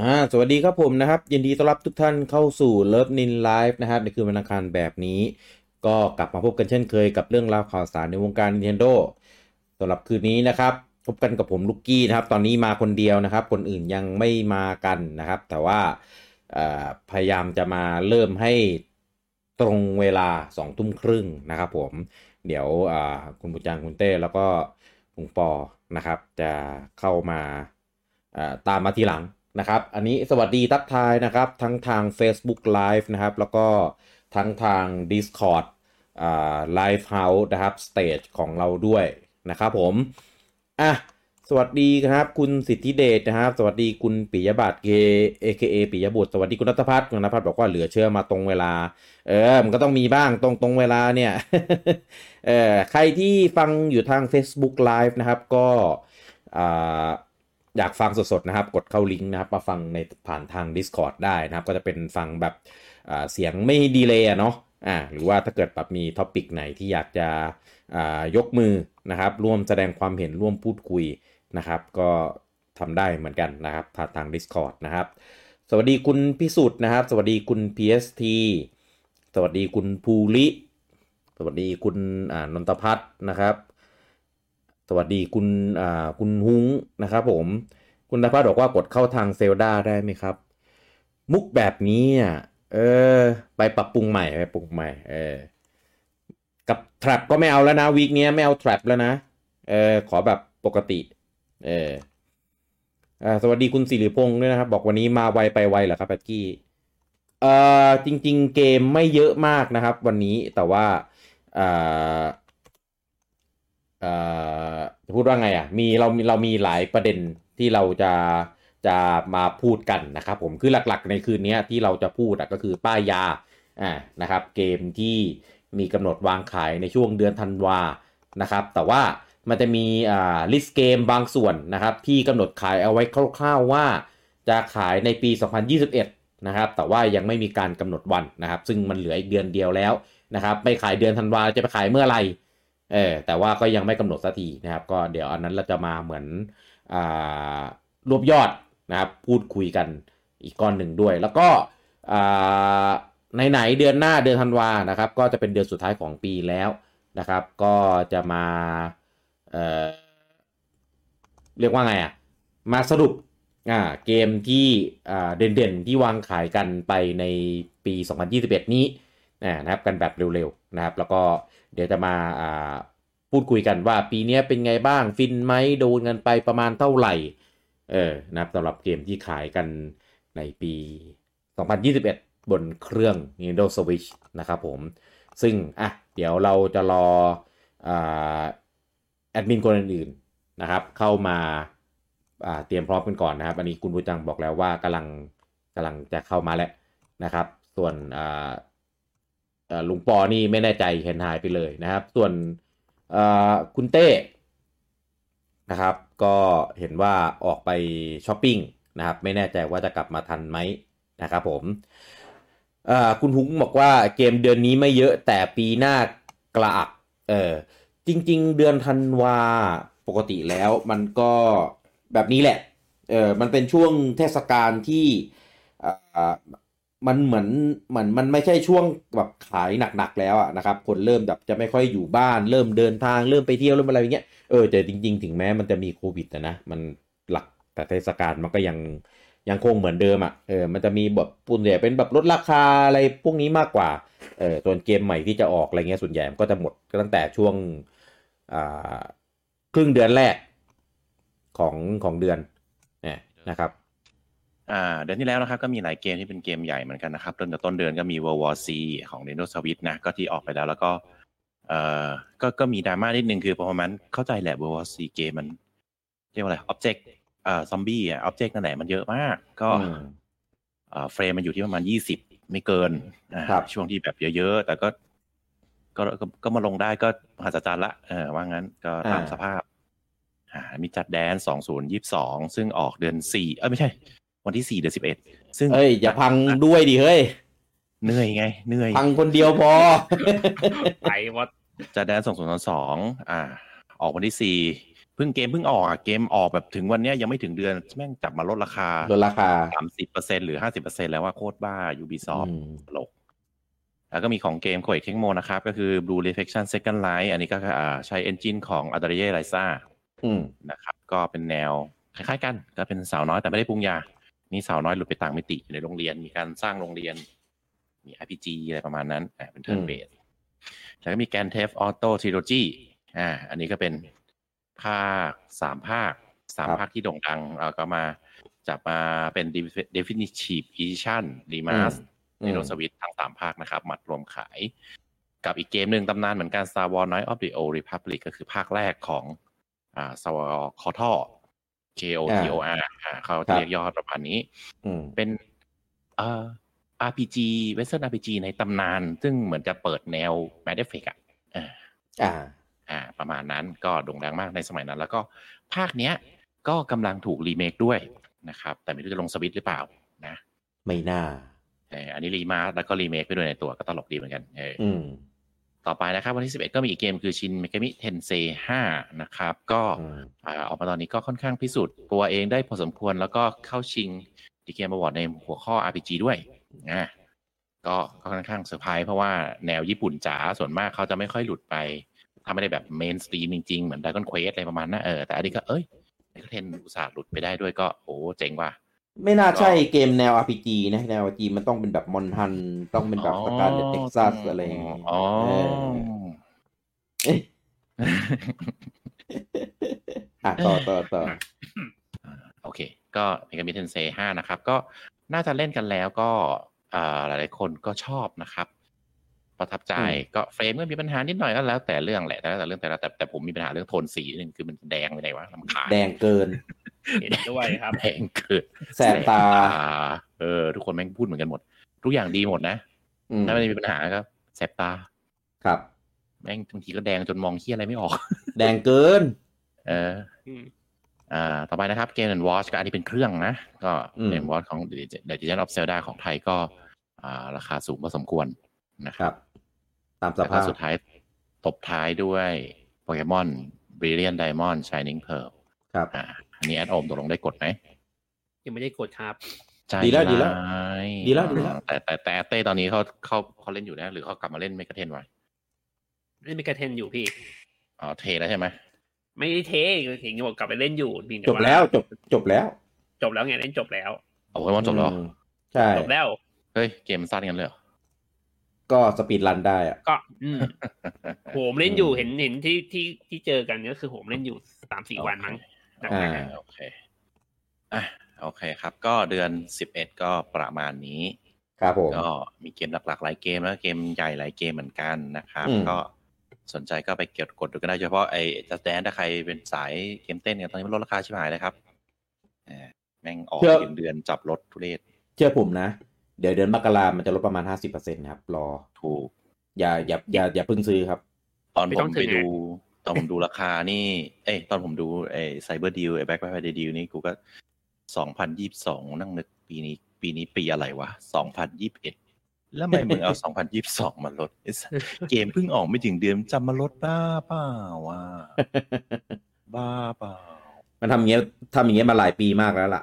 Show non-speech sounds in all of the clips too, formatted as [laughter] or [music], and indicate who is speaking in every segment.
Speaker 1: อ่าสวัสดีครับผมนะครับ ยินดีต้อนรับทุกท่านเข้าสู่เลิฟนินไลฟ์นะครับในคืนวันอังคารแบบนี้ ก็กลับมาพบกันเช่นเคยกับเรื่องราวข่าวสารในวงการ Nintendo สำหรับคืนนี้นะครับ พบกันกับผมลูกกี้นะครับ ตอนนี้มาคนเดียวนะครับ คนอื่นยังไม่มากันนะครับ แต่ว่าเอ่อพยายามจะมาเริ่มให้ตรงเวลาสองทุ่มครึ่งนะครับผม เดี๋ยวอ่าคุณบุญจางคุณเต้แล้วก็คุณปอนะครับ จะเข้ามาอ่าตามมาทีหลังนะครับ อันนี้สวัสดีทักทายนะครับ ทั้งทาง Facebook Live นะครับ แล้วก็ทั้งทาง Discord อ่า Live House นะครับสเตจของเราด้วยนะครับผมอ่ะสวัสดีครับ คุณสิทธิเดชนะครับ สวัสดีคุณปิยบัตร AKA ปิยบุตรสวัสดีคุณนัทพัฒน์คุณนัทพัฒน์บอกว่าเหลือเชื่อมาตรงเวลา เออ มันก็ต้องมีบ้างตรงตรงเวลาเนี่ย เออใครที่ฟังอยู่ทาง Facebook Live นะครับก็อ่าอยากฟังสดๆนะครับ กดเข้าลิงก์นะครับ มาฟังในผ่านทาง Discord ได้นะครับ ก็จะเป็นฟังแบบอ่าเสียงไม่ดีเลยอะเนาะอ่าหรือว่าถ้าเกิดแบบมีท็อปิกไหนที่อยากจะอ่ายกมือนะครับ ร่วมแสดงความเห็นร่วมพูดคุยนะครับ ก็ทำได้เหมือนกันนะครับผ่านทาง Discord นะครับ สวัสดีคุณพิสุทธิ์นะครับ สวัสดีคุณ PST สวัสดีคุณภูริ สวัสดีคุณอ่านนทพัฒน์นะครับ สวัสดีคุณอ่าคุณฮุ้งนะครับผม คุณนทพัฒน์บอกว่ากดเข้าทางเซลดาได้ไหมครับ มุกแบบนี้อ่ะเออ ไปปรับปรุงใหม่ไปปรับปรุงใหม่ เออ กับแทร็บก็ไม่เอาแล้วนะวีคเนี้ยไม่เอาแทร็บแล้วนะ เออ ขอแบบปกติ เออ อ่าสวัสดีคุณสิริพงษ์ด้วยนะครับ บอกวันนี้มาไวไปไวเหรอครับแบกกี้เอ่อจริง ๆ เกมไม่เยอะมากนะครับ วันนี้แต่ว่าอ่าอ่าจะพูดว่าไงอ่ะมีเรามีเรามีหลายประเด็นที่เราจะจะมาพูดกันนะครับ ผมคือหลักๆ ในคืนนี้ที่เราจะพูดอะก็คือป้ายยาอ่านะครับ เกมที่มีกำหนดวางขายในช่วงเดือนธันวา นะครับแต่ว่ามันจะมีอ่าลิสเกมบางส่วนนะครับที่กำหนดขายเอาไว้คร่าวๆว่าจะขายในปี 2021 นะครับแต่ว่ายังไม่มีการกำหนดวันนะครับ ซึ่งมันเหลืออีกเดือนเดียวแล้วนะครับไม่ขายเดือนธันวาจะไปขายเมื่อไหร่เออแต่ว่าก็ยังไม่กำหนดสักทีนะครับ ก็เดี๋ยวอันนั้นเราจะมาเหมือนอ่ารวบยอดนะครับพูดคุยกันอีกก้อนหนึ่งด้วย แล้วก็อ่าไหนๆเดือนหน้าเดือนธันวานะครับ ก็จะเป็นเดือนสุดท้ายของปีแล้ว นะครับก็จะมาเอ่อเรียกว่าไงอะ่ะมาสรุปอ่าเกมที่อ่าเด่นๆ ที่วางขายกันไปในปี 2021 นี้อ่านะครับกันแบบเร็วๆนะครับ แล้วก็เดี๋ยวจะมาอ่าพูดคุยกันว่าปีเนี้ยเป็นไงบ้างฟินไหมโดนกันไปประมาณเท่าไหร่เออนะครับสำหรับเกมที่ขายกันในปี 2021 บนเครื่อง Nintendo Switch นะครับผม ซึ่ง อ่ะ เดี๋ยวเราจะรออาแอดมินคนอื่นๆนะครับ เข้ามาอ่าเตรียมพร้อมกันก่อนนะครับ อันนี้คุณบูจังบอกแล้วว่ากำลังกำลังจะเข้ามาแล้วนะครับ ส่วนอ่าเอ่อลุงปอนี่ไม่แน่ใจเห็นหายไปเลยนะครับ ส่วนอ่าคุณเต้นะครับ ก็เห็นว่าออกไปช้อปปิ้งนะครับ ไม่แน่ใจว่าจะกลับมาทันไหมนะครับผม อ่าคุณฮุ้งบอกว่าเกมเดือนนี้ไม่เยอะแต่ปีหน้ากระอักเออจริง ๆ เดือนธันวาปกติแล้วมันก็แบบนี้แหละเออมันเป็นช่วงเทศกาลที่อ่ามันเหมือนเหมือนมันไม่ใช่ช่วงแบบขายหนักๆแล้วอะนะครับ คนเริ่มแบบจะไม่ค่อยอยู่บ้าน เริ่มเดินทางเริ่มไปเที่ยวเริ่มอะไรอย่างเงี้ยเออแต่จริง ๆ ถึงแม้มันจะมีโควิดนะนะมันหลักแต่เทศกาลมันก็ยัง ยังคงเหมือนเดิมอ่ะ เออ มันจะมีแบบปุ่นใหญ่เป็นแบบลดราคาอะไรพวกนี้มากกว่า เออส่วนเกมใหม่ที่จะออกอะไรเงี้ยส่วนใหญ่มันก็จะหมดตั้งแต่ช่วงอ่าครึ่งเดือนแรกของของเดือนเนี่ยนะครับ
Speaker 2: อ่าเดือนที่แล้วนะครับก็มีหลายเกมที่เป็นเกมใหญ่เหมือนกันนะครับต้นแต่ต้นเดือนก็มี World War C ของ Nintendo Switch นะก็ที่ออกไปแล้วแล้วก็เอ่อก็ก็มีดราม่านิดนึงคือ performance เข้าใจแหละ World War C เกมมันเรียกว่าอะไร object เอ่อซอมบี้อ่ะ object นั่นแหละมันเยอะมาก ก็
Speaker 1: อืม
Speaker 2: เอ่อเฟรมมันอยู่ที่ประมาณยี่สิบไม่เกินนะครับ ช่วงที่แบบเยอะๆ แต่ก็ก็ก็ก็มาลงได้ก็มหัศจรรย์ละเออว่างั้นก็ตามสภาพอ่ามีจัดแดนสองศูนย์ยี่สิบสองซึ่งออกเดือนสี่เอ้ยไม่ใช่ วันที่สี่เดือนสิบเอ็ดซึ่ง
Speaker 1: เอ้ย อย่าพังด้วยดิเฮ้ย
Speaker 2: เหนื่อยไงเหนื่อย
Speaker 1: พังคนเดียวพอ
Speaker 3: ไปวัด
Speaker 2: จะแดนสองศูนย์สองอ่า ออกวันที่สี่พ พิ่งเกมเพิ่งออกอะเกมออกแบบถึงวันเนี้ยยังไม่ถึงเดือนแม่งจับมาลดราคา
Speaker 1: ลดราคา
Speaker 2: สามสิบเปอร์เซ็นหรือห้าสิบเปอร์เซ็นแล้วว่าโคตรบ้า Ubisoft
Speaker 1: อืม
Speaker 2: ตลกแล้วก็มีของเกมโคเอกเทคโมนะครับ ก็คือ Blue Reflection Second Light อันนี้ก็อ่าใช้ Engine ของ a d a r i e l i z a
Speaker 1: อืม
Speaker 2: นะครับ ก็เป็นแนวคล้ายๆกัน ก็เป็นสาวน้อยแต่ไม่ได้ปรุงยา นี่สาวน้อยหลุดไปต่างมิติอยู่ในโรงเรียน มีการสร้างโรงเรียน มี RPG อะไรประมาณนั้นอ่าเป็นเทิร์นเบสแล้วก็มีแกนเทฟออโต้ทริโลจีอ่าอันนี้ก็เป็นภาคสามภาคสามภาคที่โด่งดังเราก็มาจับมาเป็น Definitive Edition Remaster
Speaker 1: อื
Speaker 2: ใน
Speaker 1: ม
Speaker 2: โนสวิตทั้งสามภาคนะครับ มัดรวมขาย กับอีกเกมหนึ่งตำนานเหมือนกัน Star Wars Knights of the Old Republic ก็คือภาคแรกของอ่า Star Wars KOTOR K O T O R อ่าเขาจะเรียกย่อประมาณนี้
Speaker 1: อืม
Speaker 2: เป็นเอ่อ RPG Western RPG ในตำนาน ซึ่งเหมือนจะเปิดแนว Mass Effect อ่ะอ่า
Speaker 1: อ่า
Speaker 2: อ่าประมาณนั้นก็โด่งดังมากในสมัยนั้น แล้วก็ภาคเนี้ยก็กำลังถูกรีเมคด้วยนะครับ แต่ไม่รู้จะลงสวิตช์หรือเปล่านะ
Speaker 1: ไม่น่า
Speaker 2: เอออันนี้รีมาสแล้วก็รีเมคไปด้วยในตัวก็ตลกดีเหมือนกันเออ
Speaker 1: อืม
Speaker 2: ต่อไปนะครับ วันที่ 11 ก็มีอีกเกมคือชินเมกามิเทนเซ5นะครับ ก็
Speaker 1: อืม
Speaker 2: อ่าออกมาตอนนี้ก็ค่อนข้างพิสูจน์ตัวเองได้พอสมควรแล้วก็เข้าชิงดีเกมอวอร์ดในหัวข้อ RPG ด้วยนะก็ก็ค่อนข้างเซอร์ไพรส์เพราะว่าแนวญี่ปุ่นจ๋าส่วนมากเขาจะไม่ค่อยหลุดไป ถ้าไม่ได้แบบเมนสตรีมจริง ๆ เหมือนด o กอนเควสอะไรประมาณนั้นเออแต่อันนี้ก็เอ้ยไอ้เทรนอุตส่าห์หลุดไปได้ด้วยก็โอ้เจ๋งว่ะ
Speaker 1: ไม่น่าใช่เกมแนว RPG นะแนว RPG มันต้องเป็นแบบมอนฮัน ต้องเป็นแบบประกาศเท็กซัสอะไรอย่างเงี้ย
Speaker 2: อ๋อ
Speaker 1: เออเอ๊ะอ่ะต่อต่อต่อ
Speaker 2: โอเค ก็เมกามิเทนเซ5นะครับ ก็น่าจะเล่นกันแล้วก็อ่าหลายๆคนก็ชอบนะครับ ประทับใจก็เฟรมก็มีปัญหานิดหน่อยก็แล้ว แต่เรื่องแหละแต่แล้วแต่เรื่องแต่ละแต่แต่ผมมีปัญหาเรื่องโทนสีนิดนึงคือมันแดงไปไหนวะลำคาญ
Speaker 1: แดงเกิน
Speaker 3: เห็นด้วยครับ
Speaker 2: แดงเกิน
Speaker 1: แสบตา
Speaker 2: เออ ทุกคนแม่งพูดเหมือนกันหมด ทุกอย่างดีหมดนะ
Speaker 1: อืม
Speaker 2: ถ้าไม่ได้มีปัญหาก็แสบตา
Speaker 1: ครับ
Speaker 2: แม่งบางทีก็แดงจนมองเฮี้ยอะไรไม่ออก
Speaker 1: แดงเกิน
Speaker 2: เอออ
Speaker 3: ม
Speaker 2: อ่า ต่อไปนะครับเกมแอนด์วอชก็อันนี้เป็นเครื่องนะ ก็
Speaker 1: อืม
Speaker 2: เกมวอชของเดอะจิเจนออฟเซลดาของไทยก็ อ่า ราคาสูงพอสมควรนะค
Speaker 1: ครับ รับ ตามส
Speaker 2: แล้วก็
Speaker 1: ภาพ
Speaker 2: สุดท้ายตบท้ายด้วยโปเกมอนบริเลียนไดมอนด์ชายนิงเพล
Speaker 1: ครับ
Speaker 2: อ่า อันนี้แอดโอมตกลงได้กดไหม
Speaker 3: ยังไม่ได้กดครับ
Speaker 2: ใจ
Speaker 1: ดีแล้วดีแล้ว
Speaker 2: ร้าย
Speaker 1: ดีแล้วดีแล้ว
Speaker 2: แต่แต่แต่เต้ตอนนี้เขาเขาเขาเล่นอยู่นะ หรือเขากลับมาเล่นเมกะเทนไว้
Speaker 3: ไม่มีกระเทนอยู่พี่
Speaker 2: อ๋อเทแล้วใช่ไหม
Speaker 3: ไม่ได้เทเห็นบอกกลับไปเล่นอยู่เพียงต่
Speaker 1: จบแล้วจบจบแล้ว
Speaker 3: จบแล้วไงเล่นจบแล้ว
Speaker 2: โอ้ยมันจบแล้วเหรอ
Speaker 1: มใช่
Speaker 3: จบแล้ว
Speaker 2: เฮ้ย เกมสั้นกันเลยเหรอ
Speaker 1: ก็สปีดรันได้อะ
Speaker 3: ก็อื
Speaker 1: [laughs]
Speaker 3: มโหมเล่นอยู่เห็นเห็นที่ที่ที่เจอกันก็คือโหมเล่นอยู่สามสี่วันมั้งนะ
Speaker 1: อ่า
Speaker 2: โอเคอ่ะโอเคครับ ก็เดือนสิบเอ็ดก็ประมาณนี้
Speaker 1: ครับผม
Speaker 2: ก็มีเกมหลากๆหลายเกมแล้วก็เกมใหญ่หลายเกมเหมือนกันนะครับ
Speaker 1: อืม
Speaker 2: ก็สนใจก็ไปเก็บกดดูกันได้เฉพาะไอ้จัสแดนถ้าใครเป็นสายเกมเต้นเนี่ยตอนนี้มันลดราคาชิบหายเลยครับอ่าแม่งออกไปถึงเดือนจับรถทุเรศ
Speaker 1: เชื่อผมนะ เดี๋ยวเดือนมกรามันจะลดประมาณห้าสิบเปอร์เซ็นครับ รอ
Speaker 2: ถูก
Speaker 1: อย่าอย่าอย่าอย่าเพิ่งซื้อค
Speaker 2: [laughs]
Speaker 1: รับ
Speaker 2: ตอน
Speaker 3: ไม่
Speaker 2: ผ
Speaker 3: ต้อ
Speaker 2: ม
Speaker 3: ง
Speaker 2: ไป
Speaker 3: ถึง
Speaker 2: ดู
Speaker 3: ไง
Speaker 2: ตอนผมดูราคานี่ เอ้ยตอนผมดูไอ้ไซเบอร์ดิวไอ้แบ็คแพดดิวนี่กูก็สองพันยี่สองนั่งนึกปีนี้ ปีนี้ปีอะไรวะสองพันยี่เอ็ดแล้วทำไมมึงเอาสองพันยี่สองมาลดไอ้สัสเกมเพิ่งออกไม่ถึงเดือนจำมาลดบ้าเปล่าวะบ้าเปล่า
Speaker 1: มันทำอย่างเงี้ยทำอย่างเงี้ยมาหลายปีมากแล้วล่ะ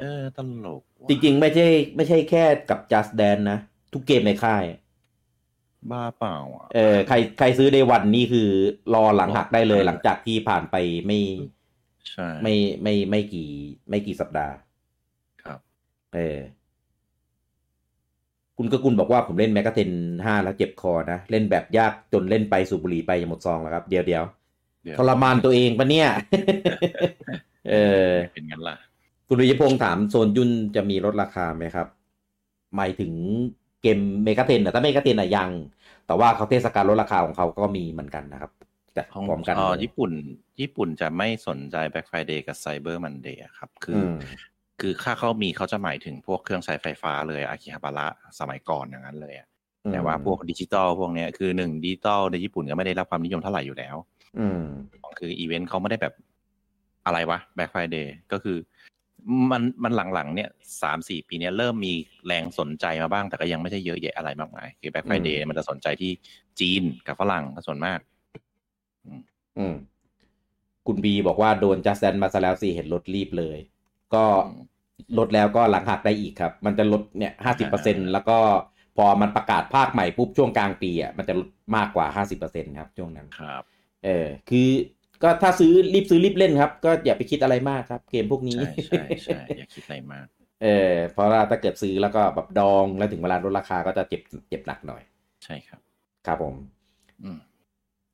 Speaker 2: เออตลกว่ะ
Speaker 1: จริงๆ ไม่ใช่ไม่ใช่แค่กับ just dance นะ ทุกเกมในค่าย
Speaker 2: บ้าเปล่าอ่ะ
Speaker 1: เออใครใครซื้อในวันนี่คือรอหลังหักได้เลยหลังจากที่ผ่านไปไม่
Speaker 2: ใช่
Speaker 1: ไม่ไม่ไม่กี่ ไม่กี่สัปดาห์
Speaker 2: ครับ
Speaker 1: เออ คุณกกุลบอกว่าผมเล่นแมกกาเทนห้าแล้วเจ็บคอนะ เล่นแบบยากจนเล่นไปสูบบุหรี่ไปยังหมดซองแล้วครับเดี๋ยวเดี๋ยว
Speaker 2: เดี๋ยว
Speaker 1: ทรมานตัวเองปะ
Speaker 2: [laughs]
Speaker 1: เนี่ย เออ
Speaker 2: เป็นงั้นล่ะ
Speaker 1: คุณวิยพงศ์ถามโซนยุนจะมีลดราคาไหมครับ หมายถึงเกมเมกาเทนนะถ้าเมกาเทนอะยัง แต่ว่าเขาเทศกาลลดราคาของเขาก็มีเหมือนกันนะครับ แต่
Speaker 2: ของ
Speaker 1: พร้อมกัน
Speaker 2: เอ่อญี่ปุ่น ญี่ปุ่นจะไม่สนใจ Black Friday กับ Cyber Monday อะครับ คือ
Speaker 1: ม
Speaker 2: อคือค่าเข้ามีเขาจะหมายถึงพวกเครื่องใช้ไฟฟ้าเลยอากิฮาบาระสมัยก่อนอย่างนั้นเลยอะแต่ว่าพวกดิจิตอลพวกเนี้ยคือหนึ่งดิจิตอลในญี่ปุ่นก็ไม่ได้รับความนิยมเท่าไหร่อยู่แล้ว
Speaker 1: อืม
Speaker 2: สองคืออีเวนต์เขาไม่ได้แบบอะไรวะ Black Friday ก็คือ มันมันหลังๆเนี่ยสามสี่ปีเนี้ยเริ่มมีแรงสนใจมาบ้าง แต่ก็ยังไม่ใช่เยอะแยะอะไรมากมายคือ Black Friday มันจะสนใจที่จีนกับฝรั่งก็ส่วนมาก
Speaker 1: อืม คุณบีบอกว่าโดนจัสแดนมาซะแล้วสิเห็นลดรีบเลย ก็ลดแล้วก็หลังหักได้อีกครับ มันจะลดเนี่ยห้าสิบเปอร์เซ็นแล้วก็พอมันประกาศภาคใหม่ปุ๊บช่วงกลางปีอ่ะมันจะลดมากกว่าห้าสิบเปอร์เซ็นครับช่วงนั้น
Speaker 2: ครับ
Speaker 1: เออคือก็ถ้าซื้อรีบซื้อรีบเล่นครับ ก็อย่าไปคิดอะไรมากครับ เกมพวกนี้
Speaker 2: ใช่ใช่ใช่อย่าคิดอะไรมาก
Speaker 1: เออเพราะว่าถ้าเกิดซื้อแล้วก็แบบดองแล้วถึงเวลาลดราคาก็จะเจ็บเจ็บหนักหน่อย
Speaker 2: ใช่ครับ
Speaker 1: ครับผม
Speaker 2: อืม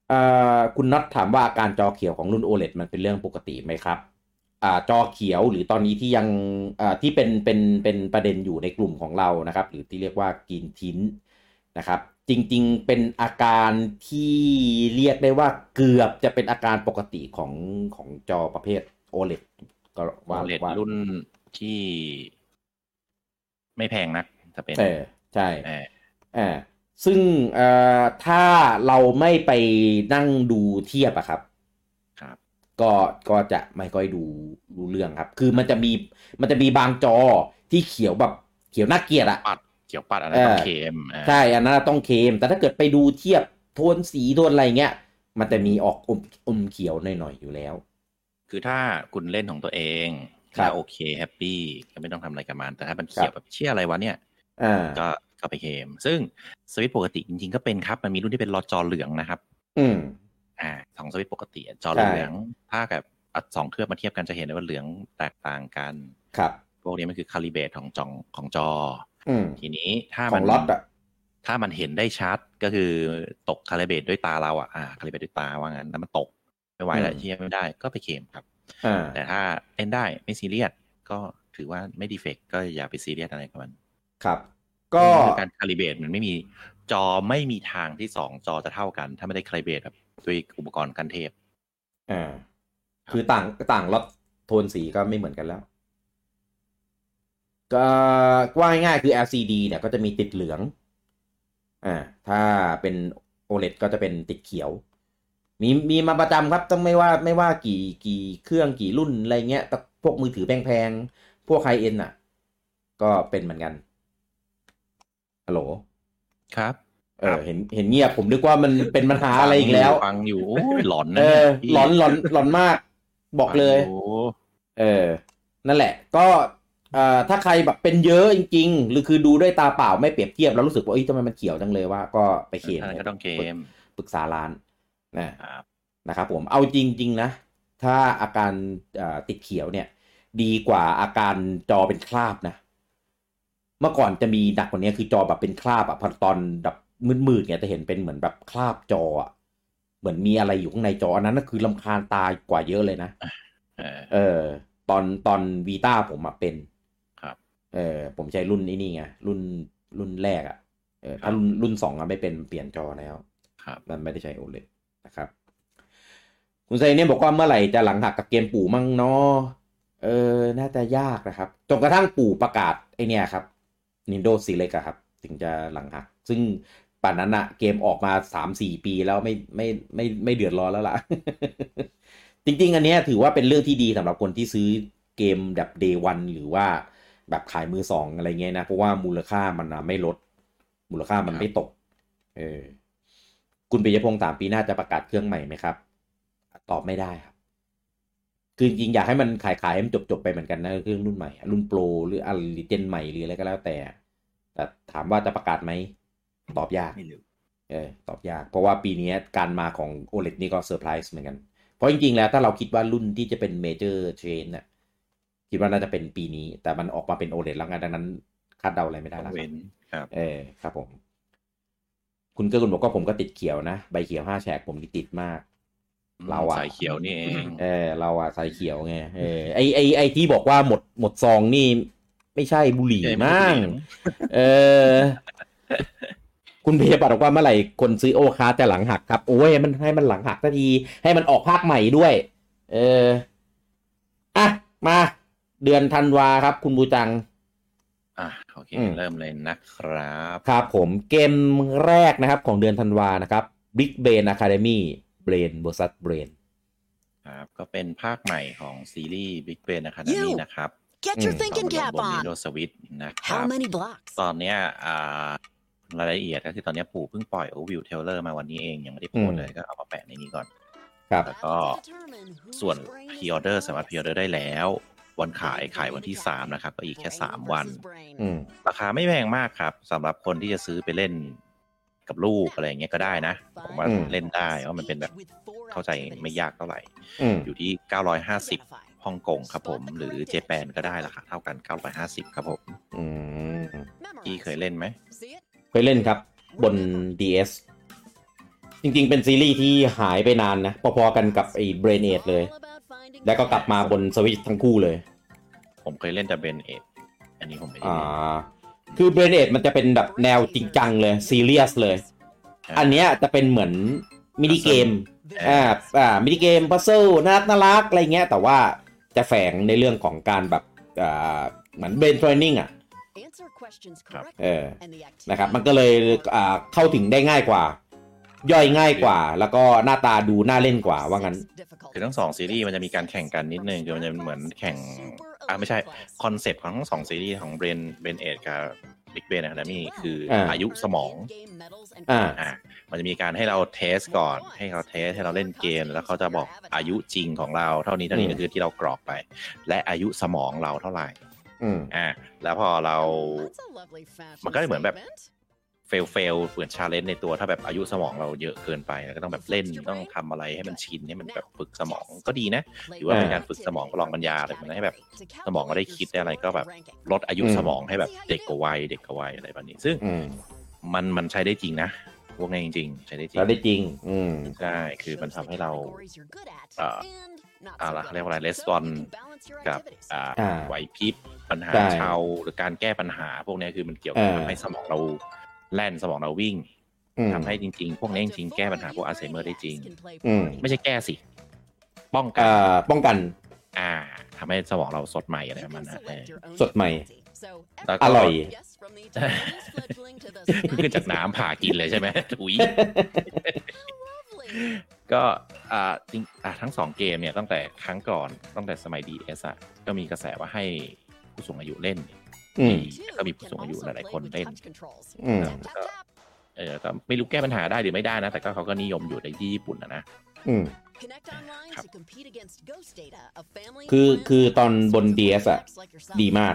Speaker 1: เอ่อคุณน็อตถามว่าอาการจอเขียวของรุ่น OLED มันเป็นเรื่องปกติไหมครับอ่าจอเขียวหรือตอนนี้ที่ยังอ่าที่เป็นเป็นเป็นประเด็นอยู่ในกลุ่มของเรานะครับ หรือที่เรียกว่ากินทิ้นนะครับ จริงๆเป็นอาการที่เรียกได้ว่าเกือบจะเป็นอาการปกติของของจอประเภท OLED ก็
Speaker 2: วอ
Speaker 1: ว่า
Speaker 2: ลเล็ต
Speaker 1: ว่า
Speaker 2: รุ่นที่ ไม่แพงนักจะเป็น
Speaker 1: เออใช่
Speaker 2: เออ
Speaker 1: อ่าซึ่งเอ่อถ้าเราไม่ไปนั่งดูเทียบอะครับ
Speaker 2: ครับ
Speaker 1: ก็ก็จะไม่ค่อยดูรู้เรื่องครับ คือมันจะมีมันจะมีบางจอที่เขียวแบบเขียวน่าเกลียดอะ
Speaker 2: ปัดเกี่ยวปัดอะไร
Speaker 1: เออ
Speaker 2: ต้องเคมอ่า
Speaker 1: ใช่ อันนั้นต้องเคลมแต่ถ้าเกิดไปดูเทียบโทนสีโทนอะไรเงี้ย มันจะมีออกอมอมเขียวหน่อยๆอยู่แล้ว
Speaker 2: คือถ้าคุณเล่นของตัวเอง
Speaker 1: ครับ
Speaker 2: แล้วโอเคแฮปปี้ก็ไม่ต้องทำอะไรกับมันแต่ถ้ามันเขียวแบบเชี่ยอะไรวะเนี่ย
Speaker 1: อ่า
Speaker 2: ก็ก็ไปเคมซึ่งสวิตช์ปกติจริงๆก็เป็นครับ มันมีรุ่นที่เป็นรอจอเหลืองนะครับ
Speaker 1: อืม
Speaker 2: อ่าสองสวิตช์ปกติอะจอ
Speaker 1: ใช่
Speaker 2: เหลืองถ้ากับเอาสองเครื่องมาเทียบกันจะเห็นได้ว่าเหลืองแตกต่างกัน
Speaker 1: ครับ
Speaker 2: พวกนี้มันคือคาลิเบตของจองของจอ
Speaker 1: อืม
Speaker 2: ทีนี้ถ้า
Speaker 1: ข
Speaker 2: มั
Speaker 1: อน งล็อตอะ
Speaker 2: ถ้ามันเห็นได้ชัดก็คือตกคาลิเบตด้วยตาเราอ่ะอ่าคาลิเบตด้วยตาว่างั้นแล้วมันตกไม่ไหวแล้ว
Speaker 1: อืม
Speaker 2: เทียบไม่ได้ก็ไปเคลมครับ
Speaker 1: อ่า
Speaker 2: แต่ถ้าเล่นได้ไม่ซีเรียสก็ถือว่าไม่ดีเฟกก็อย่าไปซีเรียสอะไรกับมัน
Speaker 1: ครับ ก็
Speaker 2: คือการคาลิเบตมันไม่มีจอไม่มีทางที่สองจอจะเท่ากัน ถ้าไม่ได้คาลิเบตแบบด้วยอุปกรณ์กันเทป
Speaker 1: อ่าคือต่างต่างล็อตโทนสีก็ไม่เหมือนกันแล้ว ก็ว่าง่ายๆคือ LCD เนี่ยก็จะมีติดเหลือง อ่า ถ้าเป็น OLED ก็จะเป็นติดเขียว มีมีมาประจำครับ ต้องไม่ว่าไม่ว่ากี่กี่เครื่องกี่รุ่นอะไรเงี้ยแต่พวกมือถือแพงๆ พวกไฮเอ็นอ่ะ ก็เป็นเหมือนกันฮัลโหล
Speaker 2: ครับ
Speaker 1: เอ
Speaker 2: ครั
Speaker 1: อบ เห็นเห็นเงียบผมนึกว่ามันเป็นปัญหาอะไรอีกแล้ว
Speaker 2: ฟังอยู่โอ้ยหลอน
Speaker 1: เอ
Speaker 2: นะ
Speaker 1: อ
Speaker 2: พี่
Speaker 1: หลอนหลอนหลอนมาก บอกเลย
Speaker 2: โอ้
Speaker 1: เออ นั่นแหละ ก็เอ่อถ้าใครแบบเป็นเยอะจริง ๆ หรือคือดูด้วยตาเปล่าไม่เปรียบเทียบแล้วรู้สึกว่าเอ้ยทำไมมันเขียวจังเลยว่าก็ไปเคลม
Speaker 2: ท่านก็ต้องเคม
Speaker 1: ปรึกษาร้านนะครับ นะครับผมเอาจริง ๆ นะ ถ้าอาการเอ่อติดเขียวเนี่ย ดีกว่าอาการจอเป็นคราบนะ เมื่อก่อนจะมีหนักกว่านี้คือจอแบบเป็นคราบอะพอตอนแบบมืดๆเนี่ยจะเห็นเป็นเหมือนแบบคราบจออะเหมือนมีอะไรอยู่ข้างในจออันนั้นก็คือลำคาญตากว่าเยอะเลยนะ
Speaker 2: เออ
Speaker 1: เออตอนตอนวีต้าผมอะเป็น
Speaker 2: ครับ
Speaker 1: เออผมใช้รุ่นนี้นี่ไงรุ่นรุ่นแรกอะเออถ้ารุ่นรุ่นสองอะไม่เป็นเปลี่ยนจอแล้ว
Speaker 2: ครับ
Speaker 1: มันไม่ได้ใช้ OLED นะครับ คุณไซเนี่ยบอกว่าเมื่อไหร่จะหลังหักกับเกมปู่มั่งเนาะเออ น่าจะยากนะครับจนกระทั่งปู่ประกาศไอเนี่ยครับ Nintendo s e l e c t อะครับ ถึงจะหลังหัก ซึ่งป่านนั้นอะเกมออกมา 3-4 ปีแล้วไม่ไม่ไม่ไม่ไม่เดือดร้อนแล้วล่ะ [laughs] จริงๆ อันเนี้ยถือว่าเป็นเรื่องที่ดีสำหรับคนที่ซื้อเกมแบบ day one หรือว่าแบบขายมือสองอะไรเงี้ยนะ เพราะว่ามูลค่ามันอะไม่ลด มูลค่ามันไม่ตก เออ คุณปิยพงษ์ถามปีหน้าจะประกาศเครื่องใหม่ไหมครับ ตอบไม่ได้ครับ คือจริงๆอยากให้มันขายขายๆให้มันจบจบๆไปเหมือนกันนะเครื่องรุ่นใหม่อะรุ่นโปรหรืออะไรเจนใหม่หรืออะไรก็แล้วแต่ แต่ถามว่าจะประกาศไหม ตอบยาก
Speaker 2: ไม่รู้
Speaker 1: เออตอบยาก เพราะว่าปีนี้การมาของ OLED นี่ก็เซอร์ไพรส์เหมือนกัน เพราะจริงๆ แล้วถ้าเราคิดว่ารุ่นที่จะเป็นเมเจอร์เทรนน่ะคิดว่าน่าจะเป็นปีนี้ แต่มันออกมาเป็น OLED แล้วไงดังนั้นคาดเดาอะไรไม่ได้
Speaker 2: ยก
Speaker 1: แล้วครับ
Speaker 2: เว้นครับ
Speaker 1: เออครับผม คุณเกื้อคุณบอกว่าผมก็ติดเขียวนะ ใบเขียวห้าแฉกผมนี่ติดมาก เราอะ
Speaker 2: สายเขียวนี่เอง
Speaker 1: เออเราอะสายเขียวไงเออไอไอไอที่บอกว่าหมดหมดซองนี่ ไม่ใช่บุหรี่มั่งเออ คุณเพย์ปัดบอกว่าเมื่อไหร่คนซื้อโอคาจะหลังหักครับ โอ้ยมันให้มันหลังหักสักที ให้มันออกภาคใหม่ด้วย เอออ่ะมา เดือนธันวาครับ คุณบูจัง
Speaker 2: อ่ะโอเค
Speaker 1: อืม
Speaker 2: เริ่มเลยนะครับ
Speaker 1: ครับผมเกมแรกนะครับของเดือนธันวานะครับ Big Brain Academy Brain vs Brain
Speaker 2: ครับ ก็เป็นภาคใหม่ของซีรีส์ Big Ben Academy
Speaker 4: You
Speaker 2: นะครับ
Speaker 4: Get your
Speaker 1: Mm.
Speaker 4: thinking
Speaker 2: ตอน
Speaker 4: cap
Speaker 2: บน
Speaker 4: on.
Speaker 2: Nintendo Switch นะครั
Speaker 4: How
Speaker 2: บ
Speaker 4: many blocks?
Speaker 2: ตอนเนี้ยอ่ารายละเอียดก็คือตอนเนี้ยปู่เพิ่งปล่อยโอวิวเทเลอร์มาวันนี้เองยังไม่ได้พูด
Speaker 1: อืม
Speaker 2: เลยก็เอามาแปะในนี้ก่อน
Speaker 1: ครับ
Speaker 2: แล้ว
Speaker 4: ก็
Speaker 2: ก็
Speaker 4: ส่
Speaker 2: ส่
Speaker 4: ว
Speaker 2: วน นพ
Speaker 4: พรี
Speaker 2: รี
Speaker 4: อ
Speaker 2: อ
Speaker 4: อ
Speaker 2: อ
Speaker 4: เด
Speaker 2: เด
Speaker 4: อ
Speaker 2: อ
Speaker 4: ร์
Speaker 2: ร์สา
Speaker 4: สาา
Speaker 2: มา
Speaker 4: ม
Speaker 2: ร รถพรีออเด
Speaker 4: ถพรีออเด
Speaker 2: อ
Speaker 4: อร์
Speaker 2: ร์
Speaker 4: ได้
Speaker 2: ได้
Speaker 4: แล้
Speaker 2: แล้ว ว
Speaker 4: วั
Speaker 2: วัน น
Speaker 4: ขา
Speaker 2: ขาย ย
Speaker 4: ขา
Speaker 2: ขาย ย
Speaker 4: วั
Speaker 2: วัน น
Speaker 4: ที่
Speaker 2: ที่
Speaker 4: 3
Speaker 2: 3
Speaker 4: นะ
Speaker 2: นะ
Speaker 4: ค
Speaker 2: ค
Speaker 4: รั
Speaker 2: รั
Speaker 4: บบ ก็
Speaker 2: ก็
Speaker 4: อี
Speaker 2: อีก
Speaker 4: กแค่
Speaker 2: แค่
Speaker 1: อื
Speaker 4: 3
Speaker 1: ม
Speaker 4: วัน
Speaker 2: 3 วัน ราคาไม่แพงมากครับสำหรับคนที่จะซื้อไปเล่นกับลูกอะไรอย่างเงี้ยก็ได้นะ ผมว่า
Speaker 1: อืม
Speaker 2: เล่
Speaker 4: เล่
Speaker 2: น
Speaker 4: น
Speaker 2: ได้
Speaker 4: ได้
Speaker 2: เพ
Speaker 4: ว่า
Speaker 2: ราะ
Speaker 4: มั
Speaker 2: มัน
Speaker 4: น
Speaker 2: เป็
Speaker 4: เป็น น
Speaker 2: แบ
Speaker 4: แบบ บ
Speaker 2: เข้า
Speaker 4: เข้า
Speaker 2: ใจ
Speaker 4: ใจ
Speaker 2: ไม่ยาย
Speaker 4: ไม่าก ก
Speaker 2: เท่าไห
Speaker 4: เท่าไห
Speaker 2: ร่
Speaker 4: ร่
Speaker 1: อืม
Speaker 2: อยู่ที่ 950 ฮ่องกงครับผม หรือเจแปนก็ได้ราคาเท่ากัน 950 ครับผม
Speaker 1: อืม
Speaker 2: พี่เคยเล่นไหม
Speaker 1: เคยเล่นครับ บน DS จริงๆ เป็นซีรีส์ที่หายไปนานนะ พอๆกันกับไอ้ Brain Age เลย แล้วก็กลับมาบนสวิตทั้งคู่เลย
Speaker 2: ผมเคยเล่นแต่เบนเอทอันนี้ผมไม่ได้
Speaker 1: อ่
Speaker 2: เล่นา
Speaker 1: คือ Brain Age มันจะเป็นแบบแนวจริงจังเลย ซีเรียสเลย อันเนี้ยจะเป็นเหมือนมินิเกม อ่าอ่ามินิเกมพัซเซิลน่ารักน่ารักอะไรเงี้ย แต่ว่าจะแฝงในเรื่องของการแบบอ่าเหมือนเบนทร i นิ่งอ่ะ
Speaker 4: ครับ
Speaker 1: เออ
Speaker 4: นะ
Speaker 1: นะค
Speaker 4: ครั
Speaker 1: รับ บ
Speaker 4: มั
Speaker 1: มัน น
Speaker 4: ก็
Speaker 1: ก็
Speaker 4: เล
Speaker 1: เลย ย
Speaker 4: อ่า
Speaker 1: อ่าเข้าถึงได้ง่ายกว่า ย่อยง่ายกว่า แล้วก็หน้าตาดูน่าเล่นกว่าว่างั้น
Speaker 4: คือทั้งสองซีรีส์มันจะมีการแข่งกันนิดนึงคือมันจะเหมือนแข่งอ่า
Speaker 2: อ่ะ
Speaker 4: ไม่
Speaker 2: ไม่
Speaker 4: ใช่
Speaker 2: ใช่
Speaker 4: ค
Speaker 2: ค
Speaker 4: อ
Speaker 2: อน น
Speaker 4: เซ
Speaker 2: เซ็
Speaker 4: ป
Speaker 2: ป
Speaker 4: ต์
Speaker 2: ต์
Speaker 4: ข
Speaker 2: ขอ
Speaker 4: อ
Speaker 2: ง ง
Speaker 4: ทั้
Speaker 2: ทั้
Speaker 4: ง
Speaker 2: งสอง ง
Speaker 4: สอซี
Speaker 2: ซี
Speaker 4: รี
Speaker 2: รีส์
Speaker 4: ส์ข
Speaker 2: ข
Speaker 4: อ
Speaker 2: องง
Speaker 4: เบ
Speaker 2: เบ
Speaker 4: ร
Speaker 2: ร
Speaker 4: น
Speaker 2: น
Speaker 4: เบ
Speaker 2: เบ
Speaker 4: น
Speaker 2: น
Speaker 4: เอ
Speaker 2: เอ
Speaker 4: ท
Speaker 2: ท
Speaker 4: กั
Speaker 2: กั
Speaker 4: บบ บิ๊
Speaker 2: บิ๊
Speaker 4: ก
Speaker 2: ก
Speaker 4: เบ
Speaker 2: เบ
Speaker 4: น
Speaker 2: น
Speaker 4: อะ
Speaker 2: อะมี่
Speaker 4: ไคื
Speaker 2: คือ อ
Speaker 4: อา
Speaker 2: อา
Speaker 4: ยุ
Speaker 2: ยุ
Speaker 4: ส
Speaker 2: ส
Speaker 4: ม
Speaker 2: ม
Speaker 4: อ
Speaker 2: อง ง
Speaker 4: อ่า
Speaker 2: อ่ามันจะมีการให้เราเทสก่อน ให้เราเทสให้เราเล่นเกม แล้วเขาจะบอกอายุจริงของเราเท่านี้เท่านี้
Speaker 1: อืม
Speaker 2: ก็คือที่เรากรอกไป และอายุสมองเราเท่าไหร่
Speaker 1: อืม
Speaker 2: อ่าแล้วพอเรา
Speaker 4: เอามันก็เหมือนแบบ
Speaker 2: เฟลเฟลเหมือนชาเลนจ์ในตัวถ้าแบบอายุสมองเราเยอะเกินไปแล้วก็ต้องแบบเล่นต้องทำอะไรให้มันชินให้มันแบบฝึกสมองก็ดีนะ
Speaker 4: หรือว่าเป็นการฝึกสมองประลองปัญญาอะไรมันให้แบบสมองเราได้คิดได้อะไรก็แบบ
Speaker 2: ลดอายุ
Speaker 1: อืม
Speaker 2: สมองให้แบบเด็กกว่าวัยเด็กกว่าวัยอะไรแบบนี้ ซึ่ง
Speaker 1: อืม
Speaker 2: มันมันใช้ได้จริงนะพวกนี้จริง ๆ ใช้ได้จริง
Speaker 1: แล้วได้จริง อืม
Speaker 2: ใช่
Speaker 4: ใช่
Speaker 2: คื
Speaker 4: คือ
Speaker 2: อมั
Speaker 4: มัน
Speaker 2: นทำ
Speaker 4: ทำ
Speaker 2: ให้
Speaker 4: ให้เรา
Speaker 2: เรา
Speaker 4: อ่า
Speaker 2: อ่า
Speaker 4: อ่า
Speaker 2: อ่า
Speaker 4: เขา
Speaker 2: เขาเรี
Speaker 4: เรีย
Speaker 2: ย
Speaker 4: ก
Speaker 2: ก
Speaker 4: ว่า
Speaker 2: ว่า
Speaker 4: อะ
Speaker 2: อะไร ไร
Speaker 4: レスปอน
Speaker 2: respond
Speaker 4: กั
Speaker 2: กั
Speaker 4: บบ อ่า
Speaker 2: อ่า
Speaker 1: อ่า
Speaker 2: ไหวพริบปัญหา
Speaker 1: ใช่
Speaker 2: เชาวหรือการแก้ปัญหา พวกนี้คือมันเกี่ยวกับ
Speaker 1: อ่า
Speaker 2: ทำให้สมองเราแล่นสมองเราวิ่ง
Speaker 1: อืม
Speaker 2: ทำให้จริง ๆ พ
Speaker 4: พ
Speaker 2: ว
Speaker 4: ว
Speaker 2: ก
Speaker 4: ก
Speaker 2: นี้จ
Speaker 4: นี้จ
Speaker 2: ริ
Speaker 4: ริ
Speaker 2: งๆ
Speaker 4: งๆ
Speaker 2: แก้
Speaker 4: แก้
Speaker 2: ปั
Speaker 4: ปั
Speaker 2: ญ
Speaker 4: ญ
Speaker 2: หา
Speaker 4: หา
Speaker 2: พ
Speaker 4: พ
Speaker 2: ว
Speaker 4: ว
Speaker 2: ก
Speaker 4: ก
Speaker 2: อัล
Speaker 4: อัล
Speaker 2: ไซ
Speaker 4: ไซ
Speaker 2: เม
Speaker 4: เม
Speaker 2: อ
Speaker 4: อ
Speaker 2: ร์
Speaker 4: ร์
Speaker 2: ได้
Speaker 4: ได้
Speaker 2: จริ
Speaker 4: จริ
Speaker 2: ง
Speaker 4: ง
Speaker 2: ป้องกัน
Speaker 1: อ่า ป้องกัน
Speaker 2: ป้องกัน
Speaker 1: อ่า
Speaker 2: อ่าทำให้สมองเราสดใหม่อะไร
Speaker 4: นะ
Speaker 2: ประ
Speaker 4: มั
Speaker 2: มาณ
Speaker 4: น
Speaker 2: นั้นเออ
Speaker 1: สดใหม่
Speaker 4: แล้วก็
Speaker 1: อร่อย
Speaker 2: ขึ้นจากน้ำผ่ากินเลยใช่ไหม อุ้ยก็อ่าจริงอ่าทั้งสองเกมเนี่ยตั้งแต่ครั้งก่อนตั้งแต่สมัย DS อ่ะก็มีกระแสว่าให้ผู้สูงอายุเล่น
Speaker 1: อืม
Speaker 2: แล้ว
Speaker 4: ก็
Speaker 2: ก็
Speaker 4: มี
Speaker 2: มี
Speaker 4: ผู้
Speaker 2: ผู้
Speaker 4: สู
Speaker 2: สู
Speaker 4: ง
Speaker 2: ง
Speaker 4: อา
Speaker 2: อา
Speaker 4: ยุ
Speaker 2: ยุ
Speaker 4: ห
Speaker 2: ห
Speaker 4: ลา
Speaker 2: ลาย ย
Speaker 4: ๆ
Speaker 2: ๆ
Speaker 4: ค
Speaker 2: คน น
Speaker 4: เล่
Speaker 2: เล่
Speaker 4: น
Speaker 2: น
Speaker 1: อืม
Speaker 4: ก็
Speaker 2: เออก็ไม่รู้แก้ปัญหาได้หรือไม่ได้นะ แต่ก็เขาก็นิยมอยู่ในที่ญี่ปุ่นนะนะ
Speaker 1: อืม
Speaker 4: Connect online to compete against Ghost Data, a family
Speaker 1: คือ
Speaker 4: friends,
Speaker 1: คือตอน
Speaker 4: and
Speaker 1: บน
Speaker 4: friends of
Speaker 1: DS อะ
Speaker 4: folks like yourself.
Speaker 1: ดีมาก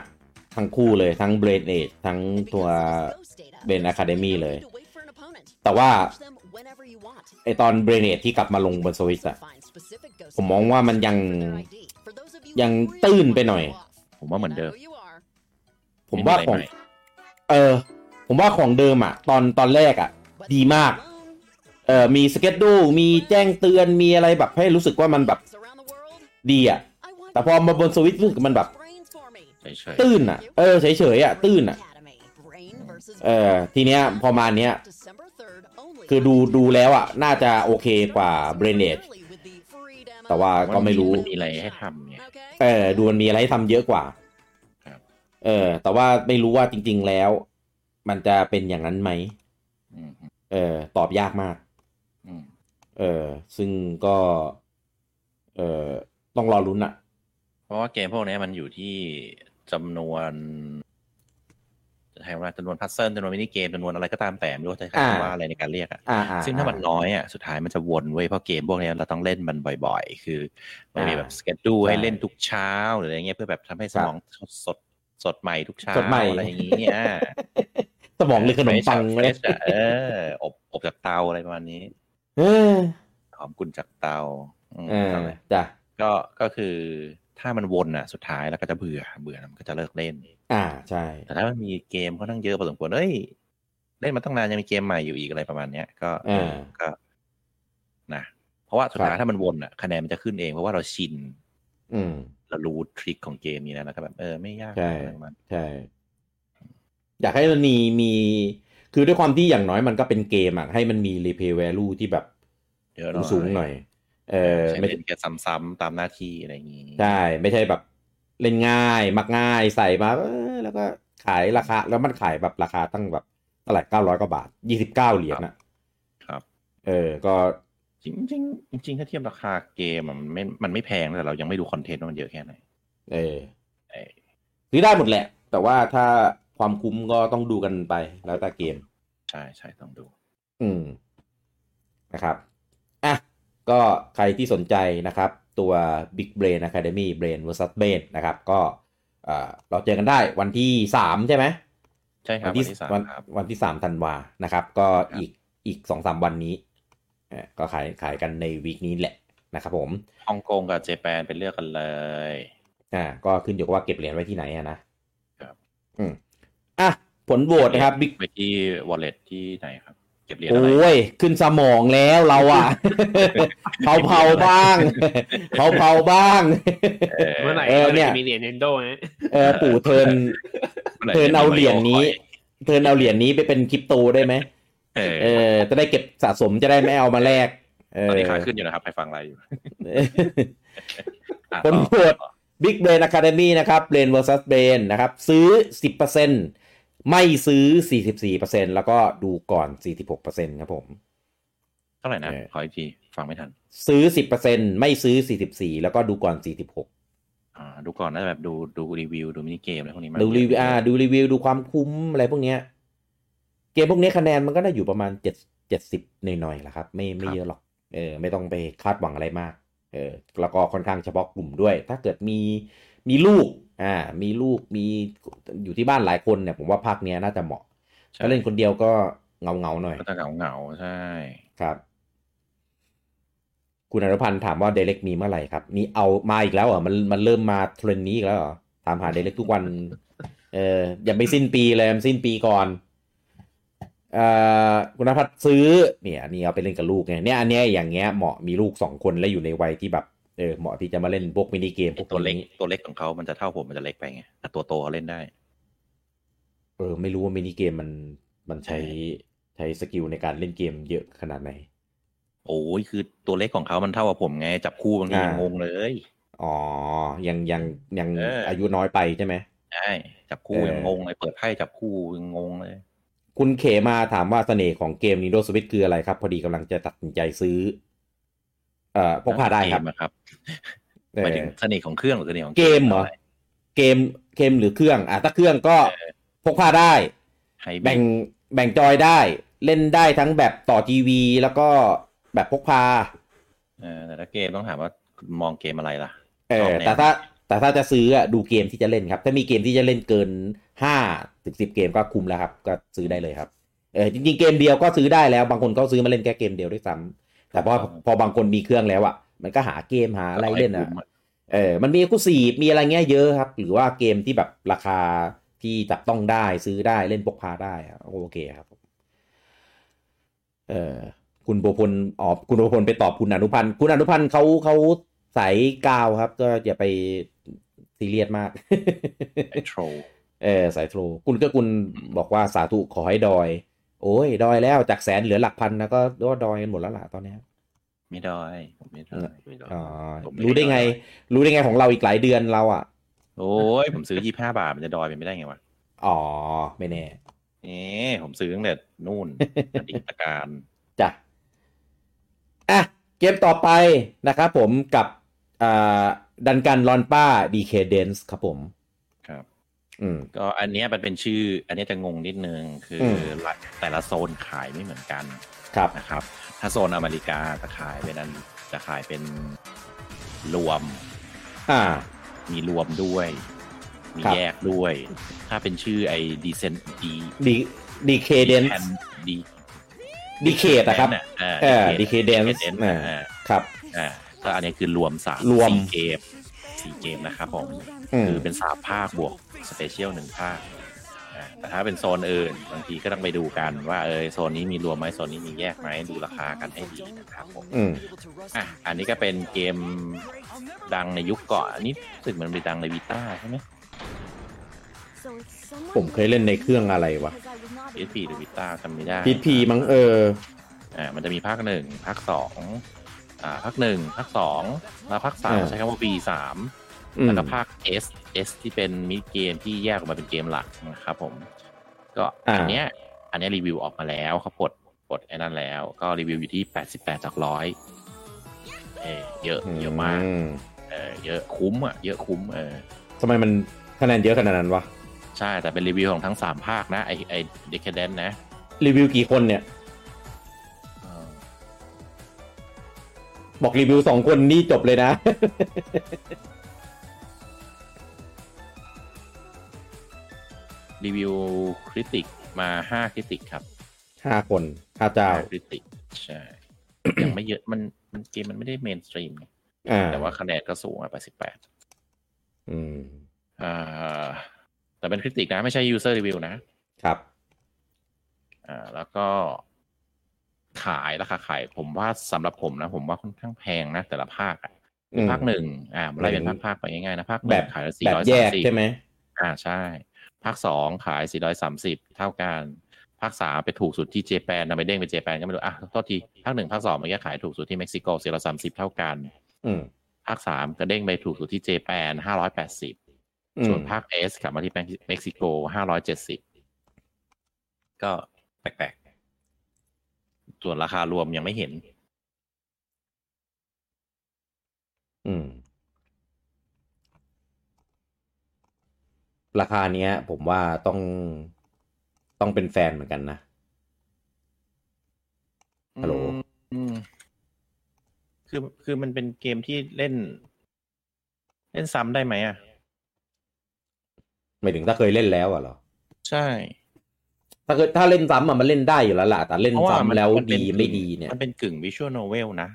Speaker 1: ทั้งคู่เลย ทั้ง Brain Age ทั้ง
Speaker 4: And because
Speaker 1: ตัว
Speaker 4: it is Ghost Data,
Speaker 1: เบน
Speaker 4: there's
Speaker 1: Academy
Speaker 4: no need
Speaker 1: เลย
Speaker 4: to wait for an opponent.
Speaker 1: แต่ว่า
Speaker 4: Watch them whenever you want.
Speaker 1: ไอตอน Brain Age ที่กลับมาลงบนสวิต
Speaker 4: You
Speaker 1: อะ
Speaker 4: can also find specific Ghost
Speaker 1: ผมมองว่ามันยัง
Speaker 4: Data for their ID. For those of you who
Speaker 1: ยัง
Speaker 4: really
Speaker 1: ตื้น
Speaker 4: want
Speaker 1: ไปหน่อย
Speaker 4: to show off,
Speaker 2: ผมว่าเหมือน
Speaker 4: and I
Speaker 2: เดิม
Speaker 4: know you are,
Speaker 1: ผมว่าของ
Speaker 2: ไม่มีอะไรใหม่
Speaker 1: เออ ผมว่าของเดิมอะตอนตอนแรกอะ
Speaker 4: but
Speaker 1: ดีมาก
Speaker 4: alone,
Speaker 1: เออมีสเก็ตดูมีแจ้งเตือนมีอะไรแบบให้รู้สึกว่ามันแบบ
Speaker 4: it's around the world.
Speaker 1: ดีอะ
Speaker 4: I want
Speaker 1: แต่พอมาบนสวิตช์รู้สึกมันแบบ
Speaker 4: brains for me.
Speaker 2: ใช่ใช่
Speaker 1: ตื้นอะเออเฉยๆอะตื้นอะ
Speaker 4: Academy, brain versus
Speaker 1: เออทีเนี้ยพอมาเนี้ย
Speaker 4: December 3rd only
Speaker 1: คือดูดูแล้วอะน่าจะโอเคกว่า Brain Age แต่ว่าก็ไม่รู้
Speaker 2: มีอะไรให้ทำเนี่ย
Speaker 1: เออดูมันมีอะไรให้ทำเยอะกว่า
Speaker 2: ครับ
Speaker 1: เออ แต่ว่าไม่รู้ว่าจริง ๆแล้ว มันจะเป็นอย่างนั้นไหม
Speaker 2: อืม
Speaker 1: เออ ตอบยากมาก
Speaker 2: อืม
Speaker 1: เออ ซึ่งก็ เออต้องรอลุ้นอะ
Speaker 2: เพราะว่าเกมพวกนี้มันอยู่ที่จำนวนจะใช้ว่าจำนวนพัซเซิลจำนวนมินิเกมจำนวนอะไรก็ตามแต่ไม่รู้ว่าจะใช้คำว่าอะไรในการเรียกอะ
Speaker 1: อ่าอ่า
Speaker 2: ซึ่งถ้ามันน้อยอ่ะสุดท้ายมันจะวนเว้ยเพราะเกมพวกเนี้ยเราต้องเล่นมันบ่อยๆ คือมันมีแบบ
Speaker 1: อ่า
Speaker 2: สเกจดู
Speaker 1: ใช่
Speaker 2: ให้เล่นทุกเช้าหรืออะไรเงี้ยเพื่อแบบทำให้สมองสดสดสดใหม่ทุกเช้า
Speaker 1: สดใหม่
Speaker 2: อะไรอย่าง
Speaker 1: [laughs]
Speaker 2: เงี้ย
Speaker 1: สมองเลยขนมปัง
Speaker 2: เฟ
Speaker 1: เล
Speaker 2: ร
Speaker 1: ย
Speaker 2: ชอะเอออบอบจากเตาอะไรประมาณนี้
Speaker 1: เออ
Speaker 2: หอมกุนจากเตาอืม
Speaker 1: เออจ้ะ
Speaker 2: ก็ก็คือถ้ามันวนอ่ะสุดท้ายแล้วก็จะเบื่อเบื่อมันก็จะเลิกเล่น
Speaker 1: อ่าใช่
Speaker 2: แต่ถ้ามันมีเกมก็ตั้งเยอะพอสมควรเอ้ยเล่นมาตั้งนานยังมีเกมใหม่อยู่อีกอะไรประมาณเนี้ยก็
Speaker 1: เออ
Speaker 2: ก็นะ เพราะว่าสุด
Speaker 1: ค
Speaker 2: ท้า
Speaker 1: รั
Speaker 2: ย
Speaker 1: บ
Speaker 2: ถ้ามันวนอ่ะคะแนนมันจะขึ้นเองเพราะว่าเราชิน
Speaker 1: อืม
Speaker 2: เรารู้ทริคของเกมนี้แล้วแล้วก็แบบเออไม่ยาก
Speaker 1: ใช่
Speaker 2: อะไรประมาณ
Speaker 1: ใช่ อยากให้มันมีมี คือด้วยความที่อย่างน้อยมันก็เป็นเกมอะให้มันมี replay value ที่แบบ
Speaker 2: เยอะหน่อย
Speaker 1: สูงๆหน่อย เออ
Speaker 2: ใช้
Speaker 1: ไม่
Speaker 2: เล่นแค่ซ้ำๆตามหน้าที่อะไรอย่างงี้
Speaker 1: ใช่ ไม่ใช่แบบเล่นง่าย มักง่ายใส่มาเออแล้วก็ขายราคา แล้วมันขายแบบราคาตั้งแบบเท่าไหร่เก้าร้อยกว่าบาทยี่สิบเก้าเหรียญอะ
Speaker 2: ครับ
Speaker 1: เออ ก็
Speaker 2: จริงๆจริงๆถ้าเทียบราคาเกมอะมันไม่มันไม่แพงนะแต่เรายังไม่รู้คอนเทนต์ว่ามันเยอะแค่ไหน
Speaker 1: เออ
Speaker 2: เออ
Speaker 1: ซื้อได้หมดแหละ แต่ว่าถ้าความคุ้มก็ต้องดูกันไปแล้วแต่เกม
Speaker 2: ใช่ใช่ต้องดู
Speaker 1: อืมนะครับ อ่ะ ก็ใครที่สนใจนะครับ ตัว Big Brain Academy Brain vs Brain นะครับ ก็เอ่อเราเจอกันได้วันที่ 3 ใช่ไหม
Speaker 2: ใช่ครับ
Speaker 1: วัน
Speaker 2: วัน
Speaker 1: ที่
Speaker 2: ที่สาม
Speaker 1: วัน
Speaker 2: ครับ
Speaker 1: วันที่สามธันวานะครับ ก็
Speaker 2: ครับ
Speaker 1: อีกอีกสองสามวันนี้เอ่อก็ขายขายกันในวีคนี้แหละนะครับผม
Speaker 2: ฮ่องกงกับเจแปนไปเลือกกันเลย
Speaker 1: อ่าก็ขึ้นอยู่กับว่าเก็บเหรียญไว้ที่ไหนอะนะครับ อืมอ่ะผลโหวตนะครับบิ๊ก
Speaker 2: ไปที่ wallet ที่ไหนครับ เก็บเหรียญอะไร
Speaker 1: โอ้ย ขึ้นสมองแล้วเรา
Speaker 2: [laughs]
Speaker 1: อ่ะ เผาเผาๆบ้าง เผาเผาๆบ้าง
Speaker 3: เมื่อไหร่
Speaker 1: เออ
Speaker 3: เมื่อไห
Speaker 1: เนี่
Speaker 3: ร่
Speaker 1: ย
Speaker 3: จะมีเหรียญ Nintendo นะ
Speaker 1: เออปู่เทิร์น
Speaker 2: มื่ไห
Speaker 1: เทิร์นเอาเหรียญนี้
Speaker 2: จะ
Speaker 1: เทิร์นเอาเหรียญนี้ไปเป็นคริปโตได้ไหม
Speaker 2: มี Mario
Speaker 1: เอ
Speaker 2: ขาย
Speaker 1: อจะได้เก็บสะสมจะได้ไม่เอามาแลกเออ
Speaker 2: เออตอนนี้ขา
Speaker 1: [laughs]
Speaker 2: ขึ้นอยู่นะครับใครฟังอะไรอยู่อ่ะ
Speaker 1: ผล
Speaker 2: ต่อ
Speaker 1: โหวต Big Brain Academy นะครับ Brain vs Brain นะครับ ซื้อ 10%ไม่ซื้อ 44%แล้วก็ดูก่อน 46%ครับผม
Speaker 2: เท่าไหร่นะ
Speaker 1: เออ
Speaker 2: ขออีกทีฟังไม่ทัน
Speaker 1: ซื้อ 10%ไม่ซื้อ 44 แล้วก็ดูก่อน 46
Speaker 2: อ่าดูก่อนนะแบบดูดูรีวิวดูมินิเกมอะไรพวกนี้มั้ย
Speaker 1: ดูรีวิวอ่าดูรีวิว ดูความคุ้มอะไรพวกเนี้ย เกมพวกเนี้ยคะแนนมันก็ได้อยู่ประมาณ 7 70 หน่อยๆแหละครับ ไม่ไม่เยอะหรอก เออ ไม่ต้องไปคาดหวังอะไรมาก เออ แล้วก็ค่อนข้างเฉพาะกลุ่มด้วย ถ้าเกิดมีมีลูก อ่า มีลูกมีอยู่ที่บ้านหลายคนเนี่ย ผมว่าภาคเนี้ยน่าจะเหมาะ
Speaker 2: ใช่
Speaker 1: ถ้าเล่นคนเดียวก็เงาเงาๆหน่อย
Speaker 2: ก็จะเหงาเหงาๆใช่
Speaker 1: ครับ คุณอนุพันธ์ถามว่าเด e c กมีเมื่อไหร่ครับ มีเอามาอีกแล้วเหรอมันมันเริ่มมาเทรนด์นี้อีกแล้วเหรอถามหาเด e c กทุกวัน เอออย่าไปสิ้นปีเลยมันสิ้นปีก่อนเอ่อคุณอนุพันธ์ซื้อ เนี่ยอันนี่เอาไปเล่นกับลูกไงเนี่ยอันเนี้ยอย่างเงี้ยเหมาะมีลูกสองคนและอยู่ในวัยที่แบบเออเหมาะที่จะมาเล่นพวกมินิเกมพ
Speaker 2: ไอ้
Speaker 1: วก
Speaker 2: ตัวเล็ก
Speaker 1: นี้
Speaker 2: ตัวเล็กของเขามันจะเท่าผมมันจะเล็กไปไงแต่ตัวโตเขาเล่นได้
Speaker 1: เออไม่รู้ว่ามินิเกมมันมันใช้ใช้สกิลในการเล่นเกมเยอะขนาดไหน
Speaker 2: โอ้ยคือตัวเล็กของเขามันเท่ากับผมไง จับคู่บางที
Speaker 1: อ่ายั
Speaker 2: ยังงงเลย
Speaker 1: อ๋อ ยังยังยัง
Speaker 2: เอออ
Speaker 1: อายุน้อยไปใช่ไหม
Speaker 2: ใช่จับคู่
Speaker 1: เออ
Speaker 2: ยังงงเลยเปิดไพ่จับคู่ยังงงเลย
Speaker 1: คุณเขมาถามว่าเสน่ห์ของเกม Nintendo Switch คืออะไรครับ พอดีกำลังจะตัดสินใจซื้อ เอ่อพกพาได้ครับ
Speaker 2: เกมอะครับ
Speaker 1: เอ
Speaker 2: หมาย
Speaker 1: อ
Speaker 2: ถึงเสน่ห์ของเครื่องหรือเสน่ห์ของ
Speaker 1: เกมเหรอ เกมเกมหรือเครื่อง อ่ะถ้าเครื่องก็พกพาได้
Speaker 2: ให้
Speaker 1: แบ่งแบ่งจอยได้ เล่นได้ทั้งแบบต่อทีวี แล้วก็แบบพกพา
Speaker 2: เออแต่ละเกมต้องถามว่ามองเกมอะไรล่ะ
Speaker 1: เอ
Speaker 2: ชอ
Speaker 1: อบ
Speaker 2: แนว
Speaker 1: แต่ถ้าแต่ถ้าจะซื้ออะดูเกมที่จะเล่นครับ ถ้ามีเกมที่จะเล่นเกินห้าถึงสิบเกมก็คุ้มแล้วครับ ก็ซื้อได้เลยครับเออจริงๆเกมเดียวก็ซื้อได้แล้วบางคนก็ซื้อมาเล่นแค่เกมเดียวด้วยซ้ำแต่พอพอบางคนมีเครื่องแล้วอะมันก็หาเกมหาอะไรเล่นอะ
Speaker 2: คุ้ม
Speaker 1: เออมันมีกุศีมีอะไรเงี้ยเยอะครับ หรือว่าเกมที่แบบราคาที่จับต้องได้ซื้อได้เล่นพกพาได้อะโอเคครับเออคุณโบพลอ๋อคุณโบพลไปตอบคุณอนุพันธ์คุณอนุพันธ์เขาเขาใสายกาวครับ ก็อย่าไปซีเรียสมาก [laughs]
Speaker 2: ไอ้โทรล
Speaker 1: เออสายโทรคุณก็คุณบอกว่าสาธุขอให้ดอย โอ้ย ดอยแล้วจากแสนเหลือหลักพันนะก็ก็ดอยกันหมดแล้วล่ะตอนเนี้ย
Speaker 2: ไม่ได้ผมไม่ได้
Speaker 3: ไม่รู้
Speaker 1: อ๋อ
Speaker 2: ผมไม่
Speaker 1: รู้ได้ไง รู้ได้ไงของเราอีกหลายเดือนเราอ่ะ
Speaker 2: โอ้ยผมซื้อยี่ห้าบาทมันจะดอยเป็นไม่ได้ไงวะ
Speaker 1: อ๋อ ไม่แน่
Speaker 2: เอ๊ะผมซื้อตั้งแต่นู่น อดีตการ
Speaker 1: จ้ะอ่ะ เกมต่อไปนะครับผมกับอ่าดันกันลอนป้าดีเคเดนส์ครับผม
Speaker 2: ครับ
Speaker 1: อืม
Speaker 2: ก็อันเนี้ยมันเป็นชื่อ อันเนี้ยจะงงนิดนึง คืออ
Speaker 1: ม
Speaker 2: ละแต่ละโซนขายไม่เหมือนกัน
Speaker 1: ครับ
Speaker 2: นะครับ ถ้าโซนอเมริกาจะขายเป็นอันจะขายเป็นรวม
Speaker 1: อ่า
Speaker 2: มีรวมด้วย มี
Speaker 1: ครับ
Speaker 2: แยกด้วย ถ้าเป็นชื่อไอ้ดีเซนดี
Speaker 1: ดีดีเคเดนส์
Speaker 2: ดี
Speaker 1: ดีเคดอะครับ เออ Decadence อ่า ครับ
Speaker 2: อ่าก็อันนี้คือรวมสาม
Speaker 1: รวม
Speaker 2: สี่เกม สี่เกมนะครับผม
Speaker 1: อืม
Speaker 2: คือเป็นสามภาคบวกสเปเชียลหนึ่งภาคอ่าแต่ถ้าเป็นโซนอื่น บางทีก็ต้องไปดูกันว่าเออโซนนี้มีรวมไหมโซนนี้มีแยกไหมดูราคากันให้ดีนะครับผม
Speaker 1: อืม
Speaker 2: อ่ะอันนี้ก็เป็นเกมดังในยุคก่อนอันนี้รู้สึกมันไปดังในวีต้าใช่ไหม
Speaker 1: ผมเคยเล่นในเครื่องอะไรวะ
Speaker 2: PSP หรือวีต้าจำไม่ได้
Speaker 1: พีพีมั้งเออ
Speaker 2: อ่ามันจะมีภาคหนึ่งภาคสองอ่าภาคหนึ่งภาคสองแล้วภาคสาม
Speaker 1: อ่า
Speaker 2: ใช้คำว่า V สาม
Speaker 1: อืม
Speaker 2: แล้วก็ภาค S S ที่เป็นมินิเกมที่แยกออกมาเป็นเกมหลักนะครับผม ก็อันเนี้ยอันเนี้ยรีวิวออกมาแล้วเขาปลดปลดไอ้นั่นแล้ว ก็รีวิวอยู่ที่ 88จากร้อยเออเยอะเยอะมาก
Speaker 1: ม
Speaker 2: เออเยอะคุ้มอ่ะเยอะคุ้มเออ
Speaker 1: ทำไมมันคะแนนเยอะขนาดนั้นวะ
Speaker 2: ใช่แต่เป็นรีวิวของทั้งสามภาคนะไอไอเดคเดนนะ
Speaker 1: รีวิวกี่คนเนี่ย บอกรีวิวสองคนนี่จบเลยนะ [laughs]
Speaker 2: รีวิวคริติกมาห้าคริติกครับ
Speaker 1: ห้าคนห้าเจ้า
Speaker 2: คริติกใช่ ยังไม่เยอะมันมันเกมมันไม่ได้เมนสตรีม
Speaker 1: อ่า
Speaker 2: แต่ว่าคะแนนก็สูงอ่ะแปดสิบแปด
Speaker 1: อืม
Speaker 2: อ่าแต่เป็นคริติกนะ ไม่ใช่ user review นะครับ อ่าแล้วก็ขายราคาขายผมว่าสำหรับผมนะ ผมว่าค่อนข้างแพงนะ แต่ละภาคอะ
Speaker 1: อืม
Speaker 2: ภาคหนึ่งอ่าไล่เป็นภาคภาคๆไปง่ายๆนะภาคห
Speaker 1: แบ
Speaker 2: นึ่
Speaker 1: บ
Speaker 2: งขายสี่
Speaker 1: แบบ
Speaker 2: ร้อย
Speaker 1: แย
Speaker 2: สาม
Speaker 1: ก
Speaker 2: สิบ
Speaker 1: ใช่ไหม
Speaker 2: อ่าใช่ ภาคสองขายสี่ร้อยสามสิบเท่ากันภาคสามไปถูกสุดที่เจแปนนะไปเด้งไปเจแปนก็ไม่รู้อ่ะโทษทีภาคหนึ่งภาคสองมันก็ขายถูกสุดที่เม็กซิโกสี่ร้อยสามสิบเท่ากัน
Speaker 1: อืม
Speaker 2: ภาคสามก็เด้งไปถูกสุดที่เจแปนห้าร้อยแปดสิบ
Speaker 1: อืม
Speaker 2: ส่วนภาคเอสกลับมาที่เม็กซิโกห้าร้อยเจ็ดสิบก็แปลกๆ ส่วนราคารวมยังไม่เห็น
Speaker 1: อืม ราคาเนี้ย ผมว่าต้องต้องเป็นแฟนเหมือนกันนะ ฮัลโหล
Speaker 2: อืมคือคือมันเป็นเกมที่เล่น เล่นซ้ำได้ไหมอ่ะ
Speaker 1: หมายถึงถ้าเคยเล่นแล้วอะเหรอ
Speaker 2: ใช่
Speaker 1: ถ้าเกิดถ้าเล่นซ้ำอะมันเล่นได้อยู่แล้วล่ะ แต่เล่น
Speaker 2: เพราะว่ามัน
Speaker 1: ซ้ำแล้ว
Speaker 2: มันเป็
Speaker 1: ดี
Speaker 2: น
Speaker 1: ไม่
Speaker 2: กึ่ง
Speaker 1: ดีเนี่ย
Speaker 2: มันเป็นกึ่งวิชวลโนเวลนะ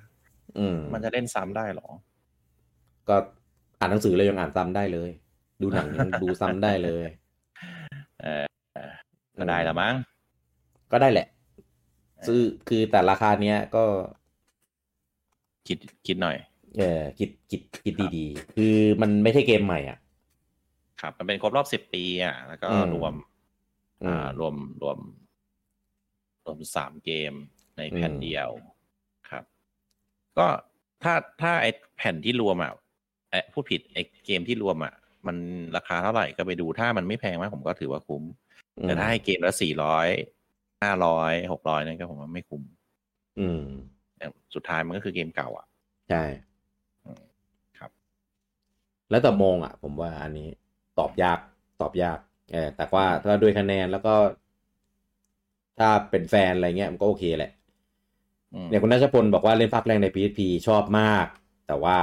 Speaker 1: อืม
Speaker 2: มันจะเล่นซ้ำได้เหรอ
Speaker 1: ก็อ่านหนังสือเลยยังอ่านซ้ำได้เลย ดูหนัง [laughs] ยังดูซ้ำได้เลย
Speaker 2: เออก็ได้ละมั้ง
Speaker 1: ก็ได้แหละ ซื้อคือแต่ราคาเนี้ยก็
Speaker 2: คิดคิดหน่อย
Speaker 1: เออคิดคิดคิดดีๆ คือมันไม่ใช่เกมใหม่อ่ะ
Speaker 2: ครับ มันเป็นครบรอบสิบปีอ่ะ แล้วก็
Speaker 1: อืม
Speaker 2: รวม
Speaker 1: อืม
Speaker 2: อ่ารวมรวมรวมสามเกมในแผ่น
Speaker 1: อืม
Speaker 2: เดียวครับ ก็ถ้าถ้าไอแผ่นที่รวมอ่ะเอ่อพูดผิดไอเกมที่รวมอ่ะ มันราคาเท่าไหร่ก็ไปดูถ้ามันไม่แพงมากผมก็ถือว่าคุ้ม แต่ถ้าให้เกมละสี่ร้อยห้าร้อยหกร้อยนั่นก็ผมว่าไม่คุ้ม
Speaker 1: อืม
Speaker 2: แต่สุดท้ายมันก็คือเกมเก่าอ่ะ
Speaker 1: ใช่
Speaker 2: ครับ
Speaker 1: แล้วแต่มองอ่ะ ผมว่าอันนี้ตอบยากตอบยากเออแต่ว่าถ้าด้วยคะแนนแล้วก็ ถ้าเป็นแฟนอะไรเงี้ยมันก็โอเคแหละ
Speaker 2: อืม
Speaker 1: เนี่ยคุณนัชพลบอกว่าเล่นภาคแรกใน PSP ชอบมาก แต่ว่า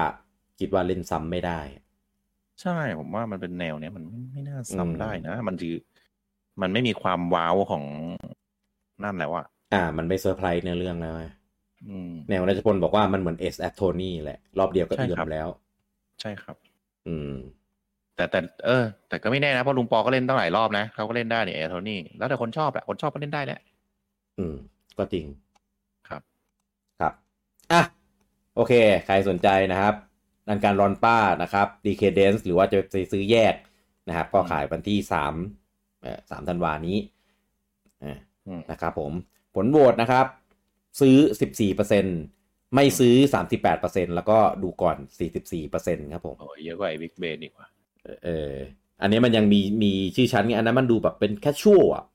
Speaker 1: คิดว่าเล่นซ้ำไม่ได้
Speaker 2: ใช่ผมว่ามันเป็นแนวเนี้ยมันไม่ไม่น่า
Speaker 1: อืม
Speaker 2: ซ้ำได้นะ มันคือมันไม่มีความว้าวของนั่นแล้วอ่ะ
Speaker 1: อ่า มันไม่เซอร์ไพรส์ในเรื่องแล้วไง
Speaker 2: อืม
Speaker 1: เนี่ยคุณนัชพลบอกว่ามันเหมือนเอสแอตโทนี่แหละ รอบเดียวก็
Speaker 2: ใช่
Speaker 1: เอือ
Speaker 2: ครั
Speaker 1: ม
Speaker 2: บ
Speaker 1: แล้ว
Speaker 2: ใช่ครับ
Speaker 1: อืม
Speaker 2: แต่แต่เออแต่ก็ไม่แน่นะ เพราะลุงปอก็เล่นตั้งหลายรอบนะเขาก็เล่นได้เนี่ยเอโทนี่แล้วแต่คนชอบแหละคนชอบก็เล่นได้แหละ
Speaker 1: อืม ก็จริง
Speaker 2: ครับ
Speaker 1: ครับ อ่ะ โอเค ใครสนใจนะครับนันการรอนป้านะครับ Decadence หรือว่าจะไปซื้อแยกนะครับ ก็ขายวันที่สามเอ่อสามธันวานี้อ่า
Speaker 2: อืม
Speaker 1: นะครับผมผลโหวตนะครับ ซื้อ 14%ไม่ซื้อ 38%แล้วก็ดูก่อน 44%ครับผม
Speaker 2: โอ้ยเยอะกว่าไอ้บิ๊กเบนอีกว่า
Speaker 1: เอออันนี้มันยังมีมีชื่อชั้นไงอันนั้นมันดูแบบเป็นแคชชัวอ่ะ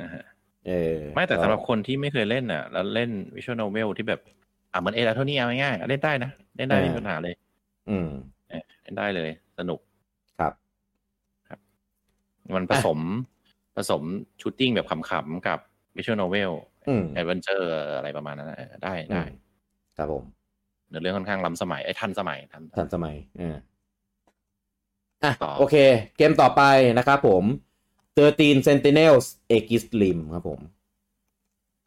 Speaker 2: [laughs]
Speaker 1: เออ
Speaker 2: ไม่แต่สำหรับคนที่ไม่เคยเล่นน่ะ แล้วเล่นวิชวลโนเวลที่แบบอ่ะเหมือนเอโทนี่เอาง่ายๆอ่ะเล่นได้นะ เล่นได้ไม่มีปัญหาเลย
Speaker 1: อืม
Speaker 2: เล่นได้เลย สนุก
Speaker 1: ครับ
Speaker 2: มันผสม [laughs] ผสมชูตติ้งแบบขำๆกับวิชวลโนเวล
Speaker 1: อืม
Speaker 2: แอดเวนเจอร์อะไรประมาณนั้นนะเออได้
Speaker 1: ได
Speaker 2: ได้
Speaker 1: ้ครับผม
Speaker 2: เนื้อเรื่องค่อนข้างล้ำสมัยไอ้ยทันสมัยทัน
Speaker 1: ทันสมัยอ่าอ่ะ
Speaker 2: ต่อ
Speaker 1: โอเค เกมต่อไปนะครับผม13 Sentinels a g i s l i m ครับผม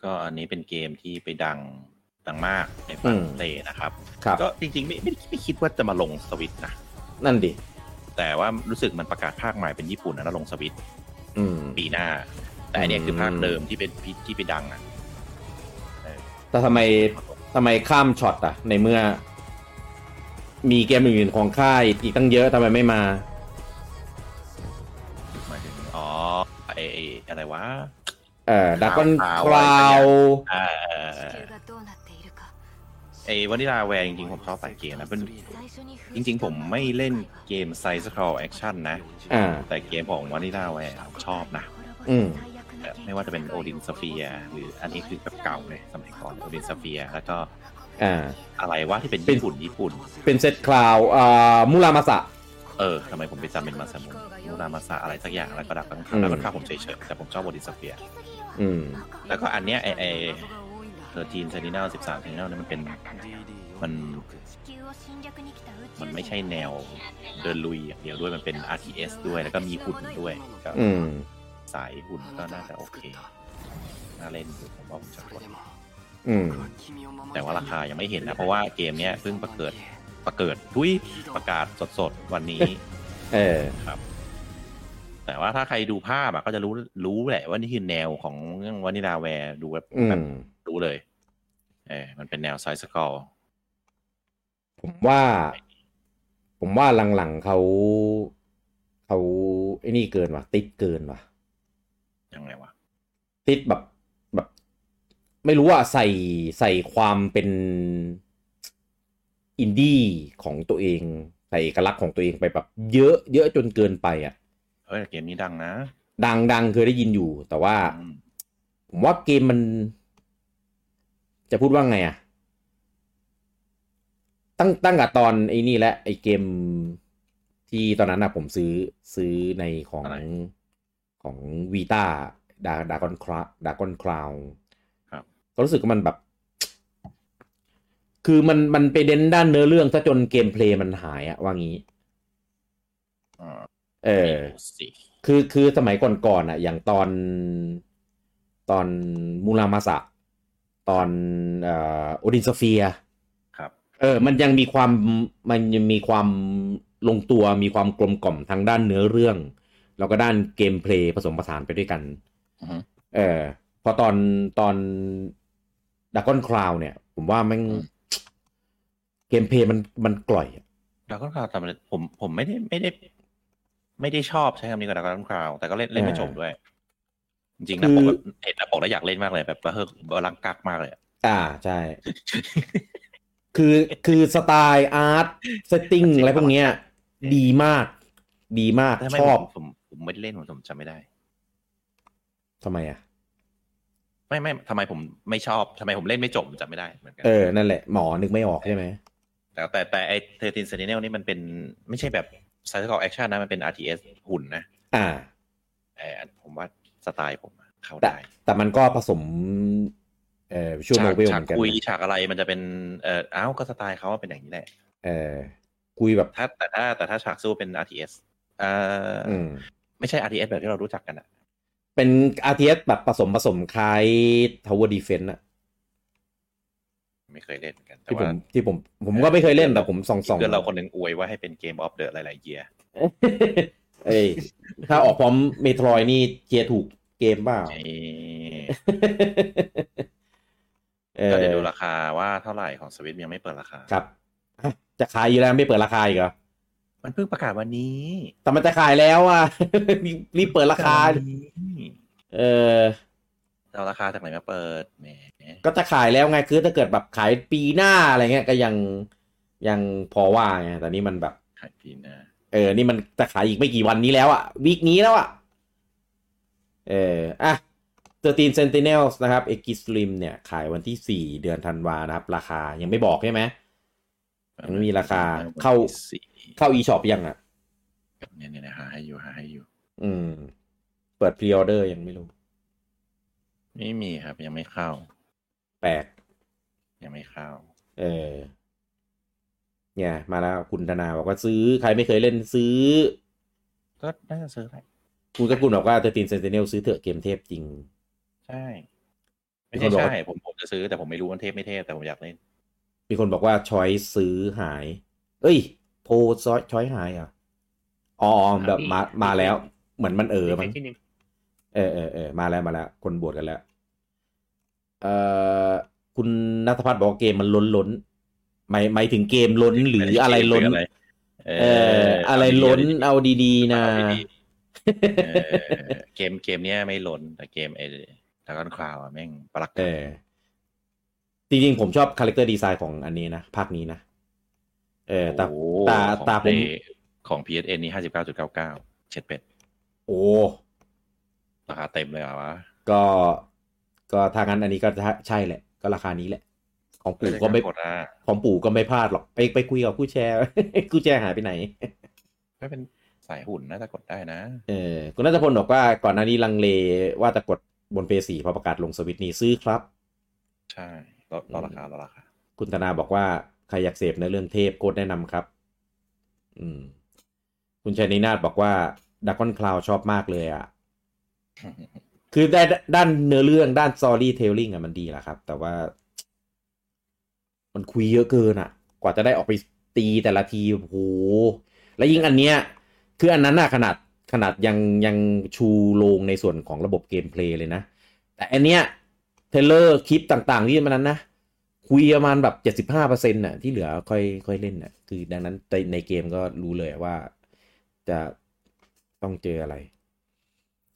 Speaker 2: ก็อันนี้เป็นเกมที่ไปดังดังมากในฝรั่งเศสนะครับ
Speaker 1: ครับ
Speaker 2: ก็จริงๆไม่ไม่ไม่คิดว่าจะมาลงสวิตช์นะ
Speaker 1: นั่นดิ
Speaker 2: แต่ว่ารู้สึกมันประกาศภาคใหม่เป็นญี่ปุ่นนะแล้วลงสวิตช์
Speaker 1: อืม
Speaker 2: ปีหน้า แต่อันเนี้ยคือภาค
Speaker 1: อืม
Speaker 2: เดิมที่เป็นที่ที่ไปดังอ่ะ
Speaker 1: แต่ทำไม ทำไมข้ามช็อตอะในเมื่อ มีเกมอื่นๆของค่ายอีกตั้งเยอะทำไมไม่มา
Speaker 2: หมายถึงอ๋อไอไอ้อะไรวะ
Speaker 1: เอ่อดักก้อนค
Speaker 2: ค
Speaker 1: ลา
Speaker 2: ราว ว อ่าไอวานิลาแวร์จริงๆ ผมชอบหลายเกมนะเป็นจริง ๆ ผมไม่เล่นเกมไซส์สครอลแอคชั่นนะ
Speaker 1: อ่า
Speaker 2: แต่เกมของวานิลาแวร์ผมชอบนะ
Speaker 1: อืม
Speaker 2: แต่ไม่ว่าจะเป็นโอดิน p เฟียหรืออันนี้คือแบบเก่าเลยสมัยก่อนโอดิน p เฟียแล้วก็
Speaker 1: อ่า
Speaker 2: อะไรว่าที่เป็นญี่ปุ่นญี่ปุ่น
Speaker 1: เป็นเซตคลาวอ่ามูรามาสะ
Speaker 2: เออทำไมผมไปจำเป็นมาซามุมูรามาซาอะไรสักอย่างแล้วก็ดักกัง
Speaker 1: อืม
Speaker 2: แล้วก็ข้าวผมเฉยๆแต่ผมชอบบอดี้สเฟียร์
Speaker 1: อืม
Speaker 2: แล้วก็อันเนี้ยไอไอเธอจีนเซนิเนลสิบสามเซนิเนลเนี่ยมันเป็น มัน
Speaker 4: มั
Speaker 2: มัน
Speaker 4: น
Speaker 2: ไม่
Speaker 4: ไม่
Speaker 2: ใช่
Speaker 4: ใช่
Speaker 2: แน
Speaker 4: แน
Speaker 2: ว
Speaker 4: ว
Speaker 2: เดินลุยอย่างเดียวด้วยมันเป็น RTS ด้วยแล้วก็มีหุ่นด้วยก็
Speaker 1: อืม
Speaker 2: สายหุ่นก็น่าจะโอเคน่าเล่นอยู่ผมว่าผมจะกด
Speaker 1: อืม
Speaker 2: แต่ว่าราคายังไม่เห็นนะ เพราะว่าเกมเนี้ยเพิ่งประเกิดประเกิดทุยประกาศสดๆ วันนี้
Speaker 1: [laughs] เออ
Speaker 2: แต่ว่าถ้าใครดูภาพอะก็จะรู้รู้แหละว่านี่คือแนวของเรื่องวานิลาแวร์ดูแบบ
Speaker 1: อื
Speaker 2: แบบ
Speaker 1: ม
Speaker 2: รู้เลยเออมันเป็นแนวไซส์สกอล
Speaker 1: ผมว่า ผมว่าหลังๆเขาเขาไอ้นี่เกินว่ะ ติดเกินว่ะ
Speaker 2: ยังไงวะ
Speaker 1: ติดแบบแบบ ไม่รู้ว่าใส่ใส่ความเป็นอินดี้ของตัวเอง ใส่เอกลักษณ์ของตัวเองไปแบบ เยอะ เยอะจนเกินไปอ่ะ
Speaker 2: เฮ้ยแต่เกมนี้ดังนะ
Speaker 1: ดังดังเคยได้ยินอยู่ แต่ว่า
Speaker 2: อืม
Speaker 1: ผมว่าเกมมัน จะพูดว่าไงอะตั้งตั้งกับตอนไอ้นี่แหละไอ้เกมที่ตอนนั้นอะผมซื้อซื้อในของ
Speaker 2: ะไร
Speaker 1: ของวีตาดาดากอนคราดากอนคลาว
Speaker 2: ครับ
Speaker 1: ก็รู้สึกว่ามันแบบ คือมันมันไปเด้นด้านเนื้อเรื่องซะจนเกมเพลย์มันหายอะว่างี้
Speaker 2: อ่า
Speaker 1: เออ
Speaker 2: ดูสิ
Speaker 1: คือคือสมัยก่อนๆอ่ะ อย่างตอนตอนมูรามาสะ ตอนเอ่อโอดินสเฟีย
Speaker 2: ครับ
Speaker 1: เออ มันยังมีความมันยังมีความลงตัวมีความกลมกล่อมทางด้านเนื้อเรื่อง แล้วก็ด้านเกมเพลย์ผสมผสานไปด้วยกัน
Speaker 2: อือฮึ
Speaker 1: เออพอตอนตอนดักกอนคลาวเนี่ย ผมว่ามัน
Speaker 2: อืม
Speaker 1: เกมเพลย์มันมันกล่อยอะ
Speaker 2: ดักอนคราวทำอะไรผมผมไม่ได้ไม่ได้ ไม่ได้ชอบใช้คำนี้กับดักอนคราวแต่ก็เล่นเล่นไม่จบด้วย จริงๆนะผมแบบเห็นนะผมแล้วอยากเล่นมากเลยแบบว่าเฮ้ยรักกักมากเลยอะ
Speaker 1: อ่าใช่ คือคือสไตล์อาร์ตเซตติ้งอะไรพวกเนี้ย ดีมาก ดีมาก
Speaker 2: แต่ไม่
Speaker 1: ชอบ
Speaker 2: ผมผมผมไม่ได้เล่นผมผมจำไม่ได้
Speaker 1: ทำไมอ่ะ
Speaker 2: ไม่ไม่ทำไมผมไม่ชอบทำไมผมเล่นไม่จบผมจำไม่ได้เหมือนกัน
Speaker 1: เออ นั่นแหละ หมอนึกไม่ออกใช่ไหม
Speaker 2: แต่แต่แต่ไอเทอร์ตินเซนิเนลนี่มันเป็นไม่ใช่แบบไซส์ของแอคชั่นนะมันเป็น RTS หุ่นนะ
Speaker 1: อ่า
Speaker 2: เออผมว่าสไตล์ผมอะเข้า
Speaker 1: แต่
Speaker 2: ได้
Speaker 1: แต่มันก็ผสม เอ่อช่วโม
Speaker 2: ฉาก
Speaker 1: เวล
Speaker 2: ฉา
Speaker 1: เห
Speaker 2: ก
Speaker 1: มือนกัน
Speaker 2: คุย
Speaker 1: นะ
Speaker 2: ฉากอะไรมันจะเป็นเอออ้าวก็สไตล์เขาเป็นอย่างนี้แหละ
Speaker 1: เออคุยแบบ
Speaker 2: ถ้าแต่ถ้าแต่ถ้าฉากสู้เป็น RTS เอ่ออ
Speaker 1: อืม
Speaker 2: ไม่ใช่ RTS แบบที่เรารู้จักกันอะ
Speaker 1: เป็นอาร์ทีเอสแบบผสมผสมคล้ายทาวเวอร์ดีเฟนต์อะ
Speaker 2: ไม่เคยเล่นเหมือนกัน แต่
Speaker 1: ที่ผ
Speaker 2: ว่าม
Speaker 1: ที่ผม ผมก็ไม่เคยเล่นแต่ผมส่องส่อง
Speaker 2: เพื่อนเราคนหนึ่งอวยว่าให้เป็นเกมออฟเดอะหลายๆเยีย
Speaker 1: เอ้ยถ้าออกพร้อมเมโทรยนี่เจียร์ถูกเกมเปล่า [laughs] เออ
Speaker 2: ก็เดี๋ยวดูราคาว่าเท่าไหร่ของสวิตยังไม่เปิดราคา
Speaker 1: ครับอ่ะจะขายอยู่แล้วไม่เปิดราคาอีกเหรอ
Speaker 2: มันเพิ่งประกาศวันนี้
Speaker 1: แต่มันจะขายแล้วอ่ะ [laughs] รีบรีบเปิดราคา
Speaker 2: วันนี้
Speaker 1: เออ
Speaker 2: เราราคาจากไหนมาเปิดแหม
Speaker 1: ก็จะขายแล้วไงคือถ้าเกิดแบบขายปีหน้าอะไรเงี้ยก็ยังยังพอว่าไงแต่นี่มันแบบ
Speaker 2: ขายปีหน้า
Speaker 1: เออ นี่มันจะขายอีกไม่กี่วันนี้แล้วอะวีคนี้แล้วอะเอออ่ะ13 Sentinels นะครับ e x l i m เนี่ย ขายวันที่ 4 เดือนธันวานะครับ ราคายังไม่บอกใช่ไหม มันไม่มีราคาเข้า
Speaker 2: สี่
Speaker 1: เข้า e-shop ยังอะ
Speaker 2: เนี่ยเนี่ยหาให้อยู่หาให้อยู่
Speaker 1: อืม เปิด pre order ยังไม่รู้
Speaker 2: ไม่มีครับ ยังไม่เข้า
Speaker 1: แปลก
Speaker 2: ยังไม่เข้า
Speaker 1: เออ เนี่ย มาแล้วคุณธนาบอกว่าซื้อ ใครไม่เคยเล่นซื้อ
Speaker 2: ก็น่าจะซื้อแหละ
Speaker 1: คุณกับคุณบอกว่า13 Sentinels ซื้อเถอะเกมเทพจริง
Speaker 2: ใช่ไม่ใช่ใช่ผมผมจะซื้อแต่ผมไม่รู้ว่าเทพไม่เทพแต่ผมอยากเล่น
Speaker 1: มีคนบอกว่าช้อยซื้อหาย เอ้ยโพช้อยช้อยหายเหรอ่ะอ๋อแบบมามาแล้ว เหมือนมันเออมั้ง
Speaker 3: ที่หนึ่ง
Speaker 1: เออเออเออมาแล้วมาแล้ว คนบวชกันแล้ว เอ่อคุณนัทพัฒน์บอกว่าเกมมันล้นล้นหมายหมายถึงเกมล้นหรืออะไรล้น
Speaker 2: เออเอ
Speaker 1: เออ อะไรล้นเอาดีๆนะ
Speaker 2: เอาดีๆ เออเกมเกมเนี้ยไม่หล่นแต่เกมไอ้ดากอนคลาวแม่งปลัก
Speaker 1: เออ จริงๆ ผมชอบคาแรคเตอร์ดีไซน์ของอันนี้นะ ภาคนี้นะ เออแต่
Speaker 2: โอ้
Speaker 1: ตา
Speaker 2: ของ
Speaker 1: ตาผม
Speaker 2: เดย์ของ PSN นี่ห้าสิบเก้าจุดเก้าเก้าเจ็ดเป็ด
Speaker 1: โอ้
Speaker 2: ราคาเต็มเลยเหรอวะ
Speaker 1: ก็ก็ทางนั้นอันนี้ก็ใช่แหละ ก็ราคานี้แหละ ของปู่ก็ไม่
Speaker 2: กดอ่ะ
Speaker 1: ของปู่ก็ไม่พลาดหรอก ไปไปคุยกับผู้แชร์ [laughs] ผู้แชร์หายไปไหน
Speaker 2: ก็เป็นสายหุ่นน่าจะกดได้นะ
Speaker 1: เออคุณนัทพลบอกว่าก่อนหน้านี้ลังเลว่าจะกดบนเปสีพอประกาศลงสวิตช์นี้ซื้อครับ
Speaker 2: ใช่ลดลดราคาลดราคา
Speaker 1: คุณธนาบอกว่า ใครอยากเสพในอเรื่องเทพโคตรแนะนำครับ อืม คุณชัยนินาศบอกว่าดักคอนคลาวชอบมากเลยอ่ะ คือได้ด้านเนื้อเรื่องด้าน story telling อ่ะมันดีแหละครับ แต่ว่า มันคุยเยอะเกินอ่ะ กว่าจะได้ออกไปตีแต่ละทีโอ้โหและยิ่งอันเนี้ย คืออันนั้นน่ะขนาดขนาดยังยังชูโรงในส่วนของระบบเกมเพลย์เลยนะ แต่อันเนี้ยเทรลเลอร์คลิปต่างๆที่มันนั้นนะ คุยประมาณแบบ 75%น่ะที่เหลือค่อยค่อยเล่นน่ะ คือดังนั้นในในเกมก็รู้เลยว่าจะต้องเจออะไร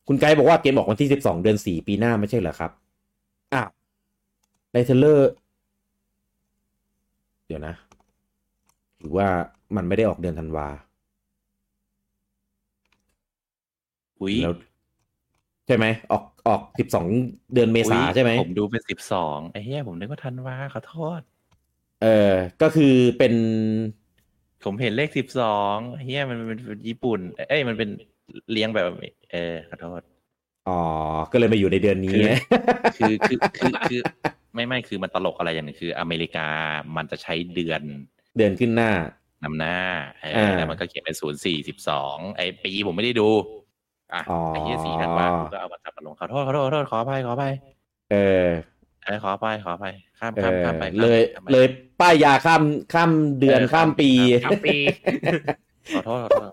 Speaker 1: คุณไกด์บอกว่าเกมออกวันที่ 12 เดือน 4 ปีหน้าไม่ใช่เหรอครับอ้าวในเทรลเลอร์ เดี๋ยวนะ หรือว่ามันไม่ได้ออกเดือนธันวา
Speaker 2: อุ้ย
Speaker 1: แล้วใช่ไหม ออกออกสิบสองเดือนเมษา
Speaker 2: อุ๊ย
Speaker 1: ใช่ไหม
Speaker 2: ผมดูเป็นสิบสองไอ้เหี้ยผมนึกว่าธันวาขอโทษ
Speaker 1: เออ ก็คือเป็น
Speaker 2: ผมเห็นเลขสิบสองเฮียมันเป็นญี่ปุ่น เอ้ยมันเป็นเลี้ยงแบบ เออขอโทษ
Speaker 1: อ๋อก็เลยมาอยู่ในเดือนนี้
Speaker 2: คือ คือคือคือคือไม่ไม่คือมันตลกอะไรอย่างหนึงคือ อเมริกามันจะใช้เดือน
Speaker 1: เดือนขึ้นหน้า
Speaker 2: นำหน้าเออ
Speaker 1: อ่า
Speaker 2: แล้วมันก็เขียนเป็นศูนย์สี่สิบสองไอ้ปีผมไม่ได้ดู อ่ะ
Speaker 1: อ๋อ
Speaker 2: ไอ้เฮียสี่ธันวาผมก็เอามาจับมาลงขอโทษขอโทษขอโทษขออภัยขออภัย
Speaker 1: เออ
Speaker 2: เออขออภัยขออภัยข้าม
Speaker 1: เอ
Speaker 2: ข้าม
Speaker 1: อ
Speaker 2: ข้ามไปข้าม
Speaker 1: เลย
Speaker 2: ข้ามไป
Speaker 1: เลยป้ายยาข้ามข้ามเดือน
Speaker 2: เออ
Speaker 1: ข้ามปี
Speaker 2: ข้าม
Speaker 3: สามปี
Speaker 2: ขอโทษขอโทษ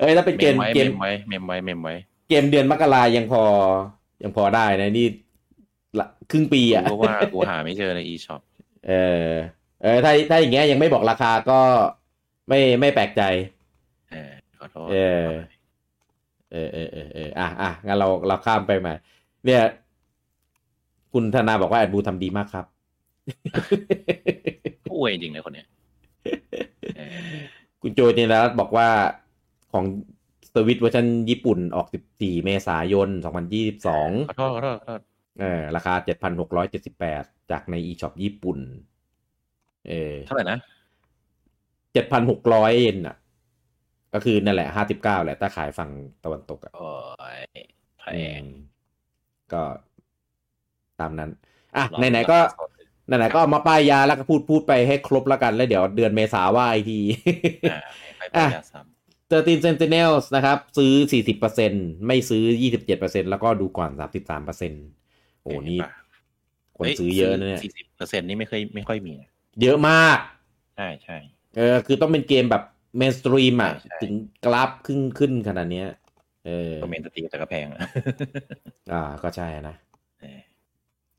Speaker 1: เอ้ยแล้วเป็นเกม
Speaker 2: มไว้
Speaker 1: เก
Speaker 2: เม
Speaker 1: ม
Speaker 2: มไว้เมมไว้เมมไว้
Speaker 1: เกมเดือนมกรายังพอ ยังพอได้นะนี่ละครึ่งปีอ่ะ
Speaker 2: กูก็ว่ากูหาไม่เจอใน e shop
Speaker 1: เออเออถ้าถ้าอย่างเงี้ยยังไม่บอกราคาก็ไม่ไม่แปลกใจ
Speaker 2: เออขอโทษ
Speaker 1: เออ เออเออเออเอออ่ะอ่ะงั้นเราเราข้ามไปใหม่เนี่ย คุณธนาบอกว่าแอดบูทำดีมากครับ [laughs]
Speaker 2: ผู้อวยจริงเลยคนเนี้ยเออ
Speaker 1: คุณโจเจนรัตน์บอกว่าของสวิตเวอร์ชันญี่ปุ่นออก 14 เมษายน
Speaker 2: ขอโทษขอโทษขอโทษ
Speaker 1: 2022เออราคา 7,678 จากใน eShop ญี่ปุ่น เออ
Speaker 2: เท่าไหร่นะ
Speaker 1: 7,600 เยนอ่ะ ก็คือนั่นแหละ 59 แหละถ้าขายฝั่งตะวันตกอะ
Speaker 2: โอ้ยแพง
Speaker 1: ก็ตามนั้น อ่ะ
Speaker 2: รอบ
Speaker 1: ไหนๆก็
Speaker 2: รอบ
Speaker 1: ไหนๆก็เอามาป้ายยาแล้วก็พูดพูดไปให้ครบแล้วกัน แล้วเดี๋ยวเดือนเมษาว่า [laughs] อีกที
Speaker 2: อ่ะไปไป
Speaker 1: อ่ะ
Speaker 2: อย่าซ้
Speaker 1: เตอร์ตีนเซนติเนลส์นะครับ ซื้อ 40%ไม่ซื้อ 27%แล้วก็ดูก่อน 33%
Speaker 2: ำ
Speaker 1: โอ้นี่ค
Speaker 2: เห็ปะ
Speaker 1: นซื้อเยอะนะเนี่ย
Speaker 2: สี่สิบเปอร์เซ็นต์นี่ไม่เคยไม่ค่อยมีนะ
Speaker 1: เยอะมาก
Speaker 2: ใช่ใช่
Speaker 1: เออคือต้องเป็นเกมแบบเมนสตรีมอ่ะ
Speaker 2: ใช่
Speaker 1: ถึงกราฟขึ้นขึ้นขนาดเนี้ยเออ
Speaker 2: คอมเมนต์ตีแต่ก็แพง
Speaker 1: [laughs]
Speaker 2: อะ
Speaker 1: อ่าก็ใช่นะ
Speaker 2: เออ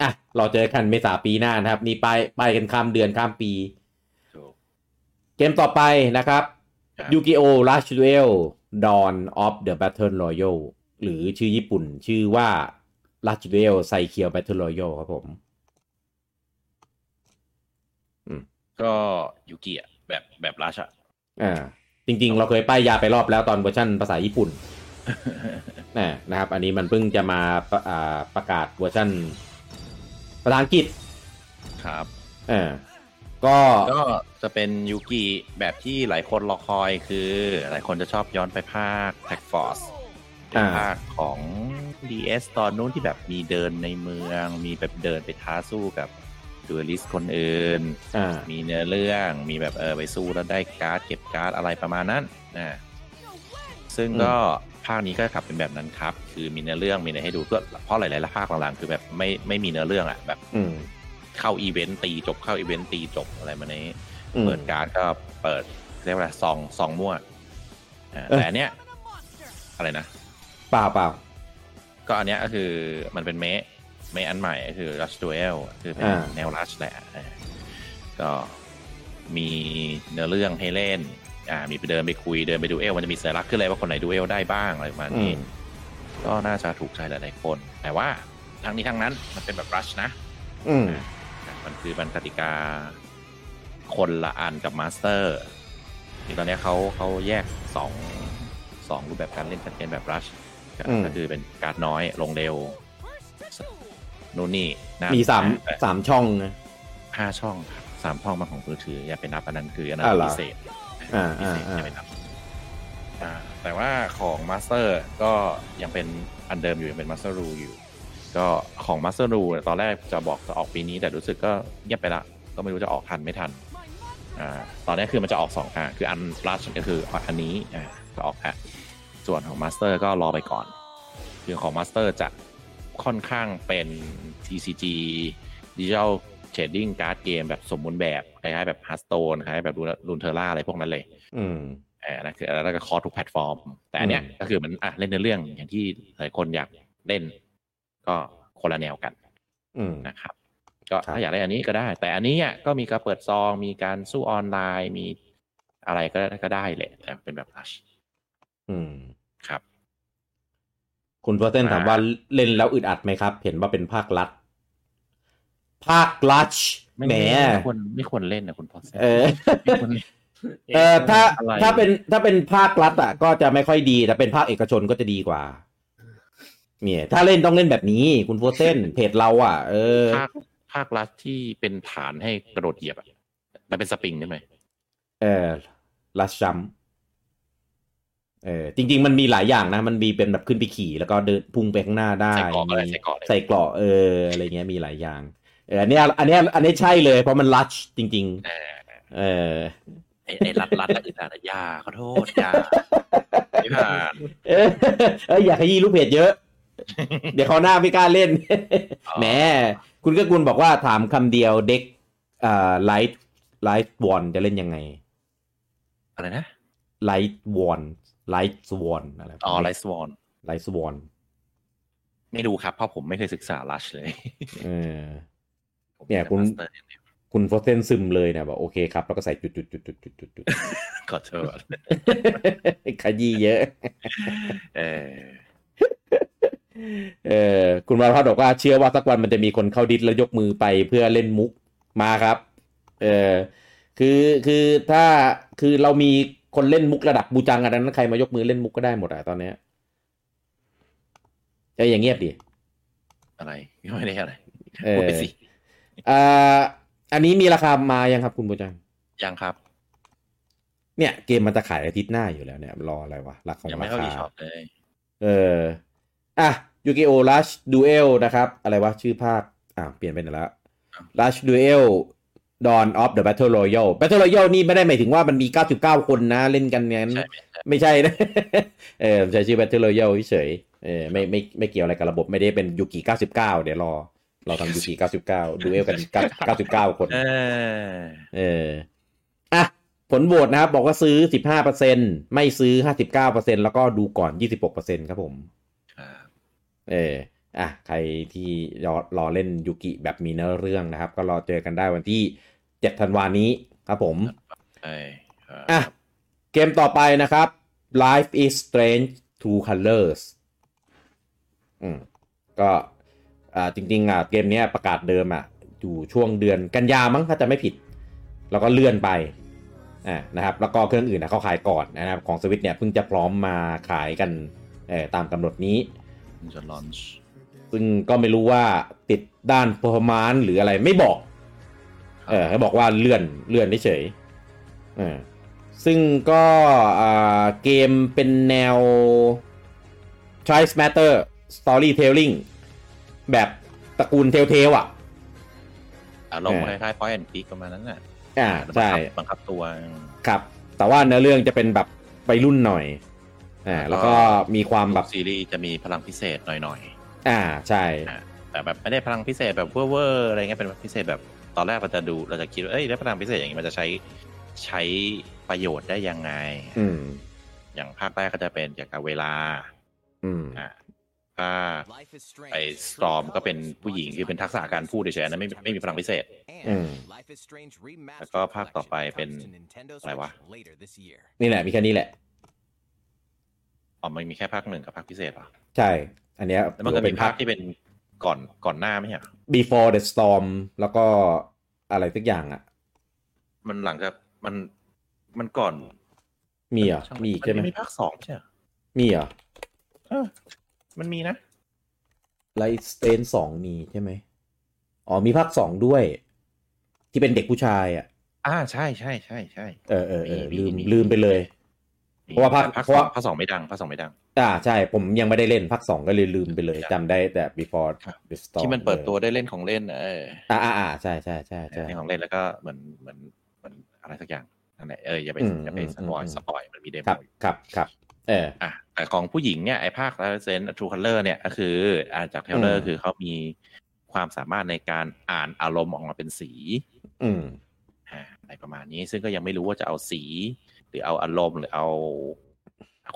Speaker 1: อ่ะเราเจอกันเมษาปีหน้านะครับ นี่ป้ายป้ายกันข้ามเดือนข้ามปี
Speaker 2: ถูก
Speaker 1: เกมต่อไปนะครับ
Speaker 2: ครับ
Speaker 1: ยูกิโอ a s h Duel Dawn of the Battle Royale หรือชื่อญี่ปุ่นชื่อว่า r a s h Duel ไซเคียว Battle Royale ครับผม
Speaker 2: ก็ยูกิอะแบบแบบราชอะ
Speaker 1: อ่า จริงๆ เราเคยป้ายยาไปรอบแล้วตอนเวอร์ชันภาษาญี่
Speaker 2: [laughs]
Speaker 1: ปุ่นนะนะครับ อันนี้มันเพิ่งจะมาประอ่าประกาศเวอร์ชันภาษาอังกฤษ
Speaker 2: ครับ
Speaker 1: อ่าก็
Speaker 2: ก็จะเป็นยูกิแบบที่หลายคนรอคอยคือ หลายคนจะชอบย้อนไปภาคแท็กฟอร์ส เป็
Speaker 1: อ่าน
Speaker 2: ภาคของ DS ตอนนู้นที่แบบมีเดินในเมือง มีแบบเดินไปท้าสู้กับดูลิสคนอื่น
Speaker 1: อ่า
Speaker 2: มีเนื้อเรื่องมีแบบเออไปสู้แล้วได้การ์ดเก็บการ์ดอะไรประมาณนั้นนะซึ่งก็ภาคนี้ก็ขับเป็นแบบนั้นครับ คือมีเนื้อเรื่องมีอะไรให้ดูก็เพราะหลายๆภาคหลังๆคือแบบไม่ไม่มีเนื้อเรื่องอะแบบ
Speaker 1: อืม
Speaker 2: เข้าอีเวนต์ตีจบเข้าอีเวนต์ตีจบอะไรมานี้
Speaker 1: อืม
Speaker 2: เปิดการ์ดก็เปิดเรียกว่าอะไรซองซองมั่วอ่า
Speaker 1: เอ้ย
Speaker 2: แต่อันเนี้ยอะไรนะ
Speaker 1: เปล่าเปล่า
Speaker 2: ก็อันเนี้ยก็คือมันเป็นเมะเมะอันใหม่ก็คือ Rush Duel คือเป็น
Speaker 1: อ่า
Speaker 2: แนว Rush แหละเออก็มีเนื้อเรื่องให้เล่น อ่า มีไปเดินไปคุยเดินไปดูเอลมันจะมีสัญลักษณ์ขึ้นเลยว่าคนไหนดูเอลได้บ้างอะไรประมาณ
Speaker 1: อื
Speaker 2: นี้
Speaker 1: ม
Speaker 2: ก็น่าจะถูกใจหลายๆคน แต่ว่าทั้งนี้ทั้งนั้นมันเป็นแบบ Rush นะ
Speaker 1: อืม
Speaker 2: อ่ะมันคือมันกติกาคนละอันกับมาสเตอร์ที่ตอนเนี้ยเขาเขาแยกสองสองรูปแบบการเล่นชัดเจนแบบ Rush ก็ก็คือเป็นการ์ดน้อยลงเร็ว นู่นนี่นั่น
Speaker 1: มีสาม
Speaker 2: เอ่อ
Speaker 1: สามช่องนะ
Speaker 2: ห้าช่องครับสามช่องมาของมือถือ อย่าไปนับอันนั้นคืออันนั้
Speaker 1: อ่าน เหรอ
Speaker 2: พิเศษ
Speaker 1: อ่า
Speaker 2: พิเศษ
Speaker 1: อ่า
Speaker 2: อย่าไปนับอ่าแต่ว่าของมาสเตอร์ก็ยังเป็นอันเดิมอยู่ยังเป็นมาสเตอร์รูอยู่ ก็ของมาสเตอร์รูตอนแรกจะบอกจะออกปีนี้แต่รู้สึกก็เงียบไปละ ก็ไม่รู้จะออกทันไม่ทันอ่าตอนนี้คือมันจะออกสองอ่ะคืออันลัชก็คืออันนี้อ่าจะออกอ่ะส่วนของมาสเตอร์ก็รอไปก่อน คือของมาสเตอร์จะค่อนข้างเป็น TCG Digital Trading Card Game แบบสมบูรณ์แบบคล้ายๆแบบฮาร์สโตนคล้ายๆแบบลูนเทอร่าอะไรพวกนั้นเลย
Speaker 1: อืม
Speaker 2: อ่านะคือแล้วก็คอร์สทุกแพลตฟอร์ม แต่อันเนี้ย
Speaker 1: อืม
Speaker 2: ก็คือมันอ่ะเล่นในเรื่องอย่างที่หลายคนอยากเล่น ก็คนละแนวกัน
Speaker 1: อืม
Speaker 2: นะครับ ก็
Speaker 1: ครับ
Speaker 2: ถ้าอยากได้อันนี้ก็ได้ แต่อันนี้อ่ะก็มีการเปิดซอง มีการสู้ออนไลน์ มีอะไรก็ก็ได้แหละแต่เป็นแบบลัช
Speaker 1: อืม
Speaker 2: ครับ
Speaker 1: คุณโฟเซนถามว่าเล่นแล้วอึดอัดไหมครับ เห็นว่าเป็นภาครัฐ ภาครัฐ
Speaker 2: ไม่
Speaker 1: แหม
Speaker 2: ไม่ควรไม่ควรเล่นนะคุณพอส
Speaker 1: เออ
Speaker 2: ไม่ควรเล่น
Speaker 1: [laughs] เออถ้า
Speaker 2: อะไร
Speaker 1: ถ้าเป็นถ้าเป็นภาครัฐอ่ะ ก็จะไม่ค่อยดี แต่เป็นภาคเอกชนก็จะดีกว่า เนี่ย ถ้าเล่นต้องเล่นแบบนี้ คุณโฟเซนเพจเราอ่ะ เออ
Speaker 2: ภาคภาคลัชที่เป็นฐานให้กระโดดเหยียบอะมันเป็นสปริงใช่ไหม
Speaker 1: เออลัชชัมเออจริง ๆ มันมีหลายอย่างนะ มันมีเป็นแบบขึ้นไปขี่ แล้วก็เดินพุ่งไปข้างหน้าได้
Speaker 2: ใส่เกาะอะไรใส่เกาะอะไร
Speaker 1: ใส่เกราะเอออะไรเงี้ยมีหลายอย่าง เอออันเนี้ยอันเนี้ยอันนี้ใช่เลยเพราะมันลัชจริงๆ
Speaker 2: เออ
Speaker 1: เออ
Speaker 2: ไอ้ไอ้รัดรัดและอึดอัดอะอยาขอโทษอยาไม่ผ่าน
Speaker 1: เออเอยอยากขยี้ลูกเพจเยอะ เดี๋ยวเขาวหน้าไม่กล้าเล่น แหมคุณก็กุลบอกว่าถามคำเดียวเด็กเอ่อไลท์ไลท์วอนจะเล่นยังไง
Speaker 2: อะไรนะ
Speaker 1: ไลท์วอนไลท์สวอนอะไร
Speaker 2: อ๋อไลสวอน
Speaker 1: ไลท์สวอน
Speaker 2: ไม่รู้ครับ เพราะผมไม่เคยศึกษาลัชเลย
Speaker 1: เออ เนี่ย
Speaker 2: ผม
Speaker 1: คุณ
Speaker 2: ป็ master อย่างเดียว
Speaker 1: คุณโฟเซนซึมเลยนะบอกโอเคครับ แล้วก็ใส่จุดจุดจุดจุดจุดจุดจุด
Speaker 2: ขอโทษ
Speaker 1: [laughs] ขยี้เยอะ
Speaker 2: เออ
Speaker 1: เออคุณวรพัฒน์บอกว่าเชื่อว่าสักวันมันจะมีคนเข้าดิสแล้วยกมือไปเพื่อเล่นมุกมาครับเออคือคือถ้าคือเรามีคนเล่นมุกระดับบูจังอันนั้นใครมายกมือเล่นมุกก็ได้หมดอะตอนเนี้ยเอออย่างเงียบดิ
Speaker 2: อะไรไม่ได้อะไร
Speaker 1: เอ
Speaker 2: พูด
Speaker 1: อ
Speaker 2: ไปสิ
Speaker 1: อ่าอันนี้มีราคามายังครับคุณบูจัง
Speaker 2: ยังครับ
Speaker 1: เนี่ยเกมมันจะขายอาทิตย์หน้าอยู่แล้วเนี่ยรออะไรวะราคา
Speaker 2: ยังไม่
Speaker 1: รา
Speaker 2: เข้า
Speaker 1: คา
Speaker 2: อีช็อปเลย
Speaker 1: เอออ่ะยูกิโอลัชดูเอลนะครับ อะไรวะชื่อภาคอ่ะเปลี่ยนเป็นอะไรละ Last Duel Dawn of the Battle Royale Battle Royale นี่ไม่ได้หมายถึงว่ามันมี 99 คนนะเล่นกันงั้น
Speaker 2: ใช่ไหม
Speaker 1: ไม่ใช่นะ [laughs] เออใช้ชื่อ Battle Royale เฉยๆเออไม่ไม่ไม่เกี่ยวอะไรกับระบบไม่ได้เป็นยูกิ99 เดี๋ยวรอ เรา
Speaker 2: [laughs]
Speaker 1: ทำยูกิ99 ดูเอลกัน 99 คน
Speaker 2: เออ
Speaker 1: เอออ่ะผลโหวตนะครับ บอกว่าซื้อ 15%ไม่ซื้อ 59%แล้วก็ดูก่อน 26%ครับผม
Speaker 2: ครับ
Speaker 1: เออ อ่ะ ใครที่รอรอเล่นยูกิแบบมีเนื้อเรื่องนะครับ ก็รอเจอกันได้วันที่ 7 ธันวานี้ครับผม
Speaker 2: เอ้ยเออ
Speaker 1: อ่ะ เกมต่อไปนะครับ Life is Strange Two Colors อืม ก็ อ่า จริง ๆ อ่ะ เกมเนี้ยประกาศเดิมอ่ะ อยู่ช่วงเดือนกันยามั้งถ้าจะไม่ผิด แล้วก็เลื่อนไป อ่า นะครับ แล้วก็เครื่องอื่นนะเขาขายก่อนนะครับ ของสวิตเนี่ยเพิ่งจะพร้อมมาขายกัน เออตามกำหนดนี้
Speaker 2: มันจะลอนช์
Speaker 1: ซึ่งก็ไม่รู้ว่าติดด้าน performance หรืออะไรไม่บอก เออเขาบอกว่าเลื่อนเลื่อนเฉยๆเออซึ่งก็อ่าเกมเป็นแนว choice matter storytelling แบบตระกูลเทลเทลอ่ะ
Speaker 2: อารมณ์
Speaker 1: เอ
Speaker 2: ค
Speaker 1: อ
Speaker 2: ล้ายๆ point and click ประมาณนั้นน่ะ
Speaker 1: อ่าใช่
Speaker 2: บังคับตัว
Speaker 1: ครับ แต่ว่าเนื้อเรื่องจะเป็นแบบไปรุ่นหน่อย อ่า แล้วก็มีความแบบ
Speaker 2: ซีรีส์จะมีพลังพิเศษหน่อยๆ
Speaker 1: อ่า ใช่
Speaker 2: แต่แบบไม่ได้พลังพิเศษแบบเว่อร์ๆอะไรเงี้ยเป็นพิเศษแบบตอนแรกเราจะดูเราจะคิดว่าเอ้ยแล้วพลังพิเศษอย่างนี้มันจะใช้ใช้ประโยชน์ได้ยังไง
Speaker 1: อืม
Speaker 2: อย่างภาคแรกก็จะเป็นเกี่ยวกับเวลา
Speaker 1: อืม
Speaker 2: อ่ะถ้า
Speaker 5: ไอ้สตอมก็เป็นผู้หญิงคือเป็นทักษะการพูดเฉยๆอันนะไม่ไม่มีพลังพิเศษ
Speaker 1: อืม
Speaker 5: แล้วก็ภาคต่อไปเป็น อะไรวะ
Speaker 1: นี่แหละ มีแค่นี้แหละ
Speaker 2: อ๋อมันมีแค่ภาคหนึ่งกับภาคพิเศษเหรอ
Speaker 1: ใช่ อันเนี้ย
Speaker 2: แล้วมันก็
Speaker 1: เป็
Speaker 2: มี
Speaker 1: น
Speaker 2: ภา
Speaker 1: ภา
Speaker 2: ค
Speaker 1: ค
Speaker 2: ที่เป็นก่อนก่อนหน้าไหมฮะ
Speaker 1: Before the Storm แล้วก็อะไรสักอย่างอ่ะ
Speaker 2: มันหลังจากมันมันก่อน
Speaker 1: มีเหรอ
Speaker 2: าง
Speaker 1: มีอีกใช่ไหม
Speaker 2: นมีภาคสองใช่เหรอ
Speaker 1: มีเหรอ
Speaker 2: เออมันมีนะ
Speaker 1: ไลท์สเตนสองมีใช่ไหม อ๋อ มีภาคสองด้วย ที่เป็นเด็กผู้ชายอ่ะ
Speaker 2: อ่าใช่ใช่ใช่ใช่
Speaker 1: เออเออเออ
Speaker 2: มี
Speaker 1: ลืม
Speaker 2: มี
Speaker 1: ลืมไปเลย เพราะว่าภาค
Speaker 2: แต่ภาค
Speaker 1: เพราะว่า
Speaker 2: ภาคสองไม่ดังภาคสองไม่ดัง
Speaker 1: อ่าใช่ผมยังไม่ได้เล่นภาคสองก็เลยลืมไปเลย
Speaker 2: ใช่
Speaker 1: จำได้แต่ before
Speaker 2: ครับ
Speaker 1: the storm
Speaker 2: ที่มันเปิดตัวได้เล่นของเล่นเออ
Speaker 1: อ่าอ่าอ่าใช่ใช่ใช่ใช่
Speaker 2: เล่นของเล่นแล้วก็เหมือนเหมือนเหมือนอะไรสักอย่างนั่นแหละเอออย่าไป
Speaker 1: อืม
Speaker 2: อย่าไป
Speaker 1: อืม
Speaker 2: สปอย
Speaker 1: อืม
Speaker 2: สปอยมันมีเดโม
Speaker 1: ครับ
Speaker 2: อยู่
Speaker 1: ครับครับเออ
Speaker 2: อ่ะแต่ของผู้หญิงเนี่ยไอ้ภาคเซนทรูคัลเลอร์เนี่ยก็คืออ่าจากเทเล
Speaker 1: อื
Speaker 2: อร์
Speaker 1: ม
Speaker 2: คือเขามีความสามารถในการอ่านอารมณ์ออกมาเป็นสี
Speaker 1: อืม
Speaker 2: อ่าอะไรประมาณนี้ซึ่งก็ยังไม่รู้ว่าจะเอาสี หรือเอาอารมณ์หรือเอา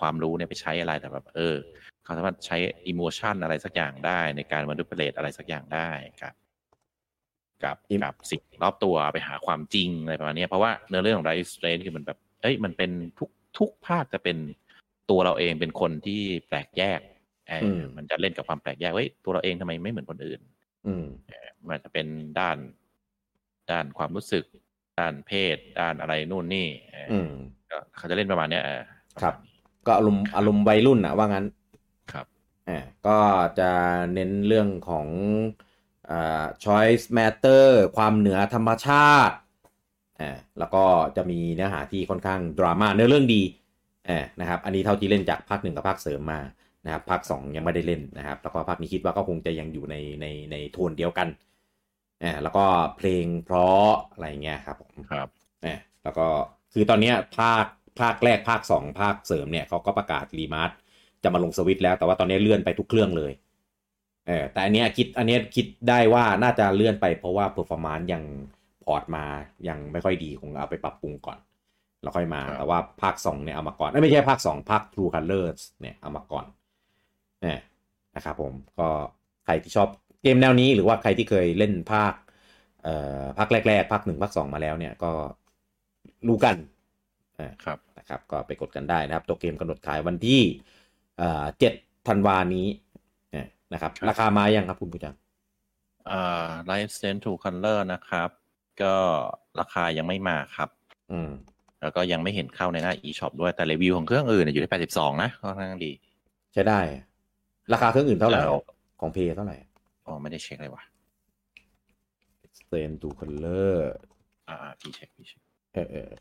Speaker 2: ความรู้เนี่ยไปใช้อะไรแต่แบบเออเขาสามารถใช้อิโมชันอะไรสักอย่างได้ในการม n น p เ l ล t e อะไรสักอย่างได้กับ กับ
Speaker 1: อิม
Speaker 2: กับสิ่งรอบตัวไปหาความจริงอะไรประมาณนี้เพราะว่าเนื้อเรื่องของไรสเตรนคือมันแบบ เอ้ยมันเป็นทุกทุกภาคจะเป็นตัวเราเองเป็นคนที่แปลกแยกเออ
Speaker 1: ม
Speaker 2: อมันจะเล่นกับความแปลกแยกเฮ้ยตัวเราเองทำไมไม่เหมือนคนอื่น
Speaker 1: อืม
Speaker 2: มันจะเป็นด้านด้านความรู้สึก ด้านเพศ ด้านอะไรนู่นนี่เอออ
Speaker 1: อืม
Speaker 2: ก็เขาจะเล่นประมาณเนี้ยเออ
Speaker 1: ครับ
Speaker 2: ปะมาณนี้
Speaker 1: ก็อารมณ์อารมณ์วัยรุ่นอะว่างั้น
Speaker 2: ครับ
Speaker 1: อ่าก็จะเน้นเรื่องของอ่า choice matter ความเหนือธรรมชาติอ่าแล้วก็จะมีเนื้อหาที่ค่อนข้างดราม่าเนื้อเรื่องดีอ่านะครับ อันนี้เท่าที่เล่นจากภาคหนึ่งกับภาคเสริมมานะครับภาคสองยังไม่ได้เล่นนะครับ แล้วก็ภาคนี้คิดว่าก็คงจะยังอยู่ในในในโทนเดียวกันอ่าแล้วก็เพลงเพราะอะไรเงี้ยครับผม
Speaker 2: ครับ
Speaker 1: นะแล้วก็คือตอนเนี้ยภาคภาคแรกภาค 2 ภาคเสริมเนี่ยเขาก็ประกาศรีมาร์จะมาลงสวิตช์แล้วแต่ว่าตอนนี้เลื่อนไปทุกเครื่องเลยเออแต่อันเนี้ยคิดอันเนี้ยคิดได้ว่าน่าจะเลื่อนไปเพราะว่าเ e อร์ฟอร์มานซ์ยังพอร์ตมายังไม่ค่อยดีคงเอาไปปรับปรุงก่อน แล้วค่อยมา
Speaker 2: ครับ
Speaker 1: แต่ว่าภาค 2 เนี่ยเอามาก่อนเอ้ยไม่ใช่ภาค 2 ภาค True Colors เนี่ยเอามาก่อนเนี่ยนะครับผมก็ใครที่ชอบเกมแนวนี้หรือว่าใครที่เคยเล่นภาค เอ่อภาคแรกๆภาคหนึ่งภาคสองมาแล้วเนี่ยก็รู้กันอ่า
Speaker 2: ครับ
Speaker 1: นะครับ ก็ไปกดกันได้นะครับ ตัวเกมกำหนดขายวันที่เอ่อเจ็ดธันวานี้เนี่ยนะครับ
Speaker 2: ครับ
Speaker 1: ราคามายังครับคุณผู้ชม
Speaker 2: เอ่อไลฟ์เซนทูคัลเลอร์นะครับ ก็ราคายังไม่มาครับ
Speaker 1: อืม
Speaker 2: แล้วก็ยังไม่เห็นเข้าในหน้า e-shop ด้วยแต่รีวิวของเครื่องอื่นเนยอยู่ที่ 82 นะค่อนข้างดี
Speaker 1: ใช้ได้ ราคาเครื่องอื่นเท่าไหร่
Speaker 2: ออ
Speaker 1: ของเพย์เท่าไหร่
Speaker 2: อ๋อไม่ได้เช็คเลยว่ะ
Speaker 1: เซนดูคัลเลอร์
Speaker 2: อ่าพี่เช็คพี่เช็ค
Speaker 1: เออเออ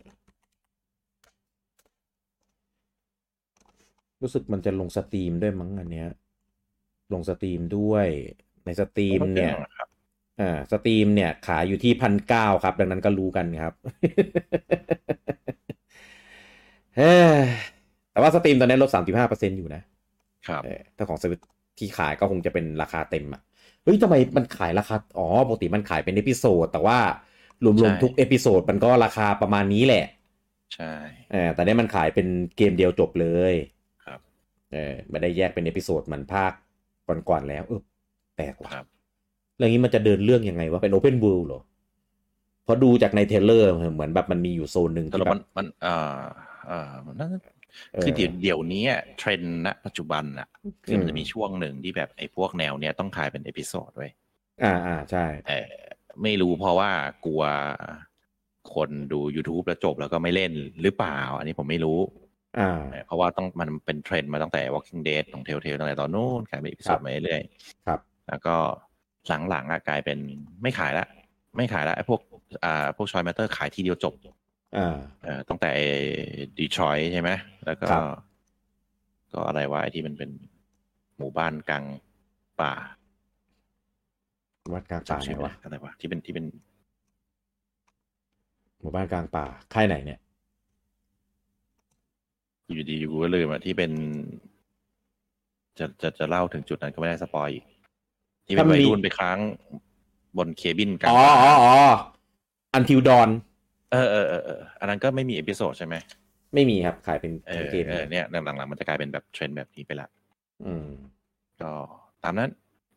Speaker 1: รู้สึกมันจะลงสตรีมด้วยมั้งอันเนี้ย ลงสตรีมด้วยในสตรีมเนี่ย
Speaker 2: นะครับ
Speaker 1: อ่าสตรีมเนี่ยขายอยู่ที่พันเก้าครับ ดังนั้นก็รู้กันครับ [laughs] เอ้ยแต่ว่าสตรีมตอนนี้ลดสามสิบห้าเปอร์เซ็นอยู่นะครับ เออถ้าของสวิตที่ขายก็คงจะเป็นราคาเต็มอ่ะเฮ้ยทำไมมันขายราคาอ๋อปกติมันขายเป็นเอพิโซดแต่ว่าร
Speaker 2: ใช่
Speaker 1: วมๆทุกเอพิโซดมันก็ราคาประมาณนี้แหละ
Speaker 2: ใช่
Speaker 1: เออแต่เนี้มันขายเป็นเกมเดียวจบเลย
Speaker 2: ครับ
Speaker 1: เออไม่ได้แยกเป็นเอพิโซดเหมือนภาคก่อนๆแล้วเออแปลกว่ะ
Speaker 2: ครับ
Speaker 1: เรื่องนี้มันจะเดินเรื่องยังไงวะเป็นโอเพน o ว l d เหรอเพราะดูจากในเทรลเลอร์เหมือนแบบมันมีอยู่โซนหนึ่ง
Speaker 2: แต่
Speaker 1: ที่
Speaker 2: ละ
Speaker 1: แบ
Speaker 2: มัน
Speaker 1: บ
Speaker 2: มันเอ่อเอ่อมันน่าจะ
Speaker 1: เออ
Speaker 2: คือเดี๋ยวเดี๋ยวนี้อะเทรนด์ณปัจจุบันอะคือมั
Speaker 1: อื
Speaker 2: น
Speaker 1: ม
Speaker 2: จะมีช่วงหนึ่งที่แบบไอ้พวกแนวเนี้ยต้องขายเป็นเอพิโซดไว้ย
Speaker 1: อ่าอ่าใช่
Speaker 2: เออไม่รู้เพราะว่ากลัวคนดู YouTube แล้วจบแล้วก็ไม่เล่นหรือเปล่า อันนี้ผมไม่รู้
Speaker 1: อ่า
Speaker 2: เออเพราะว่าต้องมันเป็นเทรนด์มาตั้งแต่ Walking Dead ของ Telltale ตั้งแต่ตอนนู้นขายเป็นเอพิโซ
Speaker 1: ครั
Speaker 2: ด
Speaker 1: บ
Speaker 2: มาเรื่อยๆ
Speaker 1: ครับ
Speaker 2: แล้วก็หลังๆอะกลายเป็นไม่ขายละ ไม่ขายละไอ้พวกอ่าพวกชอยแมตเตอร์ขายทีเดียวจบ
Speaker 1: อ่า
Speaker 2: เอ่อตั้งแต่ดีทรอยใช่ไหม แล้วก็
Speaker 1: ครับ
Speaker 2: ก็อะไรวะไอ้ที่มันเป็นหมู่บ้านกลางป่า
Speaker 1: วัดกลางป่า
Speaker 2: จำ
Speaker 1: ไห
Speaker 2: ชื่อน ไม่
Speaker 1: วะ
Speaker 2: ได้อะไรวะที่เป็นที่เป็น
Speaker 1: หมู่บ้านกลางป่าค่ายไหนเนี่ย
Speaker 2: อยู่ดีๆกูก็ลืมอะที่เป็น จะจะจะเล่าถึงจุดนั้นก็ไม่ได้สปอยอีกที่เป็น
Speaker 1: ถ้ามี
Speaker 2: วัยรุ่นไปค้างบนเคบินกลาง
Speaker 1: อ๋อ
Speaker 2: ป่า
Speaker 1: อ๋ออ๋ออันทิวดอน
Speaker 2: เออเออเออเอออันนั้นก็ไม่มีเอพิโซดใช่ไหม
Speaker 1: ไม่มีครับ ขายเป็น
Speaker 2: เออ
Speaker 1: เกม
Speaker 2: เออเนี่ยหลังๆมันจะกลายเป็นแบบเทรนด์แบบนี้ไปละ
Speaker 1: อืม
Speaker 2: ก็ตามนั้น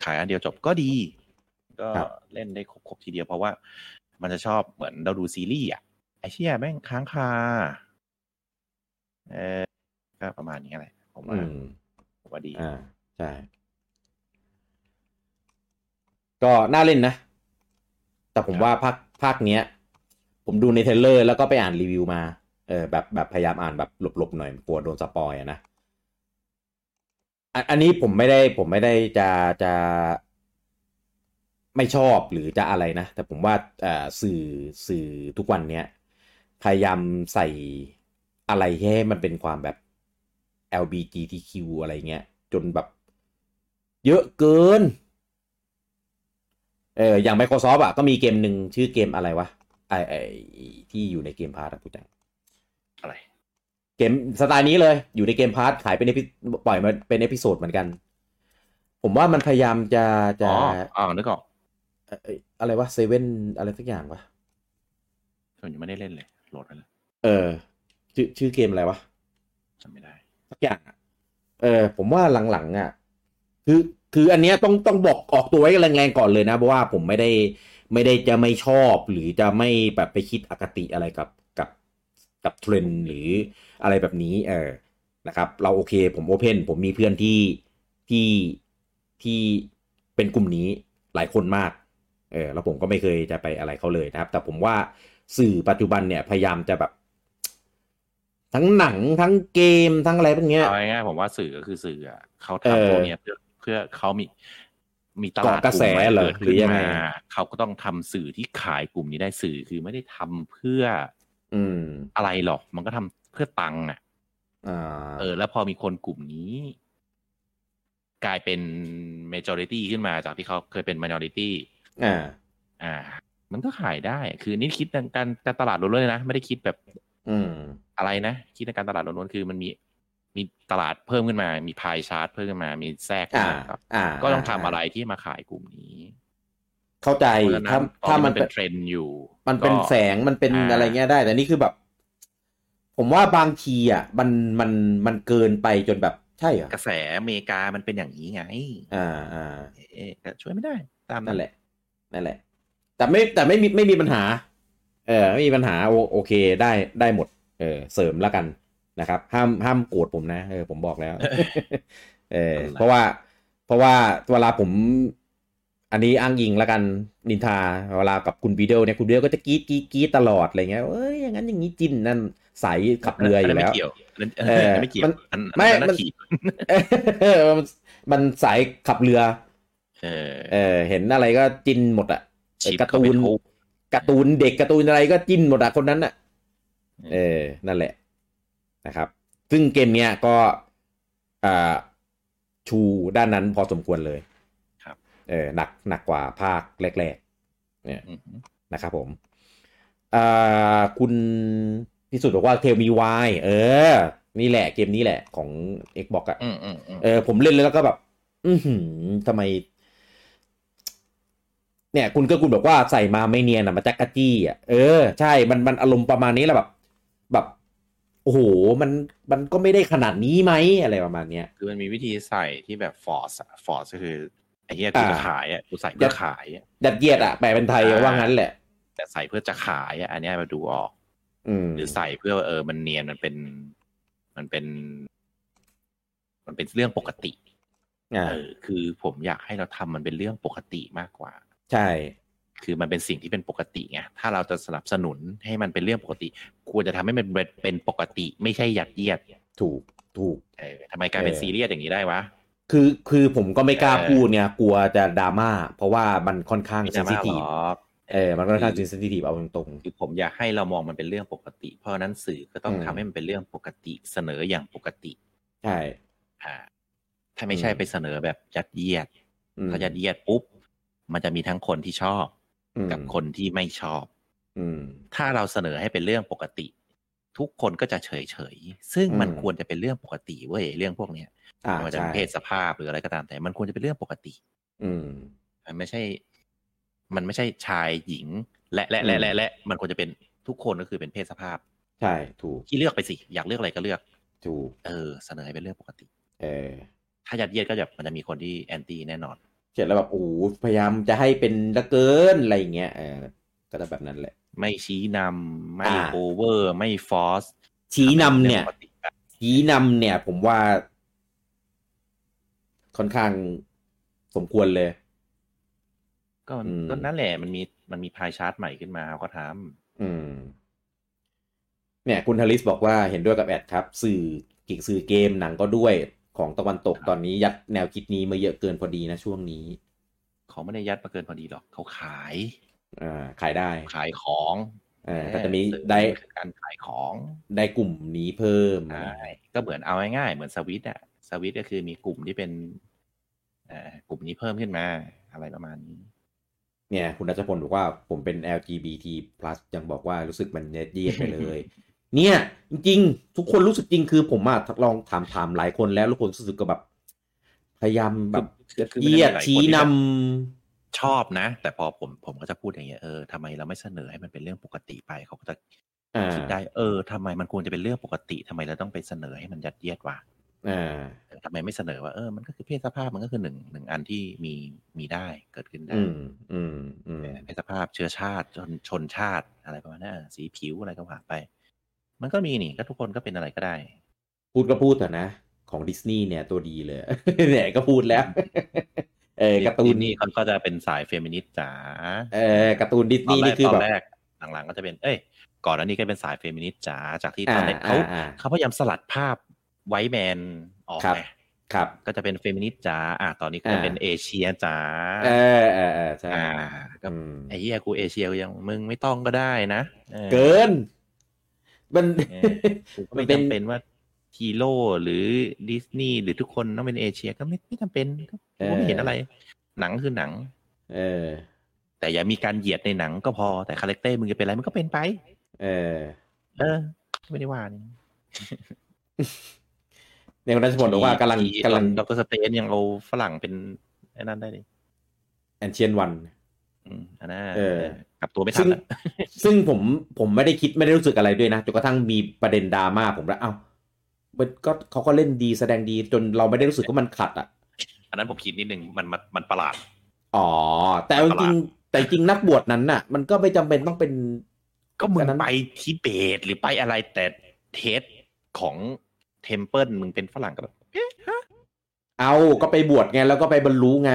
Speaker 2: ขายอันเดียวจบก็ดี ก็
Speaker 1: ครับ
Speaker 2: เล่นได้ครบๆทีเดียวเพราะว่ามันจะชอบเหมือนเราดูซีรีส์อ่ะ ไอ้เชี่ยแม่งค้างคาเออก็ประมาณนี้แหละผมว่า
Speaker 1: อืม
Speaker 2: ผมว่าดี
Speaker 1: อ่า ใช่ ก็น่าเล่นนะ แต่ผมว่าภาคภาคเนี้ย ผมดูในเทรลเลอร์แล้วก็ไปอ่านรีวิวมา เออแบบแบบพยายามอ่านแบบหลบๆหน่อยกลัวโดนสปอยอะนะอันอันนี้ผมไม่ได้ผมไม่ได้จะจะไม่ชอบหรือจะอะไรนะ แต่ผมว่าเอ่อสื่อสื่อทุกวันเนี้ย พยายามใส่ อะไรที่ให้มันเป็นความแบบ LBGTQ อะไรเงี้ย จนแบบ เยอะเกิน เอออย่าง Microsoft อ่ะก็มีเกมหนึ่งชื่อเกมอะไรวะไอไอที่อยู่ในเกมพาร์ทอะพูดจัง
Speaker 2: อะไร
Speaker 1: เกมสไตล์นี้เลยอยู่ในเกมพาร์ทขายเป็น epi- ปล่อยมาเป็นเอพิโซดเหมือนกัน ผมว่ามันพยายามจะจะ
Speaker 2: อ๋ออ๋อนึกออก
Speaker 1: เอ่อเอ่ออะไรวะเซเว่นอะไรสักอย่างวะ
Speaker 2: ผมยังไม่ได้เล่นเลยโหลดไปแล้ว
Speaker 1: เออ ชื่อชื่อเกมอะไรวะ
Speaker 2: จำไม่ได้
Speaker 1: สักอย่างอะเออ ผมว่าหลังๆอ่ะ คือคืออันเนี้ยต้องต้องบอกออกตัวไว้แรงๆก่อนเลยนะ เพราะว่าผมไม่ได้ไม่ได้จะไม่ชอบหรือจะไม่แบบไปคิดอคติอะไรกับกับกับเทรนด์หรืออะไรแบบนี้ เออนะครับ เราโอเค ผมโอเพนผมมีเพื่อนที่ที่ที่เป็นกลุ่มนี้หลายคนมาก เออแล้วผมก็ไม่เคยจะไปอะไรเขาเลยนะครับ แต่ผมว่าสื่อปัจจุบันเนี่ยพยายามจะแบบ ทั้งหนังทั้งเกมทั้งอะไรพวกเนี้ย
Speaker 2: เอาง่ายๆผมว่าสื่อก็คือสื่ออะเขา
Speaker 1: เออ
Speaker 2: ทำพวกเนี้ยเพื่อเพื่อเขามีมีตลาด
Speaker 1: เกาะกระแสเหรอ
Speaker 2: กิด
Speaker 1: หรือยังไง
Speaker 2: ขึ้นมาเขาก็ต้องทำสื่อที่ขายกลุ่มนี้ได้สื่อคือไม่ได้ทำเพื่อ
Speaker 1: อืม
Speaker 2: อะไรหรอก มันก็ทำเพื่อตังค์อ่ะ
Speaker 1: อ่า
Speaker 2: เออแล้วพอมีคนกลุ่มนี้ กลายเป็น majority ขึ้นมาจากที่เขาเคยเป็น minority
Speaker 1: อ่า
Speaker 2: อ่า มันก็ขายได้ คือนี่คิดในการการตลาดล้วนๆเลยนะ ไม่ได้คิดแบบ
Speaker 1: อืม
Speaker 2: อะไรนะ คิดในการตลาดล้วนๆคือมันมีมีตลาดเพิ่มขึ้นมา มีพายชาร์ตเพิ่มขึ้นมา มีแทรกขึ้
Speaker 1: อ่า
Speaker 2: นมาครับ
Speaker 1: อ่า
Speaker 2: ก็ต้องทำอะไรที่มาขายกลุ่มนี้
Speaker 1: เข้าใจ
Speaker 2: เพราะฉะนั้
Speaker 1: ถ้าน
Speaker 2: ตอ
Speaker 1: ถ้าน
Speaker 2: นี้
Speaker 1: มั
Speaker 2: มัน นเป็นเทรนด์อยู่
Speaker 1: มันเป็น
Speaker 2: ก็
Speaker 1: แสงมันเป็น
Speaker 2: อ่า
Speaker 1: อะไรเงี้ยได้ แต่นี่คือแบบ ผมว่าบางทีอ่ะ มันมันมันเกินไปจนแบบ ใช่เหรอก
Speaker 2: ระแสอเมริกามันเป็นอย่างนี้ไง
Speaker 1: อ่าอ่า
Speaker 2: เอ๊ะก็ช่วยไม่ได้ ตาม
Speaker 1: นั่นแหละ นั่นแหละ แต่ไม่แต่ไม่มีไม่มีปัญหา เออไม่มีปัญหาโอโอเคได้ได้หมด เออเสริมแล้วกันนะครับ ห้ามห้ามโกรธผมนะเออผมบอกแล้ว เออเพราะว่า เพราะว่าเวลาผม อันนี้อ้างอิงแล้วกันนินทาเวลากับคุณบีเดลเนี่ยคุณบีเดลก็จะกรีดกรีดกรีดตลอดอะไรเงี้ยเอ้ยอย่างนั้นอย่างนี้จินนั่นใสายขับเรืออยู่แล้ว
Speaker 2: นนั้นไม่เกี่ยวอันนั้น
Speaker 1: เออ
Speaker 2: อันนั้นไม่เกี่ยว
Speaker 1: มัน
Speaker 2: อัน
Speaker 1: ไม่
Speaker 2: อันนั้น
Speaker 1: มัน
Speaker 2: ขีด
Speaker 1: เออมัน [laughs] มันสายขับเรือ
Speaker 2: เออ
Speaker 1: เออเห็นอะไรก็จินหมดอะ
Speaker 2: ชีพ
Speaker 1: การ์ตูน
Speaker 2: เขาเป็นทุกข์
Speaker 1: การ์ตูนเด็กการ์ตูนอะไรก็จิ้นหมดอะคนนั้นอะเออ นั่นแหละนะครับ ซึ่งเกมเนี้ยก็อ่าชูด้านนั้นพอสมควรเลย
Speaker 2: ครับ
Speaker 1: เออหนักหนักกว่าภาคแรกๆเนี่ย
Speaker 2: อืม
Speaker 1: นะครับผมอ่าคุณพิสุทธิ์บอกว่าเทลมีวายเออ นี่แหละเกมนี้แหละของ Xbox อะ
Speaker 2: อืมอืมอืม
Speaker 1: เออผมเล่นแล้วก็แบบ อือหือทำไม เนี่ย คุณก็คุณบอกว่าใส่มาไม่เนียนอ่ะมาจักกะจี้อ่ะเออใช่มันมันอารมณ์ประมาณนี้แหละแบบ แบบ โอ้โห มันมันก็ไม่ได้ขนาดนี้ไหมอะไรประมาณเนี้ย
Speaker 2: คือมันมีวิธีใส่ที่แบบฟอร์สฟอร์สก็คือไอ้เหี้ยกูจะ
Speaker 1: อ่า
Speaker 2: ขายอ่ะกูใส่เพื่อขายอะ
Speaker 1: ดัดเยียดอ่ะแปลเป็นไทยว่างั้นแหละ
Speaker 2: แต่ใส่เพื่อจะขายอ่ะอันเนี้ยมาดูออก
Speaker 1: อืม
Speaker 2: หรือใส่เพื่อเออมันเนียนมันเป็น มันเป็น มันเป็นเรื่องปกติ
Speaker 1: อ่า
Speaker 2: เออคือผมอยากให้เราทำมันเป็นเรื่องปกติมากกว่า
Speaker 1: ใช่
Speaker 2: คือมันเป็นสิ่งที่เป็นปกติไงถ้าเราจะสนับสนุนให้มันเป็นเรื่องปกติ ควรจะทำให้มันเป็นเป็นปกติ ไม่ใช่ยัดเยียด
Speaker 1: ถูกถูก
Speaker 2: เออทำไมกลายเป็น
Speaker 1: เออ
Speaker 2: ซีเรียสอย่างนี้ได้วะ
Speaker 1: คือคือผมก็ไม่กล้า
Speaker 2: เออ
Speaker 1: พูดเนี่ยกลัวจะดราม่าเพราะว่ามันค่อนข้าง
Speaker 2: ไม่
Speaker 1: เซน
Speaker 2: ดา
Speaker 1: ซิที
Speaker 2: ม่าหร
Speaker 1: ฟ
Speaker 2: อก
Speaker 1: เออมันค่อนข้างเซนซิทีฟเอาตรง
Speaker 2: คือผมอยากให้เรามองมันเป็นเรื่องปกติ เพราะฉะนั้นสื่อก็ต้อง
Speaker 1: อืม
Speaker 2: ทำให้มันเป็นเรื่องปกติ เสนออย่างปกติ
Speaker 1: ๆใช่
Speaker 2: อ่าถ้าไม่ใช่ไปเสนอแบบยัดเยียด
Speaker 1: อืม
Speaker 2: พอยัดเยียดปุ๊บ มันจะมีทั้งคนที่ชอบ
Speaker 1: อืม
Speaker 2: กับคนที่ไม่ชอบ
Speaker 1: อืม
Speaker 2: ถ้าเราเสนอให้เป็นเรื่องปกติ ทุกคนก็จะเฉยเฉยๆซึ่งมัน
Speaker 1: อืม
Speaker 2: ควรจะเป็นเรื่องปกติเว้ยเรื่องพวกเนี้ย
Speaker 1: อ่า
Speaker 2: ไม่ว่าจะ
Speaker 1: ใช่
Speaker 2: เป็นเพศสภาพหรืออะไรก็ตามแต่ มันควรจะเป็นเรื่องปกติ
Speaker 1: อืม
Speaker 2: มันไม่ใช่ มันไม่ใช่ชายหญิง และและและและและมันควรจะเป็นทุกคนก็คือเป็นเพศสภาพ
Speaker 1: ใช่ถูก
Speaker 2: ที่เลือกไปสิ อยากเลือกอะไรก็เลือก
Speaker 1: ถูก
Speaker 2: เออ เสนอให้เป็นเรื่องปกติ
Speaker 1: เออ
Speaker 2: ถ้ายัดเยียดก็จะมันจะมีคนที่แอนตี้แน่นอน
Speaker 1: เสร็จแล้วแบบโอ้โหพยายามจะให้เป็นละเกินอะไรอย่างเงี้ยเออก็จะแบบนั้นแหละ
Speaker 2: ไม่ชี้นำไม่
Speaker 1: อ่า
Speaker 2: โอเวอร์ ไม่ฟอส
Speaker 1: ชี้นำเนี่ย ชี้นำเนี่ย ผมว่า ค่อนข้างสมควรเลย
Speaker 2: ก็
Speaker 1: อืม
Speaker 2: ก็นั่นแหละมันมีมันมีพายชาร์ตใหม่ขึ้นมาเขาก็ทำ
Speaker 1: อืม เนี่ย คุณฮาริสบอกว่าเห็นด้วยกับแอดครับ สื่อกิกสื่อเกมหนังก็ด้วยของตะวันตกตอนนี้ยัดแนวคิดนี้มาเยอะเกินพอดีนะช่วงนี้
Speaker 2: เขาไม่ได้ยัดมาเกินพอดีหรอกเขาขาย
Speaker 1: อ่า ขายได้
Speaker 2: ขายของ
Speaker 1: อ่าก็จะมี
Speaker 2: ซื้อ
Speaker 1: ได้
Speaker 2: คือการขายของ
Speaker 1: ได้กลุ่มนี้เพิ่ม
Speaker 2: ใช่ก็เหมือนเอาง่ายๆเหมือนสวิตช์อะสวิตช์ก็คือมีกลุ่มที่เป็นเอ่อกลุ่มนี้เพิ่มขึ้นมาอะไรประมาณนี้
Speaker 1: เนี่ย คุณรัชพลบอกว่าผมเป็น LGBT+ ยังบอกว่ารู้สึกมันเนยเยียดไปเลย [laughs] เนี่ย จริงๆ ทุกคนรู้สึกจริงคือผมอะทดลองถามถามหลายคนแล้วทุกคนรู้สึกก็แบบ พยายามแบบ
Speaker 2: คือคือมัน
Speaker 1: เยียด
Speaker 2: มีหลายคนที่
Speaker 1: ชี้นำ
Speaker 2: ชอบนะ แต่พอผมผมก็จะพูดอย่างเงี้ยเออทำไมเราไม่เสนอให้มันเป็นเรื่องปกติไปเขาก็จะ
Speaker 1: อ่า
Speaker 2: คิดได้เออทำไมมันควรจะเป็นเรื่องปกติทำไมเราต้องไปเสนอให้มันยัดเยียดวะ
Speaker 1: อ่า
Speaker 2: เออทำไมไม่เสนอว่าเออมันก็คือเพศสภาพมันก็คือหนึ่งหนึ่งอันที่มีมีได้เกิดขึ้นได้
Speaker 1: อืม อืม อืม
Speaker 2: เพศสภาพเชื้อชาติชนชนชาติอะไรประมาณนั้นเออสีผิวอะไรก็ว่าไป มันก็มีนี่ก็ทุกคนก็เป็นอะไรก็ได้
Speaker 1: พูดก็พูดเถอะนะ ของดิสนีย์เนี่ยตัวดีเลย [laughs] เนี่ยก็พูดแล้ว [laughs] เออการ์ตูน
Speaker 2: ดินี่เขาก็จะเป็นสายเฟมินิสต์จ๋า
Speaker 1: เออการ์ตูนดิสนีย์นี่คือ
Speaker 2: ตอน
Speaker 1: แบบ
Speaker 2: แรกตอนแรกหลังๆก็จะเป็นเอ้ยก่อนหน้านี้ก็เป็นสายเฟมินิสต์จ๋าจากที่ตอนแรก
Speaker 1: อ่า
Speaker 2: เขา
Speaker 1: อ่า
Speaker 2: เขาพยายามสลัดภาพไวท์แมนออก
Speaker 1: ครับ
Speaker 2: ไง
Speaker 1: ครับ
Speaker 2: ก็จะเป็นเฟมินิสต์จ๋าอ่ะตอนนี้ก็จะ
Speaker 1: อ่า
Speaker 2: เป็นเอเชียจ๋า
Speaker 1: เออเออเออใช่
Speaker 2: อ่าก็
Speaker 1: อืม
Speaker 2: ไอ้เหี้ยกูเอเชียกูยังมึงไม่ต้องก็ได้นะออ
Speaker 1: เกิน มัน
Speaker 2: เออกูก็
Speaker 1: มั
Speaker 2: ไม่
Speaker 1: นเป็น
Speaker 2: จำเป็นว่าฮีโร่หรือดิสนีย์หรือทุกคนต้องเป็นเอเชียก็ไม่ไม่จำเป็นก็กู [laughs] ไม่เห็นอะไร หนังคือหนัง
Speaker 1: เออ
Speaker 2: แต่อย่ามีการเหยียดในหนังก็พอแต่คาแรคเตอร์มึงจะเป็นอะไรมันก็เป็นไป
Speaker 1: เออ
Speaker 2: เออ ไม่ได้ว่านี่
Speaker 1: เนี่ยคุณรัชพลบอกว่ากำลังกำลัง
Speaker 2: ดรสเตนยังเอาฝรั่งเป็นไอ้นั่นได้เลย
Speaker 1: แอนเชียนวัน
Speaker 2: อืมอันน่า
Speaker 1: เออ
Speaker 2: กลับตัวไม่ทั
Speaker 1: ซึ่
Speaker 2: น
Speaker 1: ง
Speaker 2: ละ
Speaker 1: ซึ่งผมผมไม่ได้คิดไม่ได้รู้สึกอะไรด้วยนะจนกระทั่งมีประเด็นดราม่าผมแล้วเอ้ามันก็เขาก็เล่นดีแสดงดีจนเราไม่ได้รู้สึกว่ามันขัดอ่ะ
Speaker 2: อันนั้นผมคิดนิดนึงมันมันมันประหลาด
Speaker 1: อ๋อ แต่เอาจริงแต่จริงนักบวชนั้นน่ะ มันก็ไม่จำเป็นต้องเป็น
Speaker 2: ก็มึ
Speaker 1: อั
Speaker 2: ง
Speaker 1: นนั้น
Speaker 2: ไปทิเบตหรือไปอะไรแต่เทสของเทมเพิลมึงเป็นฝรั่งก็
Speaker 1: [laughs]
Speaker 2: แบบเอ๊ะ
Speaker 1: เอาก็ไปบวชไงแล้วก็ไปบรรลุไง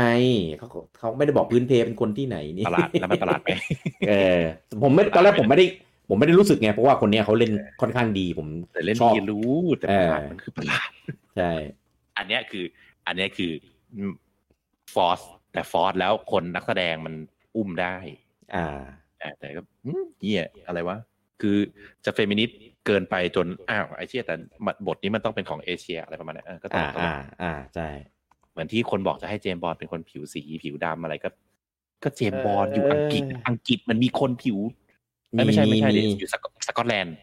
Speaker 1: เขาเขาไม่ได้บอกพื้นเพเป็นคนที่ไหนนี่
Speaker 2: ประหลาดแล้วมันประหลาดไป
Speaker 1: เออผมไม่ตอนแรกผมไม่ได้ ผมไม่ได้รู้สึกไง เพราะว่าคนเนี้ยเขาเล่นค่อนข้างดีผม
Speaker 2: แต่เล่น
Speaker 1: ชอบ
Speaker 2: ดีรู้แต่ประหลาดมันคือประหลาด
Speaker 1: ใช่
Speaker 2: อันเนี้ยคือ อันเนี้ยคือฟอสแต่ฟอสแล้วคนนักแสดงมันอุ้มได้
Speaker 1: อ่า
Speaker 2: อ่ะแต่ก็อืมเหียอะไรวะ คือจะเฟมินิสต์เกินไปจน อ้าวไอเชียแต่มันบทนี้มันต้องเป็นของเอเชียอะไรประมาณเนี้ยเออก็ต้อง
Speaker 1: อ่า
Speaker 2: ต้อง
Speaker 1: อ่าอ่าใช่
Speaker 2: เหมือนที่คนบอกจะให้เจมส์บอลเป็นคนผิวสีผิวดำอะไรก็ ก็เจมส์บอลอยู่อังกฤษ
Speaker 1: เอออั
Speaker 2: อังกฤษมันมีคนผิวเอ้ยไม่ใช่ไม่ใช่ดิอยู่สกอตสกอตแลนด์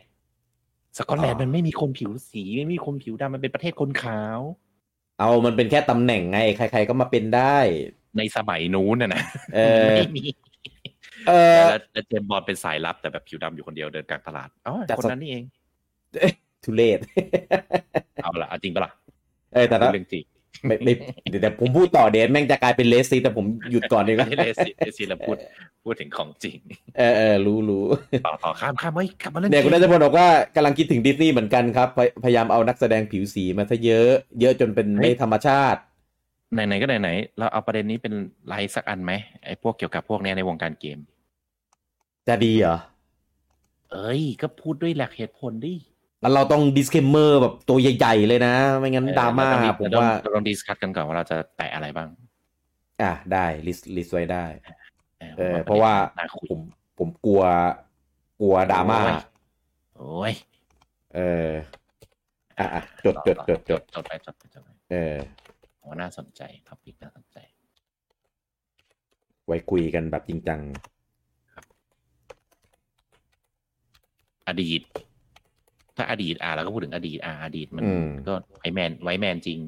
Speaker 2: สกอตแลนด์
Speaker 1: อ๋อ
Speaker 2: มันไม่มีคนผิวสีไม่มีคนผิวดำมันเป็นประเทศคนขาว
Speaker 1: เอามันเป็นแค่ตำแหน่งไง ใคร ๆก็มาเป็นได้
Speaker 2: ในสมัยนู้นน่ะนะ
Speaker 1: เออ
Speaker 2: ไม่มี
Speaker 1: เออ
Speaker 2: แล้วแล้วเจมส์บอลเป็นสายลับแต่แบบผิวดำอยู่คนเดียวเดินกลางตลาดอ๋อ
Speaker 1: แต่
Speaker 2: คน
Speaker 1: ส
Speaker 2: นั้นนี่เอง
Speaker 1: ทุเลศ
Speaker 2: เอาละเอาจริงปะล่ะ
Speaker 1: [laughs] เออแต่ละ
Speaker 2: เรื่องจริง
Speaker 1: ไม่ไม่เดี๋ยวเดี๋ยวผมพูดต่อเดนแม่งจะกลายเป็นเลสซีแต่ผมหยุดก่อนดีกว่า [laughs]
Speaker 2: [laughs] ไม่ได้เลสิเลสิเราพูดพูดถึงของจริง
Speaker 1: เออเออรู้รู้
Speaker 2: ต่อต่อข้ามข้ามเฮ้ยกลับมาเล่น
Speaker 1: เนี่ยคุณน่าจะบอกว่ากำลังคิดถึงดิสนีย์เหมือนกันครับพยพยายามเอานักแสดงผิวสีมาซะเยอะ เยอะจนเป็นไม่ธรรมชาติ
Speaker 2: ไหนๆก็ไหนๆเราเอาประเด็นนี้เป็นไลฟ์สักอันไหมไอ้พวกเกี่ยวกับพวกเนี้ยในวงการเกม
Speaker 1: จะดีเหรอ
Speaker 2: เอ้ย ก็พูดด้วยหลักเหตุผลดิ
Speaker 1: แล้วเราต้อง disclaimer แบบตัวใหญ่ ๆ เลยนะ ไม่งั้นดราม่า
Speaker 2: เออ
Speaker 1: ผม
Speaker 2: เรต้อง
Speaker 1: ว่า
Speaker 2: เรต้องดิสคัตกันก่อนว่าเราจะแตะอะไรบ้าง
Speaker 1: อ่ะ ได้ list list ไว้ได้ เออ
Speaker 2: ผม
Speaker 1: เพราะว่า
Speaker 2: น่คุย
Speaker 1: ผมผมกลัวกลัวดราม่า
Speaker 2: โอ้ย
Speaker 1: เออ อ่ะอ่ะจดจดจดจด
Speaker 2: จดไปจดไปจดไป
Speaker 1: เออ
Speaker 2: โอ้น่าสนใจท็อปิกน่าสนใจ
Speaker 1: ไว้คุยกันแบบจริงจัง
Speaker 2: อดีต ถ้าอดีตอ่ะเราก็พูดถึงอดีตอ่ะอดีตมัน
Speaker 1: อืม
Speaker 2: ก็ไวแมนไวแมนจริง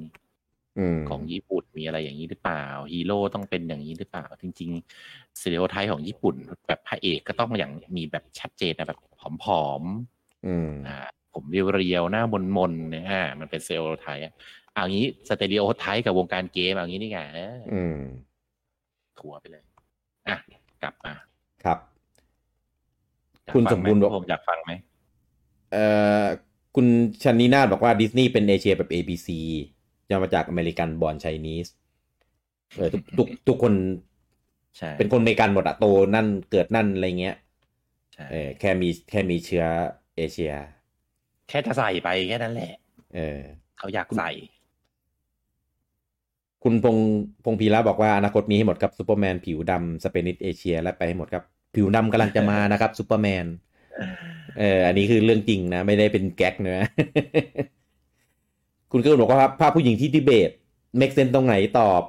Speaker 1: อืม
Speaker 2: ของญี่ปุ่นมีอะไรอย่างนี้หรือเปล่าฮีโร่ต้องเป็นอย่างนี้หรือเปล่า จริงๆสเตอริโอไทป์ของญี่ปุ่น แบบพระเอกก็ต้องอย่างมีแบบชัดเจนนะแบบผอม
Speaker 1: อืม
Speaker 2: ๆอ่าผมเรียวๆหน้ามนๆเนี่ยอ่ามันเป็นสเตอริโอไทป์เอางี้สเตอริโอไทป์กับวงการเกมเอางี้นี่ไงเออ
Speaker 1: อืม
Speaker 2: ถั่วไปเลยอ่ะกลับมา
Speaker 1: ครับ
Speaker 2: อยาก
Speaker 1: คุณ
Speaker 2: ฟัง
Speaker 1: สม
Speaker 2: ไห
Speaker 1: บูรณ์บอก
Speaker 2: ผมอยากฟังไหม
Speaker 1: เอ่อคุณชันนีนาถบอกว่าดิสนีย์เป็นเอเชียแบบ ABC ย่อมาจากอเมริกันบอลไชนีสเออทุกทุกทุกคน
Speaker 2: ใช่
Speaker 1: เป็นคนอเมริกันหมดอะโตนั่นเกิดนั่นอะไรเงี้ย
Speaker 2: ใช่
Speaker 1: เออแค่มีแค่มีเชื้อเอเชีย
Speaker 2: แค่จะใส่ไปแค่นั้นแหละ
Speaker 1: เออ
Speaker 2: เขาอยากใส่
Speaker 1: คุณพงพงพีระบอกว่าอนาคตมีให้หมดครับซูเปอร์แมนผิวดำสเปนิชเอเชีย และไปให้หมดครับ ผิวดำกำลังจะมานะครับซูเปอร์แมน
Speaker 2: เ
Speaker 1: เอออันนี้คือเรื่องจริงนะ ไม่ได้เป็นแก๊กนะ [laughs] คุณก็บอกว่าภาพผู้หญิงที่ทิเบตเม็กเซนตรงไหนตอบ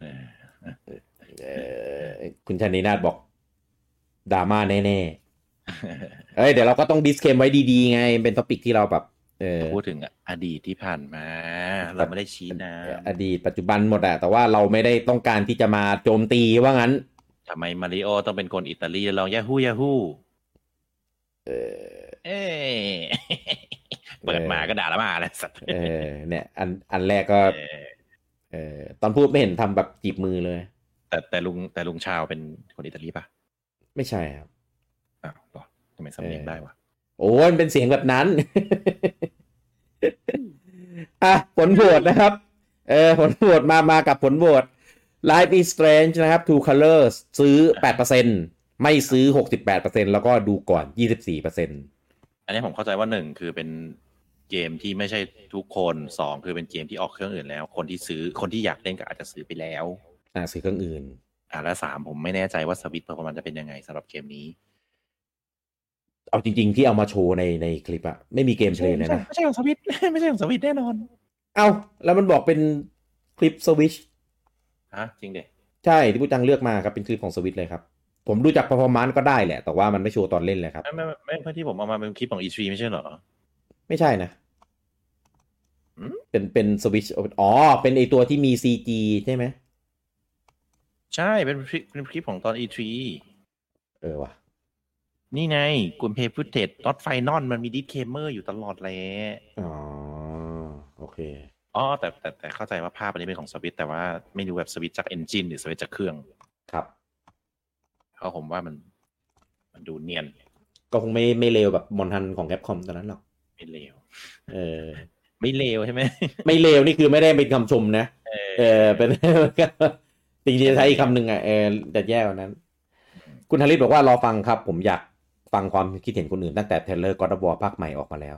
Speaker 2: เออ
Speaker 1: เอ่อคุณชันนีนาฏบอกดราม่าแน่ๆ เอ้ยเดี๋ยวเราก็ต้องดิสเคมไว้ดีๆ ไง เป็นท็อปิกที่เราแบบเออ
Speaker 2: พูดถึงอดีตที่ผ่านมา เราไม่ได้ชี้น
Speaker 1: อดีตปัจจุบันหมดอะแต่ว่าเราไม่ได้ต้องการที่จะมาโจมตีว่างั้น
Speaker 2: ำทำไมมาริโอต้องเป็นคนอิตาลีลองยาฮูยาฮู
Speaker 1: เออ
Speaker 2: เอ้ย [laughs] เปิดมาก็ด่าละมาแล้วสัตว์
Speaker 1: เออเนี่ย อันอันแรกก็
Speaker 2: [laughs] เออ
Speaker 1: เออตอนพูดไม่เห็นทำแบบจีบมือเลย
Speaker 2: แต่แต่ลุงแต่ลุงชาวเป็นคนอิตาลีป่ะ
Speaker 1: ไม่ใช่ครับ
Speaker 2: อ้าวเหรอทำไมสำเนียงได้วะ
Speaker 1: โอ้ยมันเป็นเสียงแบบนั้น [laughs] อ่ะ ผลโหวตนะครับ เออ ผลโหวตมา มากับผลโหวต Life is Strange นะครับ Two Colors ซื้อ 8%ไม่ซื้อ 68%แล้วก็ดูก่อน 24%
Speaker 2: อันนี้ผมเข้าใจว่าหนึ่งคือเป็นเกมที่ไม่ใช่ทุกคนสองคือเป็นเกมที่ออกเครื่องอื่นแล้ว คนที่ซื้อคนที่อยากเล่นก็อาจจะซื้อไปแล้ว
Speaker 1: อ่าซื้อเครื่องอื่น
Speaker 2: อ่าและสามผมไม่แน่ใจว่าสวิตเพอร์ฟอร์มันจะเป็นยังไงสำหรับเกมนี้
Speaker 1: เอาจริง ๆ ที่เอามาโชว์ในในคลิปอะไม่มีเกมเพลย์เลยนะ
Speaker 2: ไม่ใช่ของสวิต [laughs] ไม่ใช่ของสวิตแน่นอน
Speaker 1: เอ้า แล้วมันบอกเป็นคลิปสวิช
Speaker 2: ฮะจริงเด็
Speaker 1: ใช่ ที่ผู้จังเลือกมาครับ เป็นคลิปของสวิชเลยครับ ผมดูจาก performance ก็ได้แหละ แต่ว่ามันไม่โชว์ตอนเล่นเลยครับ
Speaker 2: ไม่ไม่ไม่ไม่ที่ผมเอามาเป็นคลิปของอีทีไม่ใช่เหรอ
Speaker 1: ไม่ใช่นะ
Speaker 2: หืม
Speaker 1: เป็นเป็นสวิชอ๋อ เป็นไอตัวที่มีซีจีใช่ไหม
Speaker 2: ใช่เป็นคลิปเป็นคลิปของตอนอีที
Speaker 1: เออว่ะ
Speaker 2: นี่ไงกุมเพย์พุทเทตอตไฟนอนมันมีดิสเคมเมอร์อยู่ตลอดแหละ
Speaker 1: อ๋อ โอเค
Speaker 2: อ๋อแต่แต่แต่เข้าใจว่าภาพอันนี้เป็นของสวิตช์แต่ว่าไม่รู้แบบสวิตช์จากเอนจินหรือสวิตช์จากเครื่อง
Speaker 1: ครับ
Speaker 2: เพราะผมว่ามัน มันดูเนียน
Speaker 1: ก็คงไม่ไม่เลวแบบมอนทันของแคปคอมตอนนั้นหรอก
Speaker 2: ไม่เลว
Speaker 1: เออ
Speaker 2: ไม่เลวใช่ไหม
Speaker 1: ไม่เลวนี่คือไม่ได้เป็นคำชมนะ
Speaker 2: เออ
Speaker 1: เออ เป็น [laughs] จริงๆจะใช้อีกคำหนึ่งอ่ะ เออจะแย่กว่านั้น คุณฮาริสบอกว่ารอฟังครับ ผมอยากฟังความคิดเห็นคนอื่นตั้งแต่เทรลเลอร์กอร์บอภาคใหม่ออกมาแล้ว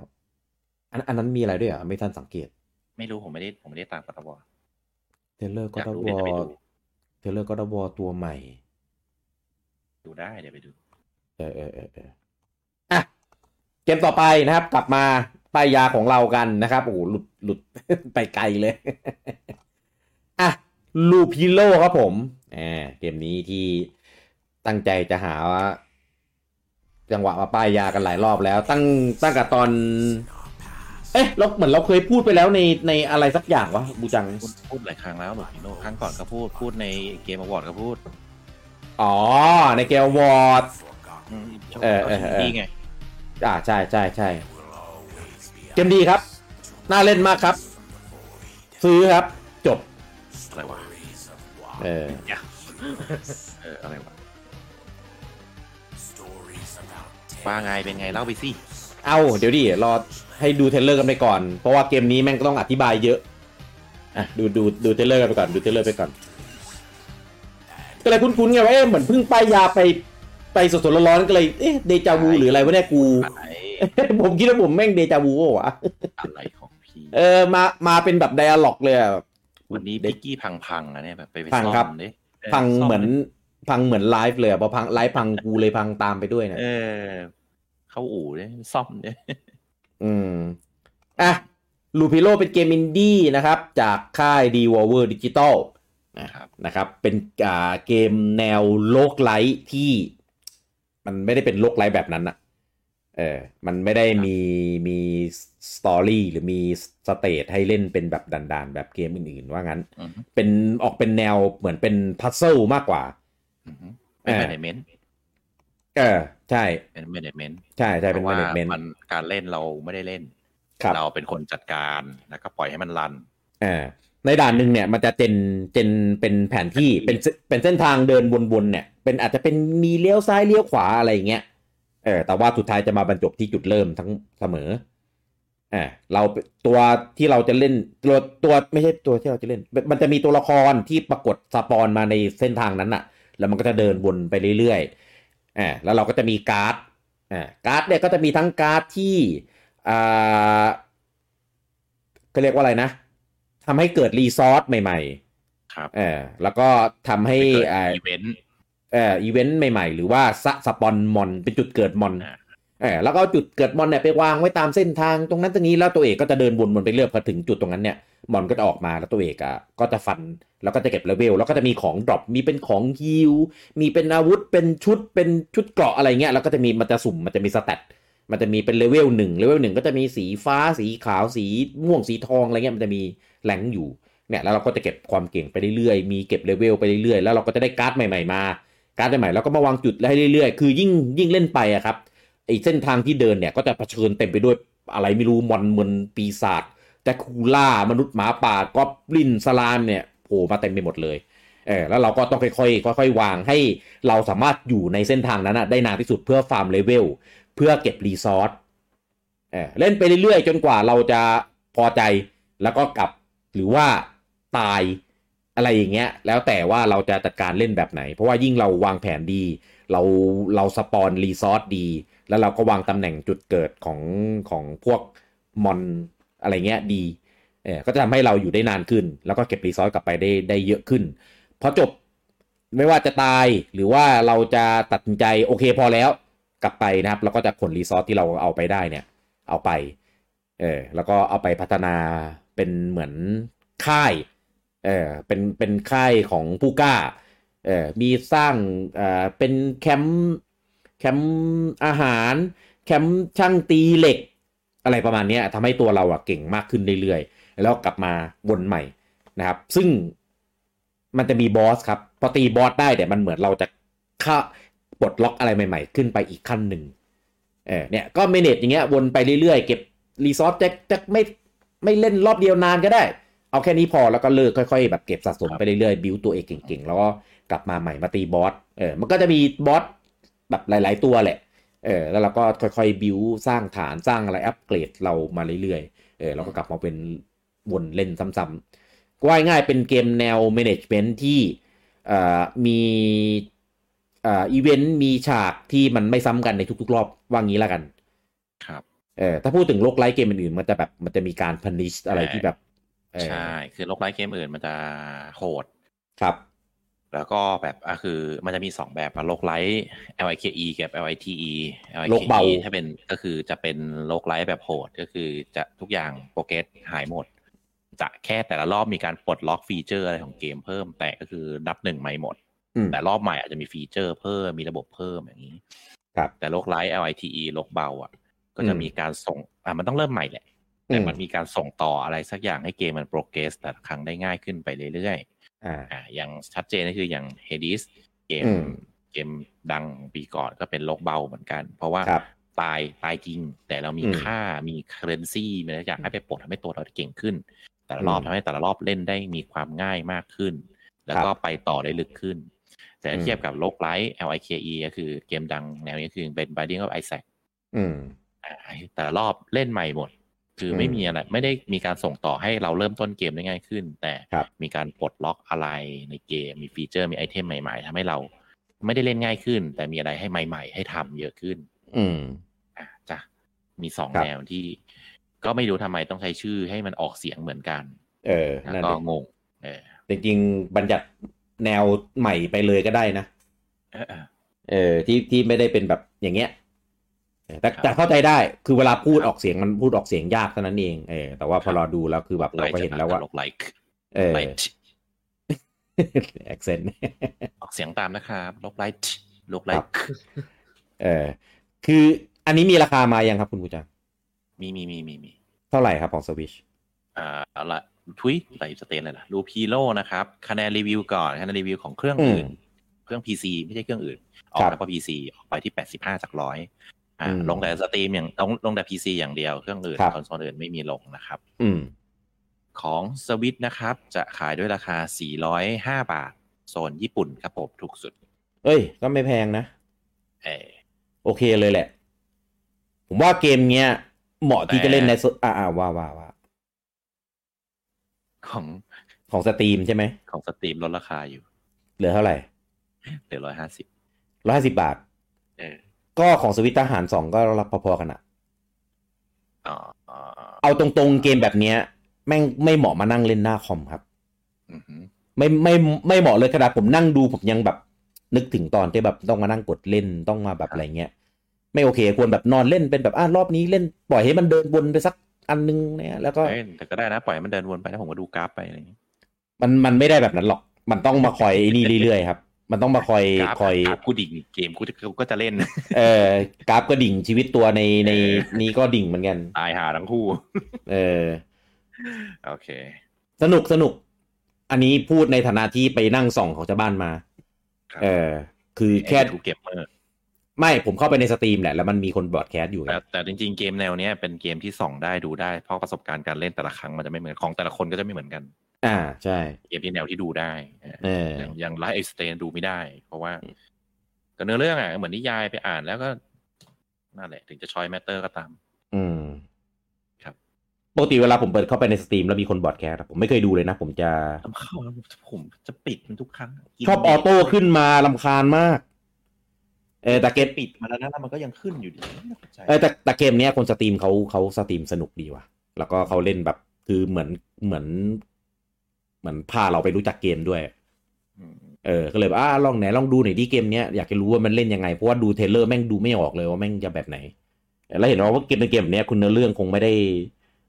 Speaker 1: อันอันนั้นมีอะไรด้วยเหรอ่ะ ไม่ทันสังเกต
Speaker 2: ไม่รู้ผมไม่ได้ผมไม่ได้ตามกตวอ
Speaker 1: เทรลเลอร์ก็
Speaker 2: อยาก
Speaker 1: ต
Speaker 2: รู้
Speaker 1: ว
Speaker 2: เดี๋ยวจะไปดู
Speaker 1: เทรลเลอร์ก็ตวตัวใหม่
Speaker 2: ดูได้เดี๋ยวไปดู
Speaker 1: เออเออเออเอออ่ะ เกมต่อไปนะครับ กลับมาป้ายยาของเรากันนะครับ โอ้โหหลุดหลุด [laughs] ไปไกลเลย [laughs] อ่ะลูพิโลครับผมอ่าเกมนี้ที่ตั้งใจจะหาว่าจังหวะมาป้ายยากันหลายรอบแล้ว ตั้งตั้งแต่ตอน เอ๊ะเราเหมือนเราเคยพูดไปแล้วในในอะไรสักอย่างวะบูจัง
Speaker 2: พูดพูดหลายครั้งแล้วหนูพิโนครั้งก่อนก็พูดพูดในเกมอวอร์ดก็พูด
Speaker 1: อ๋อ ในเกมวอร์ด เออเออเออ
Speaker 2: ดีไง
Speaker 1: อ่าใช่ใช่ใช่เกมดีครับ น่าเล่นมากครับ ซื้อครับ จบ
Speaker 2: อะไรวะ
Speaker 1: เออ
Speaker 2: เอออะไรวะว่าไงเป็นไงเล่าไปสิ
Speaker 1: เอาเดี๋ยวดิรอให้ดูเทรลเลอร์กันไปก่อน เพราะว่าเกมนี้แม่งก็ต้องอธิบายเยอะ อ่ะ ดูดูดูเทรลเลอร์กันไปก่อน ดูเทรลเลอร์ไปก่อน ก็เลยคุ้นๆไงว่าเอ๊ะเหมือนเพิ่งป้ายยาไปไปสดๆร้อนๆก็เลยเอ๊ะเดจาวูหรืออะไรวะเนี่ยกู [laughs]
Speaker 2: อะไร
Speaker 1: ผมคิดว่าผมแม่งเดจาวูเปล่าวะ
Speaker 2: อะไรของพี่
Speaker 1: เออมามาเป็นแบบไดอะล็อกเลยอะ
Speaker 2: วันนี้พิกกี้พังพังๆอะเนี่ยแบบไปไป
Speaker 1: พัง
Speaker 2: ซ่อ
Speaker 1: ครับ
Speaker 2: มดิ
Speaker 1: พัง
Speaker 2: ซ่
Speaker 1: เหมือน
Speaker 2: ดิ
Speaker 1: พังเหมือนไลฟ์เลยอะพอพังไลฟ์พังกูเลยพังตามไปด้วยเนะ
Speaker 2: เออ เข้าอู่เนี่ยซ่อมเนี่ย
Speaker 1: อืม อ่ะ ลูพิโลเป็นเกมอินดี้นะครับ จากค่าย d w o w e r Digital
Speaker 2: ครับ
Speaker 1: นะครับ เป็นอ่าเกมแนวโลกไลท์ที่ มันไม่ได้เป็นโลกไลท์แบบนั้นอะเออ มันไม่ได้มีมีสตอรี่หรือมีสเตทให้เล่นเป็นแบบด่านๆ แบบเกมอื่นๆ ว่างั้น
Speaker 2: อือฮึ
Speaker 1: เป็นออกเป็นแนวเหมือนเป็นพัซเซิลมากกว่า
Speaker 2: อือฮึเป็น
Speaker 1: อ่า
Speaker 2: แมเนจเมนต์
Speaker 1: เออ ใช่
Speaker 2: เป็นแมเนจเมนต์
Speaker 1: ใช่ใช่
Speaker 2: เพ
Speaker 1: เป็น
Speaker 2: ราะ
Speaker 1: แม
Speaker 2: ว่า
Speaker 1: เนจเมนต์
Speaker 2: มันการเล่นเราไม่ได้เล่น
Speaker 1: ครับ
Speaker 2: เราเป็นคนจัดการแล้วก็ปล่อยให้มันรัน
Speaker 1: อ่าในด่านหนึ่งเนี่ยมันจะเจนเจนเป็นแผนที่เป็นเสเป็นเส้นทางเดินวนๆเนี่ย เป็นอาจจะเป็นมีเลี้ยวซ้ายเลี้ยวขวาอะไรอย่างเงี้ยเออแต่ว่าสุดท้ายจะมาบรรจบที่จุดเริ่มทั้งเสมออ่าเราตัวที่เราจะเล่นตัวตัวไม่ใช่ตัวที่เราจะเล่น มันจะมีตัวละครที่ปรากฏสปอนมาในเส้นทางนั้นอะแล้วมันก็จะเดินวนไปเรื่อยๆอ่าแล้วเราก็จะมีการ์ดอ่าการ์ดเนี่ยก็จะมีทั้งการ์ดที่อ่า ก็เรียกว่าอะไรนะทำให้เกิดรีซอสใหม่
Speaker 2: ครับ
Speaker 1: ๆ เออ แล้วก็ทำให้
Speaker 2: เกิด
Speaker 1: เอ่อ
Speaker 2: อีเวนต์
Speaker 1: เอ่ออีเวนต์ใหม่ๆ หรือว่าสะสปอนมอน เป็นจุดเกิดมอน
Speaker 2: อ่า
Speaker 1: เออแล้วก็เอาจุดเกิดบอลเนี่ยไปวางไว้ตามเส้นทางตรงนั้นตรงนี้แล้วตัวเอกก็จะเดินวนวนไปเรื่อยพอถึงจุดตรงนั้นเนี่ยบอลก็จะออกมาแล้วตัวเอกอ่ะก็จะฟันแล้วก็จะเก็บเลเวลแล้วก็จะมีของดรอปมีเป็นของฮิวมีเป็นอาวุธเป็นชุดเป็นชุดเกราะอะไรเงี้ยแล้วก็จะมีมันจะสุ่มมันจะมีสแตทมันจะมีเป็นเลเวลหนึ่งเลเวลหนึ่งก็จะมีสีฟ้าสีขาวสีม่วงสีทองอะไรเงี้ยมันจะมีแหลงอยู่เนี่ยแล้วเราก็จะเก็บความเก่งไปเรื่อยๆมีเก็บเลเวลไปเรื่อยๆแล้วเราก็จะได้การ์ดใหม่ๆมา การ์ดใหม่ๆแล้วก็มาวางจุดให้เรื่อยๆ คือยิ่งยิ่งเล่นไปอะครับ ไอ้เส้นทางที่เดินเนี่ยก็จะเผชิญเต็มไปด้วยอะไรไม่รู้มอนมนปีศาจแดร็กคูล่ามนุษย์หมาป่ากอบลินสลามเนี่ยโผล่มาเต็มไปหมดเลยเออแล้วเราก็ต้องค่อยๆค่อยๆวางให้เราสามารถอยู่ในเส้นทางนั้นอะได้นานที่สุดเพื่อฟาร์มเลเวลเพื่อเก็บรีซอสเออเล่นไปเรื่อยๆ จนกว่าเราจะพอใจแล้วก็กลับหรือว่าตายอะไรอย่างเงี้ยแล้วแต่ว่าเราจะจัดการเล่นแบบไหน เพราะว่ายิ่งเราวางแผนดี เราเราสปอนรีซอสดี แล้วเราก็วางตำแหน่งจุดเกิดของของพวกมอนอะไรเงี้ยดีเออก็จะทำให้เราอยู่ได้นานขึ้น แล้วก็เก็บรีซอสกลับไปได้ได้เยอะขึ้นพอจบไม่ว่าจะตายหรือว่าเราจะตัดสินใจโอเคพอแล้วกลับไปนะครับ แล้วก็จะขนรีซอสที่เราเอาไปได้เนี่ย เอาไปเออแล้วก็เอาไปพัฒนาเป็นเหมือนค่ายเออเป็นเป็นค่ายของผู้กล้า เอ่อมีสร้างเอ่อเป็นแคมป์แคมป์อาหาร แคมป์ช่างตีเหล็ก อะไรประมาณเนี้ยทำให้ตัวเราอะเก่งมากขึ้นเรื่อยๆ แล้วกลับมาวนใหม่นะครับ ซึ่งมันจะมีบอสครับ พอตีบอสได้เนี่ยมันเหมือนเราจะค่าปลดล็อกอะไรใหม่ๆ ขึ้นไปอีกขั้นหนึ่งเออเนี่ยก็เมเนจอย่างเงี้ยวนไปเรื่อยๆ เก็บรีซอสจะจะไม่ไม่เล่นรอบเดียวนานก็ได้ เอาแค่นี้พอแล้วก็เลิกค่อยๆ แบบเก็บสะสมไปเรื่อยๆ บิวตัวเองเก่งๆ แล้วก็กลับมาใหม่มาตีบอส เออ มันก็จะมีบอสแบบหลาย ๆ ตัวแหละ เออ แล้วเราก็ค่อยๆ บิวสร้างฐานสร้างอะไรอัปเกรดเรามาเรื่อยๆ เออเราก็กลับมาเป็นวนเล่นซ้ำๆก็ว่าง่ายๆเป็นเกมแนว management ที่เอ่อมีเอ่ออีเวนต์มีฉากที่มันไม่ซ้ำกันในทุกๆ รอบว่างี้แล้วกัน
Speaker 2: ครับ
Speaker 1: เออถ้าพูดถึงโลกไลท์เกมอื่นๆมันจะแบบมันจะมีการ punish อะไรที่แบบเออ
Speaker 2: ใช่ คือโลกไลท์เกมอื่นมันจะโหด
Speaker 1: ครับ
Speaker 2: แล้วก็แบบอ่ะคือมันจะมีสองแบบอะโลกไลท์ LIKE กับ LITE
Speaker 1: โลกเบา
Speaker 2: ถ้าเป็นก็คือจะเป็นโลกไลท์แบบโหดก็คือจะทุกอย่างโปรเกรสหายหมด จะแค่แต่ละรอบมีการปลดล็อกฟีเจอร์อะไรของเกมเพิ่มแต่ก็คือนับหนึ่งใหม่หมด
Speaker 1: อืม
Speaker 2: แต่รอบใหม่อาจจะมีฟีเจอร์เพิ่มมีระบบเพิ่มอย่างนี้
Speaker 1: ครับ
Speaker 2: แต่โลกไลท์ LITE โลกเบาอ่ะ ก็จะ
Speaker 1: อืม
Speaker 2: มีการส่งอ่ะมันต้องเริ่มใหม่แหละ แต่มันมีการส่งต่ออะไรสักอย่างให้เกมมันโปรเกรสแต่ละครั้งได้ง่ายขึ้นไปเรื่อยๆ
Speaker 1: อ่า
Speaker 2: อ่าอย่างชัดเจนก็คืออย่าง Hades เกม
Speaker 1: อืม
Speaker 2: เกมดังปีก่อนก็เป็นโลกเบาเหมือนกัน เพราะว่า
Speaker 1: ครับ
Speaker 2: ตายตายจริง แต่เรามี
Speaker 1: อืม
Speaker 2: ค่ามีเคเรนซีมีอะไรอย่างให้ไปปลดทำให้ตัวเราเก่งขึ้น แต่ละรอบ
Speaker 1: อืม
Speaker 2: ทำให้แต่ละรอบเล่นได้มีความง่ายมากขึ้น แล้วก็ไปต่อได้ลึกขึ้น แต่
Speaker 1: อืม
Speaker 2: เทียบกับโลกไลท์ LIKE ก็คือเกมดังแนวนี้คือเป็น Binding of Isaac
Speaker 1: อืม
Speaker 2: อ่าแต่ละรอบเล่นใหม่หมด คือไม่
Speaker 1: อืม
Speaker 2: มีอะไรไม่ได้มีการส่งต่อให้เราเริ่มต้นเกมได้ง่ายขึ้น แต่
Speaker 1: ครับ
Speaker 2: มีการปลดล็อกอะไรในเกมมีฟีเจอร์มีไอเทมใหม่ๆทำให้เราไม่ได้เล่นง่ายขึ้น แต่มีอะไรให้ใหม่ๆ ให้ทำเยอะขึ้นอ่ะจ้ะมีสอง
Speaker 1: ครับ
Speaker 2: แนวที่ ก็ไม่รู้ทำไมต้องใช้ชื่อให้มันออกเสียงเหมือนกัน
Speaker 1: เออ
Speaker 2: แล้ว
Speaker 1: นั่น
Speaker 2: ก็
Speaker 1: ดิ
Speaker 2: งงเออ
Speaker 1: จริงๆบัญญัติแนวใหม่ไปเลยก็ได้นะ
Speaker 2: เออเออ
Speaker 1: เออที่ที่ไม่ได้เป็นแบบอย่างเงี้ยเออแต่
Speaker 2: ครับ
Speaker 1: แต่เข้าใจได้คือเวลาพูด
Speaker 2: ครับ
Speaker 1: ออกเสียงมันพูดออกเสียงยากเท่านั้นเองเออแต่ว่าพอเราดูแล้วคือแบบเราก็เห็นแล้วว่า
Speaker 2: โลกไลค์
Speaker 1: เออ
Speaker 2: ไลท์
Speaker 1: [laughs] accent
Speaker 2: ออกเสียงตามนะครับโลกไลท์โลกไล
Speaker 1: ครับ
Speaker 2: ค์
Speaker 1: เออคืออันนี้มีราคามายังครับคุณผู้จัง
Speaker 2: มีมีมีมีมี
Speaker 1: เท่าไหร่ครับของสวิช
Speaker 2: อ่าเอาละทุยไหลสเตนเลยล่ะรูพีโลนะครับคะแนนรีวิวก่อนคะแนนรีวิวของเครื่อง
Speaker 1: อืม
Speaker 2: อื่น เครื่อง PC ไม่ใช่เครื่องอื่น ออก
Speaker 1: ครับ
Speaker 2: แล้วก็ PC ออกไปที่ 85 จากร้อยอ่า
Speaker 1: อืม
Speaker 2: ลงแต่สตรีมอย่างลงลงแต่ PC อย่างเดียวเครื่องอื่น
Speaker 1: ครับ
Speaker 2: คอนโซลอื่นไม่มีลงนะครับ
Speaker 1: อืม
Speaker 2: ของสวิตนะครับ จะขายด้วยราคา 405 บาท โซนญี่ปุ่นครับผมถูกสุด
Speaker 1: เอ้ย ก็ไม่แพงนะ
Speaker 2: เออ
Speaker 1: โอเคเลยแหละ ผมว่าเกมเนี้ย เหมาะที่จะเล่นในโซอ่าอ่าว่าว่าว่า
Speaker 2: ของ
Speaker 1: ของสตรีมใช่ไหม
Speaker 2: ของสตรีมลดราคาอยู่
Speaker 1: เหลือเท่าไหร่
Speaker 2: เหลือ 150
Speaker 1: ร้อยห้าสิบบาท
Speaker 2: เออ
Speaker 1: ก็ของสวิตทหารสองก็รับพอๆกันอะ
Speaker 2: อ๋ออ๋ออ๋อ
Speaker 1: เอาตรงๆเกมแบบเนี้ย แม่งไม่เหมาะมานั่งเล่นหน้าคอมครับ
Speaker 2: อือหือ
Speaker 1: ไม่ไม่ไม่เหมาะเลยขนาดผมนั่งดูผมยังแบบนึกถึงตอนที่แบบต้องมานั่งกดเล่นต้องมาแบบอะไรเงี้ย ไม่โอเค ควรแบบนอนเล่นเป็นแบบอ่ะรอบนี้เล่นปล่อยให้มันเดินวนไปสักอันนึงเนี่ยแล้วก็
Speaker 2: เอ้ยแต่ก็ได้นะ ปล่อยให้มันเดินวนไปแล้วผมก็ดูกราฟไปอะไรอย่างงี้
Speaker 1: มันมันไม่ได้แบบนั้นหรอก มันต้องมาค
Speaker 2: [laughs]
Speaker 1: อยไอ้นี่เรื่อยๆครับ มันต้องมาคอย
Speaker 2: กราฟ
Speaker 1: คอย
Speaker 2: กราฟกูดิ่งเกมกูจะกูก็จะเล่น [laughs]
Speaker 1: เอ่อกราฟก็ดิ่งชีวิตตัวในในนี้ก็ดิ่งเหมือนกัน
Speaker 2: ตายหาทั้งคู่
Speaker 1: เออ
Speaker 2: โอเค
Speaker 1: สนุกสนุก อันนี้พูดในฐานะที่ไปนั่งส่องของชาวบ้านมา
Speaker 2: ครับ
Speaker 1: เออ คือแค่
Speaker 2: ทูเกมเมอร์
Speaker 1: ไม่ผมเข้าไปในสตรีมแหละ แล้วมันมีคนบอดแคสต์อยู่ไง
Speaker 2: แต่แต่จริง ๆ เกมแนวเนี้ยเป็นเกมที่ส่องได้ดูได้เพราะประสบการณ์การเล่นแต่ละครั้งมันจะไม่เหมือนของแต่ละคนก็จะไม่เหมือนกัน
Speaker 1: อ่า ใช่
Speaker 2: เกมที่แนวที่ดูได้เออ
Speaker 1: เออ
Speaker 2: อย่างอย่างไลฟ์เอ็กซ์เตนดูไม่ได้ เพราะว่าก็เนื้อเรื่องอ่ะเหมือนนิยายไปอ่านแล้วก็นั่นแหละ ถึงจะชอยแมตเตอร์ก็ตาม
Speaker 1: อืม
Speaker 2: ครับ
Speaker 1: ปกติเวลาผมเปิดเข้าไปในสตรีมแล้วมีคนบอดแคสต์อะผมไม่เคยดูเลยนะ ผมจะ
Speaker 2: ทำเข้าแล้วผมจะปิดมันทุกครั้ง
Speaker 1: ชอบออโต้ขึ้นมาลำคาญมาก เออแต่เก
Speaker 2: เก
Speaker 1: ม
Speaker 2: มปิดมาแล้วนะแล้วมันก็ยังขึ้นอยู่ดีไม่เข้าใจ
Speaker 1: เออแต่แต่เกมเนี้ยคนสตรีมเขาเขาสตรีมสนุกดีว่ะ แล้วก็เขาเล่นแบบคือเหมือนเหมือน เหมือนพาเราไปรู้จักเกมด้วย
Speaker 2: อืม
Speaker 1: เออ ก็เลยแบบอ่าลองไหนลองดูหน่อยดิเกมเนี้ยอยากจะรู้ว่ามันเล่นยังไง เพราะว่าดูเทรลเลอร์แม่งดูไม่ออกเลยว่าแม่งจะแบบไหน แล้วเห็นว่าเกมในเกมแบบเนี้ยคุณเนื้อเรื่องคงไม่ได้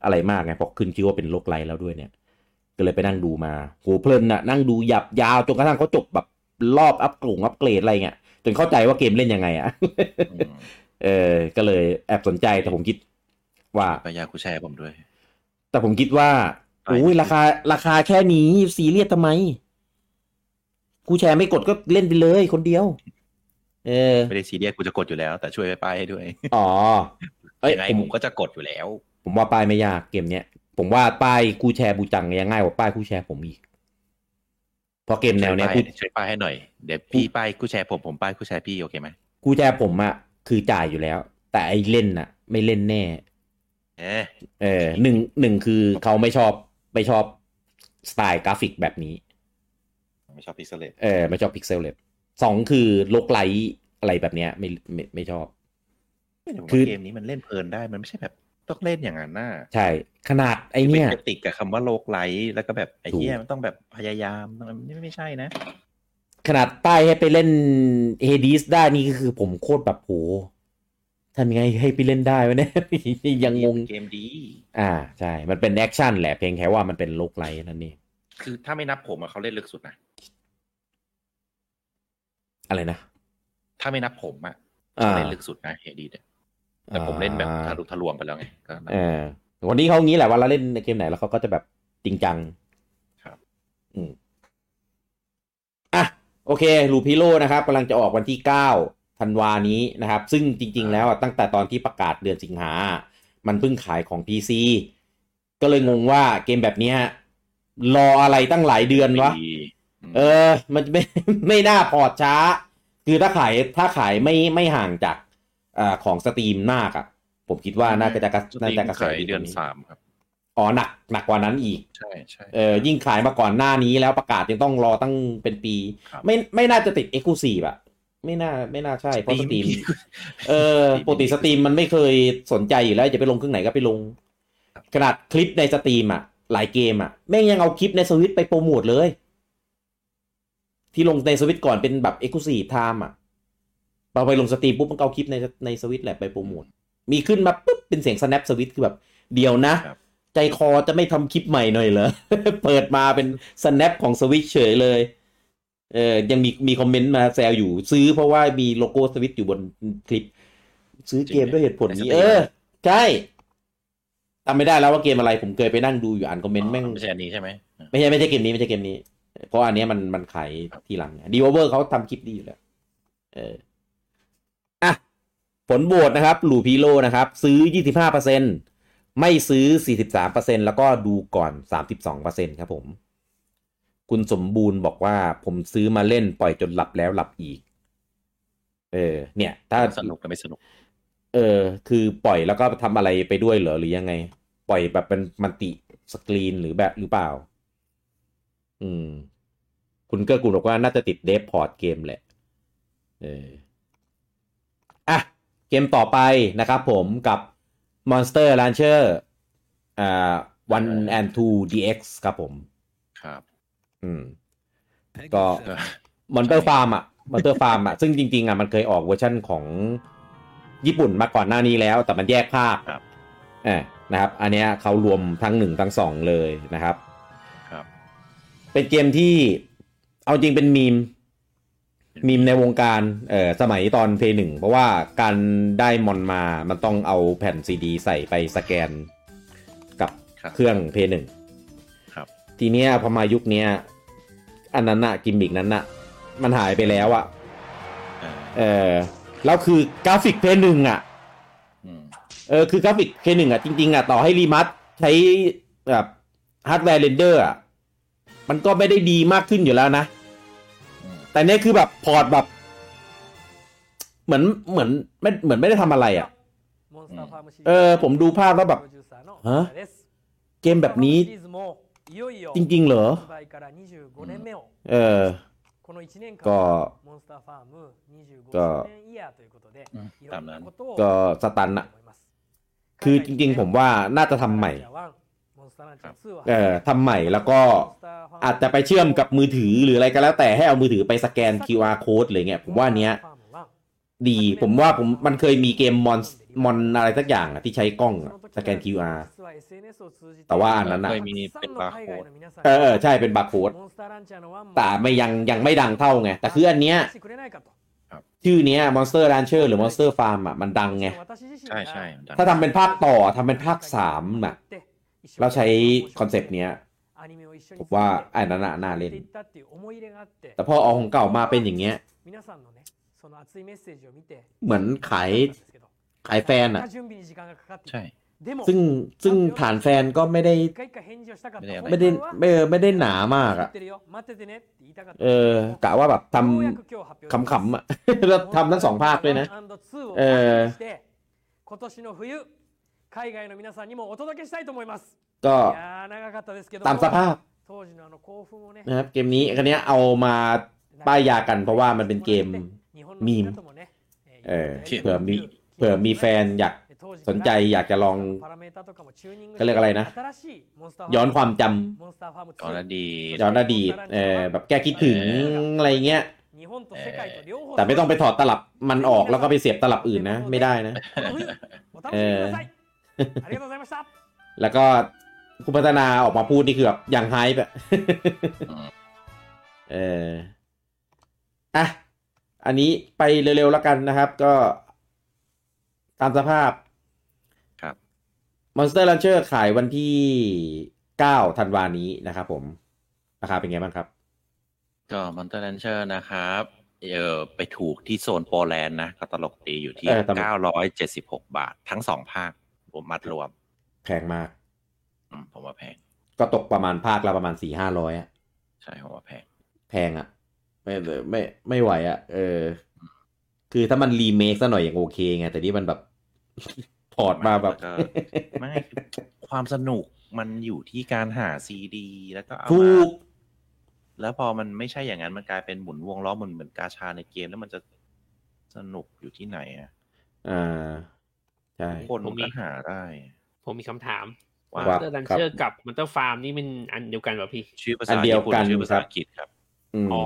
Speaker 1: อะไรมากไงเพราะขึ้นชื่อว่าเป็นโลกไลท์แล้วด้วยเนี่ย ก็เลยไปนั่งดูมาโหเพลินน่ะนั่งดูหยับยาวจนกระทั่งเขาจบแบบรอบอัพกลุ่มอัพเกรดอะไรเงี้ยจนเข้าใจว่าเกมเล่นยังไงอะ [laughs]
Speaker 2: อืม
Speaker 1: เออ ก็เลยแอบสนใจแต่ผมคิดว่า
Speaker 2: พยากูแชร์ผมด้วย
Speaker 1: แต่ผมคิดว่า
Speaker 2: ไป
Speaker 1: โอ้ยราคาราคาแค่นี้ซีเรียสทำไม กูแชร์ไม่กดก็เล่นไปเลยคนเดียว เออ
Speaker 2: ไม่ได้ซีเรียสกูจะกดอยู่แล้ว แต่ช่วยไปป้ายให้ด้วย
Speaker 1: อ๋อ เอ้ย
Speaker 2: งไง
Speaker 1: ผม
Speaker 2: ผมก็จะกดอยู่แล้ว
Speaker 1: ผมว่าป้ายไม่ยากเกมเนี้ย ผมว่าป้ายกูแชร์บูจังยังง่ายกว่าป้ายกูแชร์ผมอีก เพราะเกมแนวเนี้ยกู
Speaker 2: ช่วยป้ายให้หน่อย เดี๋ยวพี่ป้ายกูแชร์ผมผมป้ายกูแชร์พี่โอเคไหม
Speaker 1: กูแชร์ผมอะคือจ่ายอยู่แล้ว แต่ไอเล่นน่ะ ไม่เล่นแน่
Speaker 2: เออ
Speaker 1: เออหนึ่งหนึ่งคือเขาไม่ชอบไม่ชอบสไตล์กราฟิกแบบนี้
Speaker 2: ไม่ชอบพิกเซเลต
Speaker 1: เออไม่ชอบพิกเซลเลสองคือโลกไลท์อะไรแบบเนี้ยไม่ไม่ไม่ชอบ คื
Speaker 2: คือ อเกมนี้มันเล่นเพลินได้มันไม่ใช่แบบต้องเล่นอย่างนั้นน่า
Speaker 1: ใช่ ขนาดไอเนี่ย
Speaker 2: ไปติดกับคำว่าโลกไลท์แล้วก็แบบไอ้เหี้ย
Speaker 1: ถูก
Speaker 2: มันต้องแบบพยายามต้องนี่ไม่ใช่นะ
Speaker 1: ขนาดป้ายให้ไปเล่นเฮดีสได้นี่ก็คือผมโคตรแบบโหทำยังไงให้ไปเล่นได้วะเนี่ย [laughs] ยังงง
Speaker 2: เกมดี
Speaker 1: อ่า ใช่ มันเป็นแอคชั่นแหละเพียงแค่ว่ามันเป็นโลกไลท์นั่นนี่
Speaker 2: คือถ้าไม่นับผมอะเขาเล่นลึกสุดนะ
Speaker 1: อะไรนะ
Speaker 2: ถ้าไม่นับผมอะ
Speaker 1: อ่า
Speaker 2: เขาเล่นลึกสุดนะเฮดีเนี่ยแต่ผมเล่นแบบทะลุทะลวงไปแล้วไงก็นับ
Speaker 1: เออวันนี้เขางี้แหละเว่าเราเล่นเกมไหนแล้วเขาก็จะแบบจริงจัง
Speaker 2: ครับ
Speaker 1: อืมอ่ะโอเคลูพิโลนะครับกำลังจะออกวันที่เก้าธันวานี้นะครับ ซึ่งจริง ๆ แล้วอะตั้งแต่ตอนที่ประกาศเดือนสิงหา มันเพิ่งขายของ PC ก็เลยงงว่าเกมแบบเนี้ยรออะไรตั้งหลายเดือนวะ
Speaker 2: ดี
Speaker 1: เออ มัน [laughs] ไม่ ไม่น่าพอร์ตช้า คือถ้าขายถ้าขายไม่ไม่ห่างจากอาของสตรีมมากอะ่ะ ผมคิดว่าน่าจะกระ
Speaker 2: สต
Speaker 1: น่า
Speaker 2: รีม
Speaker 1: จะกระแส
Speaker 2: ขายเดือน
Speaker 1: กว่า
Speaker 2: สามครับ
Speaker 1: อ๋อหนักหนักกว่านั้นอีก
Speaker 2: ใช่ใช่
Speaker 1: เออยิ่งขายมาก่อนหน้านี้แล้วประกาศยังต้องรอตั้งเป็นปี
Speaker 2: ครับ
Speaker 1: ไม่ไม่น่าจะติดเอ็กซ์คลูซีฟอะไม่น่าไม่น่าใช่เพราะสตรี [laughs] ม เออปกติสตรีมมันไม่เคยสนใจอยู่แล้วจะไปลงเครื่องไหนก็ไปลง ขนาดคลิปในสตรีมอ่ะ หลายเกมอ่ะ แม่งยังเอาคลิปในสวิตช์ไปโปรโมทเลย ที่ลงในสวิตช์ก่อนเป็นแบบเอ็กซ์คลูซีฟไทม์อ่ะพอไปลงสตรีมปุ๊บมันก็เอาคลิปในในสวิตช์แหละไปโปรโมท มีขึ้นมาปุ๊บเป็นเสียง snap สวิตช์คือแบบ เดียวนะ
Speaker 2: ครับ
Speaker 1: ใจคอจะไม่ทำคลิปใหม่หน่อยเหร [laughs] อ เปิดมาเป็น snap ของสวิตช์เฉยเลย เออยังมีมีคอมเมนต์มาแซวอยู่ซื้อเพราะว่ามีโลโก้สวิตช์อยู่บนคลิป ซื้อเกมด้วยเหตุผลนี้ เออ ใช่จำไม่ได้แล้วว่าเกมอะไรผมเคยไปนั่งดูอยู่อ่านคอมเมนต์แม่ง
Speaker 2: ไม่ใช่อันนี้ใช่ไหมอ่ะ
Speaker 1: ไม่ใช่ไม่ใช่เกมนี้ไม่ใช่เกมนี้ เพราะอันเนี้ยมันมันขายทีหลังดีโอเวอร์เขาทำคลิปดีอยู่แล้ว เอออ่ะผลโหวตนะครับหลูพีโลนะครับ ซื้อ 25%ไม่ซื้อ 43%แล้วก็ดูก่อน 32%ครับผม คุณสมบูรณ์บอกว่าผมซื้อมาเล่นปล่อยจนหลับแล้วหลับอีก เออ เนี่ย ถ้า
Speaker 2: สนุกหรือไม่สนุก
Speaker 1: เออ คือปล่อยแล้วก็ทำอะไรไปด้วยเหรอ หรือยังไง ปล่อยแบบเป็นมันติสกรีนหรือแบบหรือเปล่า อืม คุณเกื้อกูลบอกว่าน่าจะติดเดฟพอร์ตเกมแหละ เออ อ่ะ เกมต่อไปนะครับผมกับ Monster Rancher อ่า One and Two DX ครับผม
Speaker 2: ครับ [laughs]
Speaker 1: อืม ก็ [laughs] มอนเตอร์ฟาร์มอ่ะมอนเตอร์ฟาร์มอ่ะ ซึ่งจริงๆอ่ะมันเคยออกเวอร์ชั่นของ ญี่ปุ่นมาก่อนหน้านี้แล้ว แต่มันแยกภาค
Speaker 2: ครับ
Speaker 1: เออนะครับ อันเนี้ยเขารวมทั้งหนึ่งทั้งสองเลยนะครับ
Speaker 2: ครับ
Speaker 1: เป็นเกมที่เอาจริงเป็นมีม มีมในวงการเอ่อสมัยตอนเพย์หนึ่งเพราะว่าการได้มอนมามันต้องเอาแผ่นซีดี ใส่ไปสแกนกับ
Speaker 2: ครับ
Speaker 1: เครื่องเพย์หนึ่ง
Speaker 2: ครับ
Speaker 1: ทีเนี้ยพอมายุคเนี้ยอันนั้นอะกิมมิกนั้นอะมันหายไปแล้วอะ
Speaker 2: อ่า
Speaker 1: เออแล้วคือกราฟิกเพย์หนึ่งอะ
Speaker 2: อืม
Speaker 1: เออคือกราฟิกเพย์หนึ่งอะจริงๆอะต่อให้รีมัสใช้แบบฮาร์ดแวร์เรนเดอร์อะมันก็ไม่ได้ดีมากขึ้นอยู่แล้วนะ
Speaker 2: อืม
Speaker 1: แต่เนี่ยคือแบบพอร์ตแบบ เหมือนเหมือนไม่เหมือนไม่ได้ทำอะไรอ่ะ เอ
Speaker 6: เอ
Speaker 1: อ
Speaker 6: อ
Speaker 1: ผ
Speaker 6: ผม ม
Speaker 1: ดู
Speaker 6: ดู
Speaker 1: ภา
Speaker 6: ภา
Speaker 1: พ
Speaker 6: พ
Speaker 1: แล้
Speaker 6: แล้ว ว
Speaker 1: แบ
Speaker 6: แบบ บ
Speaker 1: ฮะ
Speaker 6: ฮะ
Speaker 1: เกม
Speaker 6: แบ
Speaker 1: แบบ บ
Speaker 6: นี้
Speaker 1: นี้จ
Speaker 6: จริ
Speaker 1: ริ
Speaker 6: ง
Speaker 1: งๆเหรอ
Speaker 6: ๆ
Speaker 1: เออ ก็
Speaker 6: ก็
Speaker 1: ก็
Speaker 6: ก็
Speaker 2: ตามนั้น
Speaker 1: ก็
Speaker 6: ก็
Speaker 1: ส
Speaker 6: ส
Speaker 1: ตั
Speaker 6: ตั
Speaker 1: น
Speaker 6: น
Speaker 1: อะ
Speaker 6: อะ
Speaker 1: คื
Speaker 6: คือ อ
Speaker 1: จ
Speaker 6: จ
Speaker 1: ริ
Speaker 6: ริ
Speaker 1: งๆ
Speaker 6: ง
Speaker 1: ผ
Speaker 6: ๆผม ม
Speaker 1: ว่า
Speaker 6: ว่า
Speaker 1: น่า
Speaker 6: น่า
Speaker 1: จะ
Speaker 6: จะ
Speaker 1: ทำให
Speaker 6: ทำให
Speaker 1: ม่
Speaker 6: ม่
Speaker 2: ครับ
Speaker 1: เอ
Speaker 6: เอ
Speaker 1: อ
Speaker 6: อ
Speaker 1: ทำใหม่แล้วก็อา
Speaker 6: อา
Speaker 1: จ
Speaker 6: จ
Speaker 1: จะ
Speaker 6: จะ
Speaker 1: ไป
Speaker 6: ไป
Speaker 1: เชื่
Speaker 6: เชื่
Speaker 1: อ
Speaker 6: อ
Speaker 1: ม
Speaker 6: ม
Speaker 1: กั
Speaker 6: กั
Speaker 1: บบ มื
Speaker 6: มื
Speaker 1: อ
Speaker 6: อ
Speaker 1: ถื
Speaker 6: ถื
Speaker 1: อ
Speaker 6: อ
Speaker 1: ห
Speaker 6: ห
Speaker 1: รื
Speaker 6: รือ อ
Speaker 1: อะ
Speaker 6: อะไร ไร
Speaker 1: ก็
Speaker 6: ก็
Speaker 1: แล้
Speaker 6: แล้ว ว
Speaker 1: แต่
Speaker 6: แต่
Speaker 1: ให้
Speaker 6: ให้
Speaker 1: เอา
Speaker 6: เอา
Speaker 1: มื
Speaker 6: มื
Speaker 1: อ
Speaker 6: อ
Speaker 1: ถื
Speaker 6: ถื
Speaker 1: อ
Speaker 6: อ
Speaker 1: ไป
Speaker 6: ไป
Speaker 1: ส
Speaker 6: ส
Speaker 1: แก
Speaker 6: แก
Speaker 1: น
Speaker 6: น
Speaker 1: QR
Speaker 6: QR
Speaker 1: code
Speaker 6: code
Speaker 1: อะ
Speaker 6: อะไร ไร
Speaker 1: เงี้
Speaker 6: เงี้
Speaker 1: ย
Speaker 6: ย
Speaker 1: ผ
Speaker 6: ผม ม
Speaker 1: ว่า
Speaker 6: ว่า
Speaker 1: เนี้
Speaker 6: เนี้
Speaker 1: ย
Speaker 6: ย
Speaker 1: ดี
Speaker 6: ดี
Speaker 1: ผ
Speaker 6: ผมม
Speaker 1: ว่า
Speaker 6: ว่า
Speaker 1: ผ
Speaker 6: ผม ม
Speaker 1: มั
Speaker 6: มัน น
Speaker 1: เค
Speaker 6: เค
Speaker 1: ย
Speaker 6: ย
Speaker 1: มี
Speaker 6: มี
Speaker 1: เก
Speaker 6: เก
Speaker 1: ม
Speaker 6: ม
Speaker 1: ม
Speaker 6: ม
Speaker 1: อ
Speaker 6: อน น
Speaker 1: ม
Speaker 6: ม
Speaker 1: อ
Speaker 6: อน น
Speaker 1: อะ
Speaker 6: อะไร ไร
Speaker 1: สั
Speaker 6: สั
Speaker 1: ก
Speaker 6: กอย่
Speaker 1: อา
Speaker 6: ย่าง ง
Speaker 1: อะ
Speaker 6: อะ
Speaker 1: ที่
Speaker 6: ที่
Speaker 1: ใช้
Speaker 6: ใช้
Speaker 1: ก
Speaker 6: ก
Speaker 1: ล้
Speaker 6: ล้
Speaker 1: อ
Speaker 6: อง ง
Speaker 1: อะ
Speaker 6: อะ
Speaker 1: สแ
Speaker 6: ส
Speaker 1: กน QR
Speaker 6: แกน QR
Speaker 1: แต่ว่าอันนั้
Speaker 6: แต่ว่าอันนั้
Speaker 1: อะ
Speaker 2: เคยมี
Speaker 6: น นอะ
Speaker 2: เป็นบาร์โค้ด
Speaker 1: เอ
Speaker 6: เอ
Speaker 1: อเอ
Speaker 6: อเอ
Speaker 1: อ
Speaker 6: อ
Speaker 1: ใช่
Speaker 6: ใช่
Speaker 1: เป็
Speaker 6: เป็น น
Speaker 1: บา
Speaker 6: บา
Speaker 1: ร์
Speaker 6: ร์
Speaker 1: โค้
Speaker 6: โค้
Speaker 1: ด
Speaker 6: ด
Speaker 1: แต่
Speaker 6: แต่
Speaker 1: ไม่
Speaker 6: ไม่
Speaker 1: ยั
Speaker 6: ยัง ง
Speaker 1: ยั
Speaker 6: ยัง ง
Speaker 1: ไม่
Speaker 6: ไม่
Speaker 1: ดั
Speaker 6: ดั
Speaker 1: ง
Speaker 6: ง
Speaker 1: เท่า
Speaker 6: เท่า
Speaker 1: ไง
Speaker 6: ไง
Speaker 1: แต่
Speaker 6: แต่
Speaker 1: คื
Speaker 6: คือ อ
Speaker 1: อัน
Speaker 6: อั
Speaker 1: เนี้ยชื่อ
Speaker 6: นเนี้ย
Speaker 1: เนี้ย Monster Rancher หรือ Monster Farm อ่ะมันดั
Speaker 6: ดั
Speaker 1: ง
Speaker 6: ง
Speaker 1: ไง
Speaker 6: ไง
Speaker 2: ใช่ใช่ดัง
Speaker 1: ถ้า
Speaker 6: ถ้า
Speaker 1: ทำ
Speaker 6: ทำ
Speaker 1: เป็
Speaker 6: เป็น น
Speaker 1: ภา
Speaker 6: ภา
Speaker 1: ค
Speaker 6: ค
Speaker 1: ต่
Speaker 6: ต่
Speaker 1: อ
Speaker 6: อ
Speaker 1: ทำ
Speaker 6: ทำ
Speaker 1: เป็
Speaker 6: เป็น น
Speaker 1: ภา
Speaker 6: ภา
Speaker 1: ค
Speaker 6: ค
Speaker 1: สา
Speaker 6: สาม ม
Speaker 1: น่ะ
Speaker 6: น่ะ
Speaker 1: เรา
Speaker 6: เรา
Speaker 1: ใช้
Speaker 6: ใ
Speaker 1: ค
Speaker 6: ช้ค
Speaker 1: อ
Speaker 6: อน น
Speaker 1: เซ
Speaker 6: เซ
Speaker 1: ป
Speaker 6: ป
Speaker 1: ต์
Speaker 6: ต์
Speaker 1: เนี้
Speaker 6: เนี้
Speaker 1: ย
Speaker 6: ย
Speaker 1: ผม
Speaker 6: ว่า
Speaker 1: ว่าอั
Speaker 6: อั
Speaker 1: น
Speaker 6: น
Speaker 1: นั้
Speaker 6: นั้น น
Speaker 1: น่ะ
Speaker 6: อะ
Speaker 1: น่า
Speaker 6: น่า
Speaker 1: เล่
Speaker 6: เล่
Speaker 1: น
Speaker 6: น
Speaker 1: แต่
Speaker 6: แต่
Speaker 1: พ
Speaker 6: พ
Speaker 1: อ
Speaker 6: อ
Speaker 1: เอาข
Speaker 6: เอา
Speaker 1: อ
Speaker 6: ของ ง
Speaker 1: เก่า
Speaker 6: เก่า
Speaker 1: มา
Speaker 6: มา
Speaker 1: เป็
Speaker 6: เป็น นอ
Speaker 1: อา
Speaker 6: ย่ย่าง ง
Speaker 1: เงี้
Speaker 6: เงี้
Speaker 1: ย
Speaker 6: ย
Speaker 1: เหมือนขายขายแฟนอะ
Speaker 2: ใช่
Speaker 1: ซึ่
Speaker 6: ซึ่
Speaker 1: ง
Speaker 6: ง
Speaker 1: ซึ่งฐานแฟนก็ไม่ได้ไม่
Speaker 6: ไม่
Speaker 1: ได้
Speaker 6: ได้
Speaker 1: ไม่
Speaker 6: ไม่
Speaker 1: ไม่ได้ห
Speaker 6: ได้ห
Speaker 1: นา
Speaker 6: าม
Speaker 1: นาม
Speaker 6: าก ก
Speaker 1: อะ
Speaker 6: อะ
Speaker 1: เอ
Speaker 6: เอ
Speaker 1: อ
Speaker 6: อก
Speaker 1: ะว่าแบบ
Speaker 6: ท
Speaker 1: ทำ
Speaker 6: ำ
Speaker 1: ข
Speaker 6: ขำ
Speaker 1: ำๆ
Speaker 6: ๆอะ
Speaker 1: อะ [laughs] แล้วทำ
Speaker 6: ทำ
Speaker 1: ทั้
Speaker 6: ทั้
Speaker 1: ง
Speaker 6: ง
Speaker 1: ส
Speaker 6: ส
Speaker 1: อ
Speaker 6: อง ง
Speaker 1: ภา
Speaker 6: ภา
Speaker 1: ค
Speaker 6: ค
Speaker 1: ด้
Speaker 6: ด้
Speaker 1: ว
Speaker 6: วย ย
Speaker 1: นะ
Speaker 6: นะ
Speaker 1: เอ
Speaker 6: เอ
Speaker 1: อ
Speaker 6: อก็
Speaker 1: ก็ตา
Speaker 6: ตาม
Speaker 1: ส
Speaker 6: มส
Speaker 1: ภา
Speaker 6: ภา
Speaker 1: พ
Speaker 6: พ
Speaker 1: นะครับ เกมนี้คันนี้ยเอามาป้า
Speaker 6: ป้าย
Speaker 1: ยาย
Speaker 6: ยา
Speaker 1: กั
Speaker 6: กัน น
Speaker 1: เพ
Speaker 6: เพ
Speaker 1: ราะ
Speaker 6: ราะ
Speaker 1: ว่า
Speaker 6: ว่า
Speaker 1: มั
Speaker 6: มัน น
Speaker 1: เป็
Speaker 6: เป็น น
Speaker 1: เก
Speaker 6: เก
Speaker 1: ม
Speaker 6: ม
Speaker 1: มี
Speaker 6: มี
Speaker 1: ม
Speaker 6: ม
Speaker 1: เอ
Speaker 6: เอ
Speaker 1: อ
Speaker 6: อ
Speaker 1: เผื่
Speaker 6: เผื่
Speaker 1: อ
Speaker 6: อ
Speaker 1: มี
Speaker 6: มี
Speaker 1: เผื่
Speaker 6: เผื่
Speaker 1: อ
Speaker 6: อ
Speaker 1: มี
Speaker 6: มี
Speaker 1: แฟ
Speaker 6: แฟ
Speaker 1: น
Speaker 6: น
Speaker 1: อยาก
Speaker 6: สนใจอยากจะลอง
Speaker 1: เขา
Speaker 6: เขา
Speaker 1: เรี
Speaker 6: เรี
Speaker 1: ย
Speaker 6: ย
Speaker 1: ก
Speaker 6: ก
Speaker 1: อะ
Speaker 6: อะไรไร
Speaker 1: นะ
Speaker 6: นะ
Speaker 1: ย้
Speaker 6: ย้
Speaker 1: อ
Speaker 6: อน นค
Speaker 1: คาว
Speaker 6: วาม ม
Speaker 1: จำ
Speaker 6: จ
Speaker 2: ตอนนั้น
Speaker 6: ำ
Speaker 2: ดี
Speaker 1: ย้อนอดีตเออแบบแก้คิดถึงอะไรเงี้ย แต่
Speaker 6: แต่
Speaker 1: ไม่
Speaker 6: ไม่
Speaker 1: ต้
Speaker 6: ต้
Speaker 1: อ
Speaker 6: อง ง
Speaker 1: ไป
Speaker 6: ไป
Speaker 1: ถ
Speaker 6: ถ
Speaker 1: อ
Speaker 6: อ
Speaker 1: ด
Speaker 6: ด
Speaker 1: ต
Speaker 6: ต
Speaker 1: ลั
Speaker 6: ลั
Speaker 1: บบ มั
Speaker 6: มัน น
Speaker 1: อ
Speaker 6: อ
Speaker 1: อ
Speaker 6: อก ก
Speaker 1: แล้
Speaker 6: แล้ว ว
Speaker 1: ก็ไป
Speaker 6: ก็ไป
Speaker 1: เสี
Speaker 6: เสี
Speaker 1: ย
Speaker 6: ย
Speaker 1: บบ ต
Speaker 6: ต
Speaker 1: ลั
Speaker 6: ลั
Speaker 1: บบ อื่
Speaker 6: อื่
Speaker 1: น
Speaker 6: น
Speaker 1: นะ
Speaker 6: นะ
Speaker 1: ไม่
Speaker 6: ไม่
Speaker 1: ได้
Speaker 6: ได้
Speaker 1: นะ
Speaker 6: นะ
Speaker 1: เอ
Speaker 6: เอ
Speaker 1: อ
Speaker 6: อ
Speaker 1: [laughs] แล้วก็คุณพัฒนาออกมาพูดนี่คือแบบอย่างไฮ
Speaker 2: [laughs]
Speaker 1: แบบ
Speaker 2: อืม
Speaker 1: เอออ่ะ อันนี้ไปเร็วๆแล้วกันนะครับ ก็ตามสภาพ
Speaker 2: ครับ
Speaker 1: Monster Rancher ขายวันที่ 9 ธันวานี้นะครับผม ราคาเป็นไงบ้างครับ
Speaker 2: ก็มอนเตอร์แลนเชอร์นะครับเออไปถูกที่โซนโปแลนด์นะก็ตลกตีอยู่ที่
Speaker 1: เออตล
Speaker 2: 976 บาท ทั้งสองภาครวมมัดรวม
Speaker 1: แพงมาก
Speaker 2: อืมผมว่าแพง
Speaker 1: ก็ตกประมาณภาคละประมาณ 4-500อะ
Speaker 2: ใช่ผมว่าแพง
Speaker 1: แพงอะไม่เลยไม่ไม่ไหวอะเออ คือถ้ามันรีเมคซะหน่อยอย่างโอเคไง แต่นี่มันแบบ [laughs] พอร์ตมาแบบ
Speaker 2: แล้วก็ ไม่ความสนุกมันอยู่ที่การหาซีดี แล้วก็เอา
Speaker 1: [laughs] ถู
Speaker 2: มาก แล้วพอมันไม่ใช่อย่างนั้นมันกลายเป็นหมุนวงล้อหมันเหมือนกาชาในเกมแล้วมันจะสนุกอยู่ที่ไหนอ่ะ
Speaker 1: อ่า ใช่
Speaker 2: ทุกคน
Speaker 3: ผมมี
Speaker 2: ก็หาได้
Speaker 3: ผมมีคำถาม
Speaker 2: ว่า
Speaker 1: ค
Speaker 3: ม
Speaker 1: รั
Speaker 3: อบ นเตอร์ดัน
Speaker 1: ครับ
Speaker 3: เชอร์กับมอนเตอร์ฟาร์มนี่มันอันเดียวกันป่ะพี่
Speaker 2: ชื่อภา
Speaker 1: อั
Speaker 2: ษาน
Speaker 1: เดียว
Speaker 2: ญี่ปุ่น
Speaker 1: กัน
Speaker 2: ชื่อภาษาอังกฤษครับ
Speaker 1: อืม
Speaker 3: อ๋อ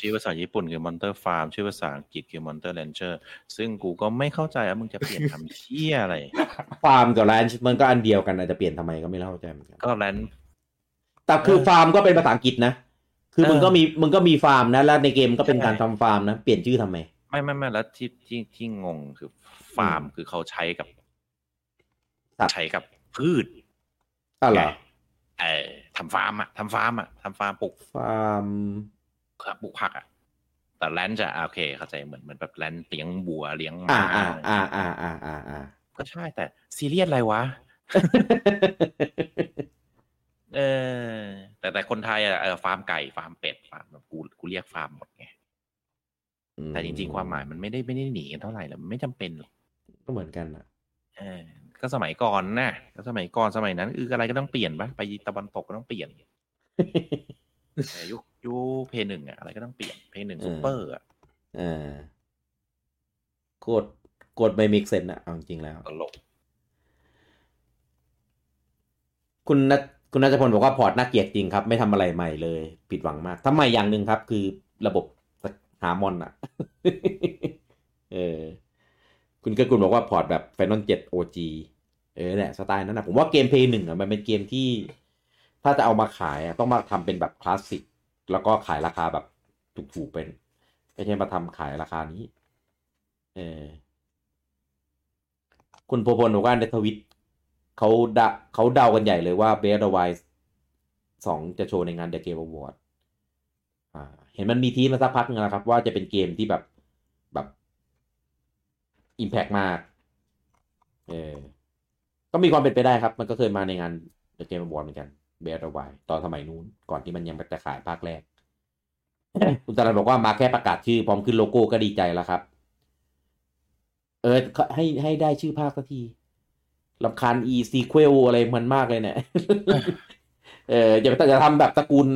Speaker 2: ชื่อภาษาญี่ปุ่นคือ Monster Farm ชื่อภาษาอังกฤษคือ Monster Rancher ซึ่งกูก็ไม่เข้าใจว่ามึงจะเปลี่ยนทำเชี่ยอะไร
Speaker 1: ฟาร์มกับแรนช์มันก็อันเดียวกันอาจจะเปลี่ยนทำไมก็ไม่เข้าใจเหมือนกัน
Speaker 2: ก็แลน
Speaker 1: แต่คือ
Speaker 2: เออ
Speaker 1: ฟาร์มก็เป็นภาษาอังกฤษนะ คือมึง
Speaker 2: เออ
Speaker 1: ก็มีมึงก็มีฟาร์มนะ แล้วในเกมก็เป็น
Speaker 2: ใช่
Speaker 1: การทำฟาร์มนะ เปลี่ยนชื่อทำไม
Speaker 2: ไม่ไม่ไม่แล้วที่ที่ที่งงคือฟาร์มคือเขาใช้กับ
Speaker 1: สัตว์
Speaker 2: ใช้กับพืช
Speaker 1: อ้าวเหรอ
Speaker 2: เออทำฟาร์มอ่ะทำฟาร์มอ่ะทำฟาร์มปลูก
Speaker 1: ฟาร์ม
Speaker 2: ปลูกผักอ่ะ แต่แลนจะอ่ะโอเค เข้าใจเหมือนเหมือนแบบแลนเลี้ยงบัวเลี้ยงห
Speaker 1: อ่า
Speaker 2: มา
Speaker 1: อ่าอ่าอ่าอ่าอ่าอ่า
Speaker 2: ก็ใช่แต่ ซีเรียสอะไรวะ เออ แต่แต่คนไทยอ่ะเออฟาร์มไก่ฟาร์มเป็ดฟาร์มกูกูเรียกฟาร์มหมดไงแต่จริง ๆ ความหมายมันไม่ได้ไม่ได้หนีกันเท่าไหร่หรอกมันไม่จำเป็นหรอก
Speaker 1: ก็เหมือนกันอะ
Speaker 2: เออ ก็สมัยก่อนนะก็สมัยก่อนสมัยนั้นคืออะไรก็ต้องเปลี่ยนปะไปตะวันตกก็ต้องเปลี่ยนเออยุคยุคเพย์หนึ่งอ่ะอะไรก็ต้องเปลี่ยนเพย์หนึ่งซูเปอร์อ่ะ
Speaker 1: เออโคตรโคตรไม่มิกเซนอะเอาจริงๆแล้ว
Speaker 2: ตลก
Speaker 1: คุณนัทคุณนัทพลบอกว่าพอร์ตน่าเกลียดจริงครับ ไม่ทำอะไรใหม่เลย ผิดหวังมากทำใหม่อย่างหนึ่งครับ [laughs] คือระบบหามอนอะ เออ คุณเกื้อกูลบอกว่าพอร์ตแบบแฟนน a นเจ็ดโอจีเออเนี่ยสไตล์นั้นนะผมว่าเกมเพย์หนึ่งอ่ะมันเป็นเกมที่ ถ้าจะเอามาขายอะต้องมาทำเป็นแบบคลาสสิก แล้วก็ขายราคาแบบถูกๆเป็นไม่ใช่มาทำขายราคานี้ เออ คุณโพพลบอกว่าในทวิตเขาเดาเขาเดากันใหญ่เลยว่าเบสไวส์สองจะโชว์ในงานเด e g เกม e วอร์ดอ่า เห็นมันมีทีมาสักพักหนึงแล้วครับ ว่าจะเป็นเกมที่แบบแบบอิมแพกมาก เออ ก็มีความเป็นไปได้ครับ มันก็เคยมาในงานเด e g เกม e วอร์ดเหมือนกันเบสไวตอนสมัยนู้น ก่อนที่มันยังไม่แต่ขายภาคแรก [coughs] คุณตาลันบอกว่ามาแค่ประกาศชื่อพร้อมขึ้นโลโก้ก็ดีใจแล้วครับ เออให้ให้ได้ชื่อภาคสักทีลำคาญ e sequel อะไรมันมากเลยเนี่ย [laughs] เอออย่าไปจะทำแบบตระกูล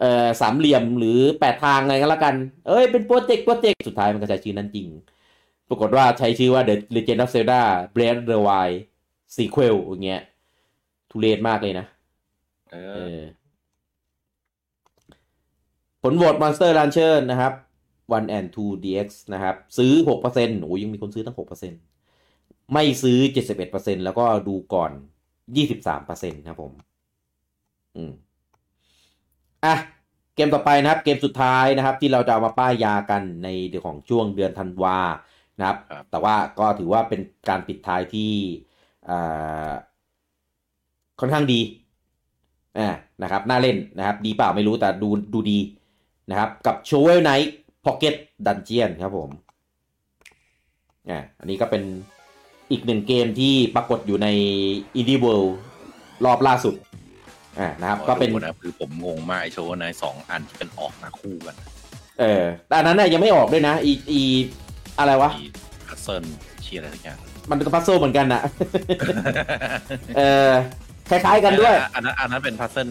Speaker 1: เอ่อสามเหลี่ยมหรือแปดทางอะไรก็แล้วกัน เอ้ย เป็นโปรเจกต์ โปรเจกต์ สุดท้ายมันก็ใช้ชื่อนั้นจริง ปรากฏว่าใช้ชื่อว่า The Legend of Zelda Breath of the Wild Sequel อย่างเงี้ย ทุเรศมากเลยนะ
Speaker 2: เอ
Speaker 1: เอ
Speaker 2: อ
Speaker 1: อผลโหวต Monster Rancher นะครับ 1 and 2 DX นะครับ ซื้อ 6%โอ้ยยังมีคนซื้อตั้ง 6%ไม่ซื้อ 71%แล้วก็ดูก่อน 23%นะครับผม อืม อ่ะ เกมต่อไปนะครับ เกมสุดท้ายนะครับ ที่เราจะเอามาป้ายยากันในเดือนของช่วงเดือนธันวานะครับ
Speaker 2: ครับ
Speaker 1: แต่ว่าก็ถือว่าเป็นการปิดท้ายที่อ่าค่อนข้างดีอ่านะครับ น่าเล่นนะครับ ดีเปล่าไม่รู้แต่ดูดูดีนะครับ กับ s h o w e l Knight Pocket Dungeon ครับผมอ่าอันนี้ก็เป็นอีกหนึ่งเกมที่ปรากฏอยู่ใน Indie World รอบล่าสุดอ่านะครับ ก็เป็น
Speaker 2: ขอดูนะคือผมงงมากไอ้โชว์ในสองอันที่เป็นออกมาคู่กัน
Speaker 1: เออแต่อันนั้นน่ยยังไม่ออกด้วยนะ อี อี อะไรวะ
Speaker 2: มีพัซเซิลเชียอะไรสัก
Speaker 1: [laughs]
Speaker 2: อย่าง
Speaker 1: มันก็พัซโซเหมือนกันนะ เออ คล้ายๆกันด้วย
Speaker 2: [laughs] อันนั้นอันนั้นเป็นพัซเซิล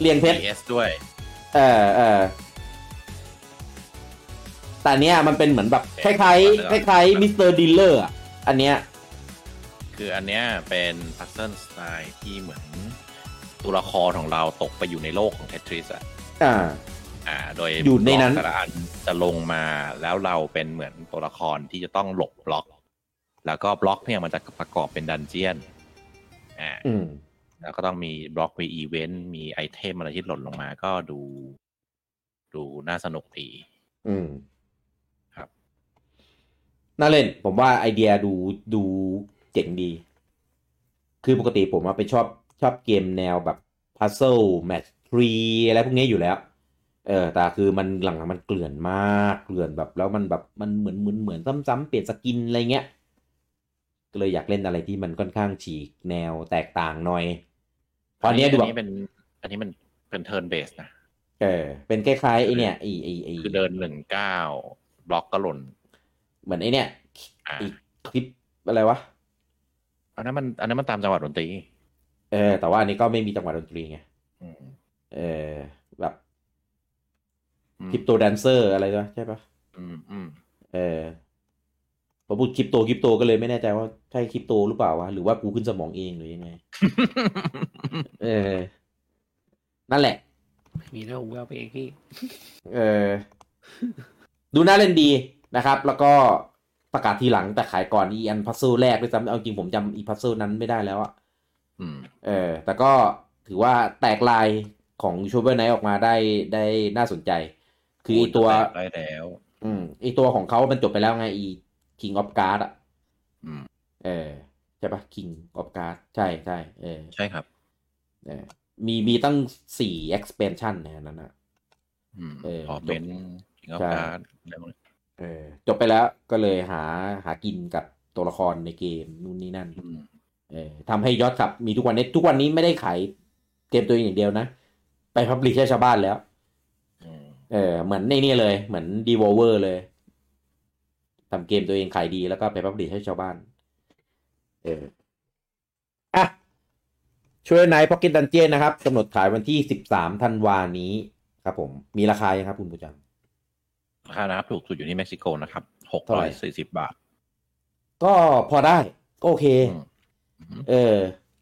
Speaker 1: เรียงเพชร
Speaker 2: PS ด้วย
Speaker 1: เออเออแต่อันเนี้ยมันเป็นเหมือนแบบ คล้ายๆ คล้ายๆมิสเตอร์ดีลเลอร์อันเนี้ย
Speaker 2: คืออันเนี้ยเป็นพัซเซิลสไตล์ที่เหมือนตัวละครของเราตกไปอยู่ในโลกของเททริสอ่ะ
Speaker 1: อ่า
Speaker 2: อ่า โดย
Speaker 1: อยู่ในนั้น
Speaker 2: บล็อกแต่ละอันจะลงมาแล้วเราเป็นเหมือนตัวละครที่จะต้องหลบบล็อก แล้วก็บล็อกเนี่ยมันจะประกอบเป็นดันเจียนอ่า
Speaker 1: อืม
Speaker 2: แล้วก็ต้องมีบล็อกมีอีเวนต์มีไอเทมอะไรที่หล่นลงมาก็ดู ดูน่าสนุกดี
Speaker 1: อืม
Speaker 2: ครับ
Speaker 1: น่าเล่น ผมว่าไอเดียดูดูเจ๋งดี คือปกติผมว่าไปชอบชอบเกมแนวแบบพัซเซิลแมททรีอะไรพวกนี้อยู่แล้ว เออ แต่คือมันหลังๆมันเกลื่อนมาก เกลื่อนแบบแล้วมันแบบมันเหมือนเหมือนเหมือนซ้ำๆเปลี่ยนสกินอะไรเงี้ย ก็เลยอยากเล่นอะไรที่มันค่อนข้างฉีกแนวแตกต่างหน่อยตอนเนี้ยดูแบ
Speaker 2: อันนี้
Speaker 1: บ
Speaker 2: เป็น อันนี้มันเป็นเทิร์นเบสนะ
Speaker 1: เออ เป็นคล้ายๆไอเนี่ยไอไอไอ
Speaker 2: คือเดินหนึ่งเก้าบล็อกก็หล่น
Speaker 1: เหมือนไอเนี่ย
Speaker 2: อ่า
Speaker 1: ไอีคลิปอะไรวะ
Speaker 2: อันนั้นมันอันนั้นมันตามจังหวัดดนตรี
Speaker 1: เออแต่ว่าอันนี้ก็ไม่มีจังหวะดนตรีไง
Speaker 2: อืม
Speaker 1: เออแบบ
Speaker 2: อืม
Speaker 1: คริปโตแดนเซอร์อะไรด้วยใช่ปะ
Speaker 2: อืมอืม
Speaker 1: เออพอพูดคริปโตคริปโตก็เลยไม่แน่ใจว่าใช่คริปโตหรือเปล่าวะหรือว่ากูขึ้นสมองเองห
Speaker 2: [laughs]
Speaker 1: รือยังไง เออ นั่นแหละ
Speaker 3: มีแล้วผมก็เอาไปเองพี่
Speaker 1: เออ ดูน่าเล่นดีนะครับ แล้วก็ประกาศทีหลังแต่ขายก่อนอีอันพัซเซิลแรกด้วยซ้ำเอาจริงผมจำอีพัซเซิลนั้นไม่ได้แล้วอะ
Speaker 2: อืม
Speaker 1: เออ แต่ก็ถือว่าแตกลายของชูเบอร์ไนออกมาได้ได้น่าสนใจ คือไอตัว
Speaker 2: ได้แล้ว
Speaker 1: อืมไอตัวของเขามันจบไปแล้วไงอี King of Card อ่ะ
Speaker 2: อืม
Speaker 1: เออ ใช่ปะ King of Card ใช่ใช่เออ
Speaker 2: ใช่ครับ
Speaker 1: เออ มีมีตั้งสี่ expansion ในะนั้นนะ
Speaker 2: อืม
Speaker 1: เออ
Speaker 2: ขอเป็นกิงออฟ
Speaker 1: ใช่
Speaker 2: การ์ดอะไรพวกนี้
Speaker 1: เออ จบไปแล้วก็เลยหาหากินกับตัวละครในเกมนู่นนี่นั่น
Speaker 2: อืม
Speaker 1: เออทำให้ยอดขับมีทุกวันนี้ทุกวันนี้ไม่ได้ขายเกมตัวเองอย่างเดียวนะ ไปพับลิชให้ชาวบ้านแล้ว
Speaker 2: อืม
Speaker 1: เออเหมือนในนี่เลยเหมือนดีวอเวอร์เลยทำเกมตัวเองขายดีแล้วก็ไปพับลิชให้ชาวบ้าน เอออ่ะช่วยไนพ็อกเก็ตดันเจียนนะครับกำหนดขายวันที่ 13ธันวานี้ครับผม มีราคายังครับคุณผู้ชม
Speaker 2: ราคานะครับถูกสุดอยู่ที่เม็กซิโกนะครับหก
Speaker 1: เท่า
Speaker 2: ร้
Speaker 1: ไห
Speaker 2: อ
Speaker 1: ร่
Speaker 2: ยสี่สิบบาท
Speaker 1: ก็พอได้ก็โอเค
Speaker 2: อืมอืม
Speaker 1: เออ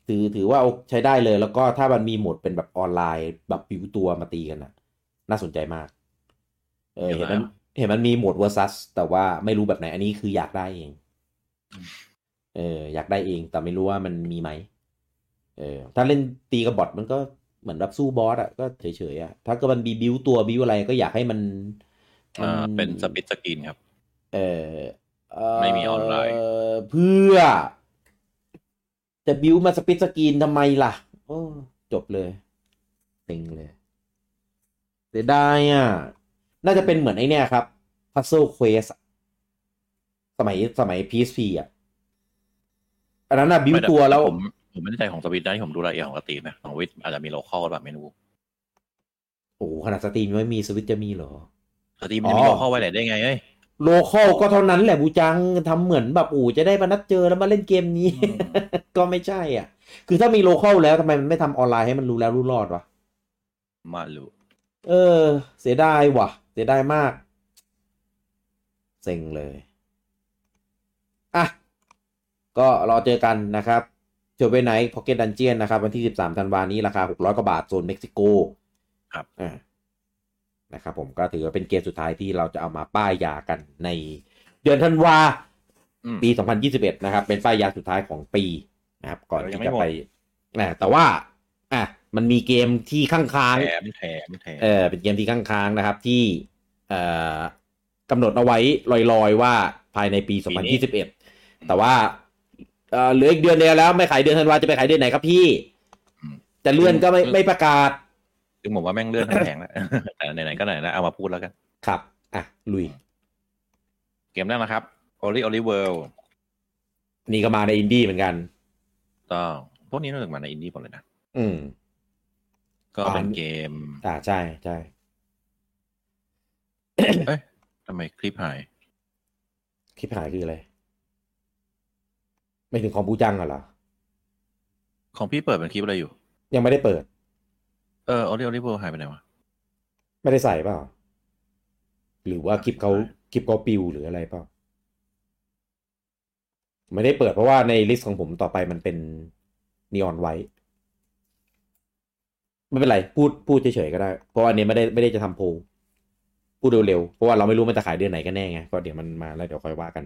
Speaker 1: ถือถือว่าโอใช้ได้เลย แล้วก็ถ้ามันมีโหมดเป็นแบบออนไลน์แบบบิวตัวมาตีกันนะน่าสนใจมาก เออ เห็นมันเห็นมันมีโหมดเวอร์ซัสแต่ว่าไม่รู้แบบไหนอันนี้คืออยากได้เอง เอออยากได้เองแต่ไม่รู้ว่ามันมีไหมเออถ้าเล่นตีกับบอทมันก็เหมือนรับสู้บอสอะก็เฉยๆอะถ้าเก็มันบีบิวตัวบิวอะไรก็อยากให้มันมั
Speaker 2: อ่าเป็นสปิตสกินครับ
Speaker 1: เออเ
Speaker 2: ไม่มีออนไลน์
Speaker 1: เพื่อ จะบิวมาสปิตสกรีนทำไมล่ะ โอ้จบเลยเต็งเลยเสียดายอ่ะ น่าจะเป็นเหมือนไอเนี่ยครับ Puzzle Quest อะสมัยสมัย PSP อ่ะ อันนั้นน่ะบิว
Speaker 2: ไม่ได้
Speaker 1: ตัวแล้ว
Speaker 2: ผมผมไม่แน่ใจของสวิตนะที่ผมดูรายละเอียดของกระตีนะของวิทอาจจะมีโลคอลหรือเปล่าไม่รู้
Speaker 1: โอ้โหขนาดสตรีมยังไม่มีสวิตช์จะมีเหรอ
Speaker 2: กระตีมันจะ
Speaker 1: อ๋
Speaker 2: มี
Speaker 1: อ
Speaker 2: โลคอลไว้ไหนได้ไงเอ้ย
Speaker 1: โลคอลก็เท่านั้นแหละบูจังทำเหมือนแบบอู๋จะได้มานัดเจอแล้วมาเล่นเกมนี้ [laughs] ก็ไม่ใช่อ่ะ คือถ้ามีโลคอลแล้วทำไมมันไม่ทำออนไลน์ให้มันรู้แล้วรู้รอดวะ
Speaker 2: มาลู
Speaker 1: เออ เสียดายว่ะ เสียดายมาก เซ็งเลย อ่ะ ก็รอเจอกันนะครับเจอไปไหนพ็อกเก็ตดันเจียนนะครับ วันที่ 13ธันวานี้ ราคา 600 กว่าบาท โซนเม็กซิโก
Speaker 2: ครับ
Speaker 1: อ่านะครับผมก็ถือว่าเป็นเกมสุดท้ายที่เราจะเอามาป้ายยากันในเดือนธันวา
Speaker 2: อืม
Speaker 1: ปี 2021 นะครับ เป็นป้ายยาสุดท้ายของปีนะครับ ก่อน
Speaker 2: เรายั
Speaker 1: ที่
Speaker 2: งไม่
Speaker 1: จะ
Speaker 2: หมด
Speaker 1: ไปอ่ะแต่ว่า อ่ะ มันมีเกมที่ข้างๆ
Speaker 2: แถมแถมแถม
Speaker 1: เออเป็นเกมที่ค้างๆนะครับที่เอ่อกำหนดเอาไว้ลอยๆว่าภายในปี 2021 แต่ว่าเอ่อเหลืออีกเดือนเดียวแล้วไม่ขายเดือนธันวาจะไปขายเดือนไหนครับพี่ จะเลื่อนก็ไม่ไม่ประกาศ
Speaker 2: ซึ่งผมว่าแม่งเลื่อนทั้งแผงแล้ว แต่ [laughs] ไหนๆก็ไหนแล้วเอามาพูดแล้วกัน
Speaker 1: ครับอ่ะลุย
Speaker 2: เกมแรกนะครับโอลิโอลิเวิล
Speaker 1: นี่ก็มาในอินดี้เหมือนกัน
Speaker 2: ต้องพวกนี้น่าจะมาในอินดี้หมดเลยนะ
Speaker 1: อืม
Speaker 2: ก็เป็น
Speaker 1: อ่า
Speaker 2: เกม
Speaker 1: อ่าใช่ใช่
Speaker 2: ทำไมคลิปหาย
Speaker 1: คลิปหายคืออะไร ไม่ถึงของปูจังอะเหรอ
Speaker 2: ของพี่เปิดเป็นคลิปอะไรอยู่
Speaker 1: ยังไม่ได้เปิด
Speaker 2: เออโอลิโอลิเวิลหายไปไหนวะ
Speaker 1: ไม่ได้ใส่เปล่า หรือว่าคลิปเขาคลิปเขาปิวหรืออะไรเปล่า ไม่ได้เปิดเพราะว่าในลิสต์ของผมต่อไปมันเป็นนีออนไวท์ไม่เป็นไร พูดพูดเฉยๆก็ได้ เพราะว่าอันนี้ไม่ได้ไม่ได้จะทำโพลพูดเร็วๆ เพราะว่าเราไม่รู้มันจะขายเดือนไหนกันแน่ไงก็เดี๋ยวมันมาแล้วเดี๋ยวค่อยว่ากัน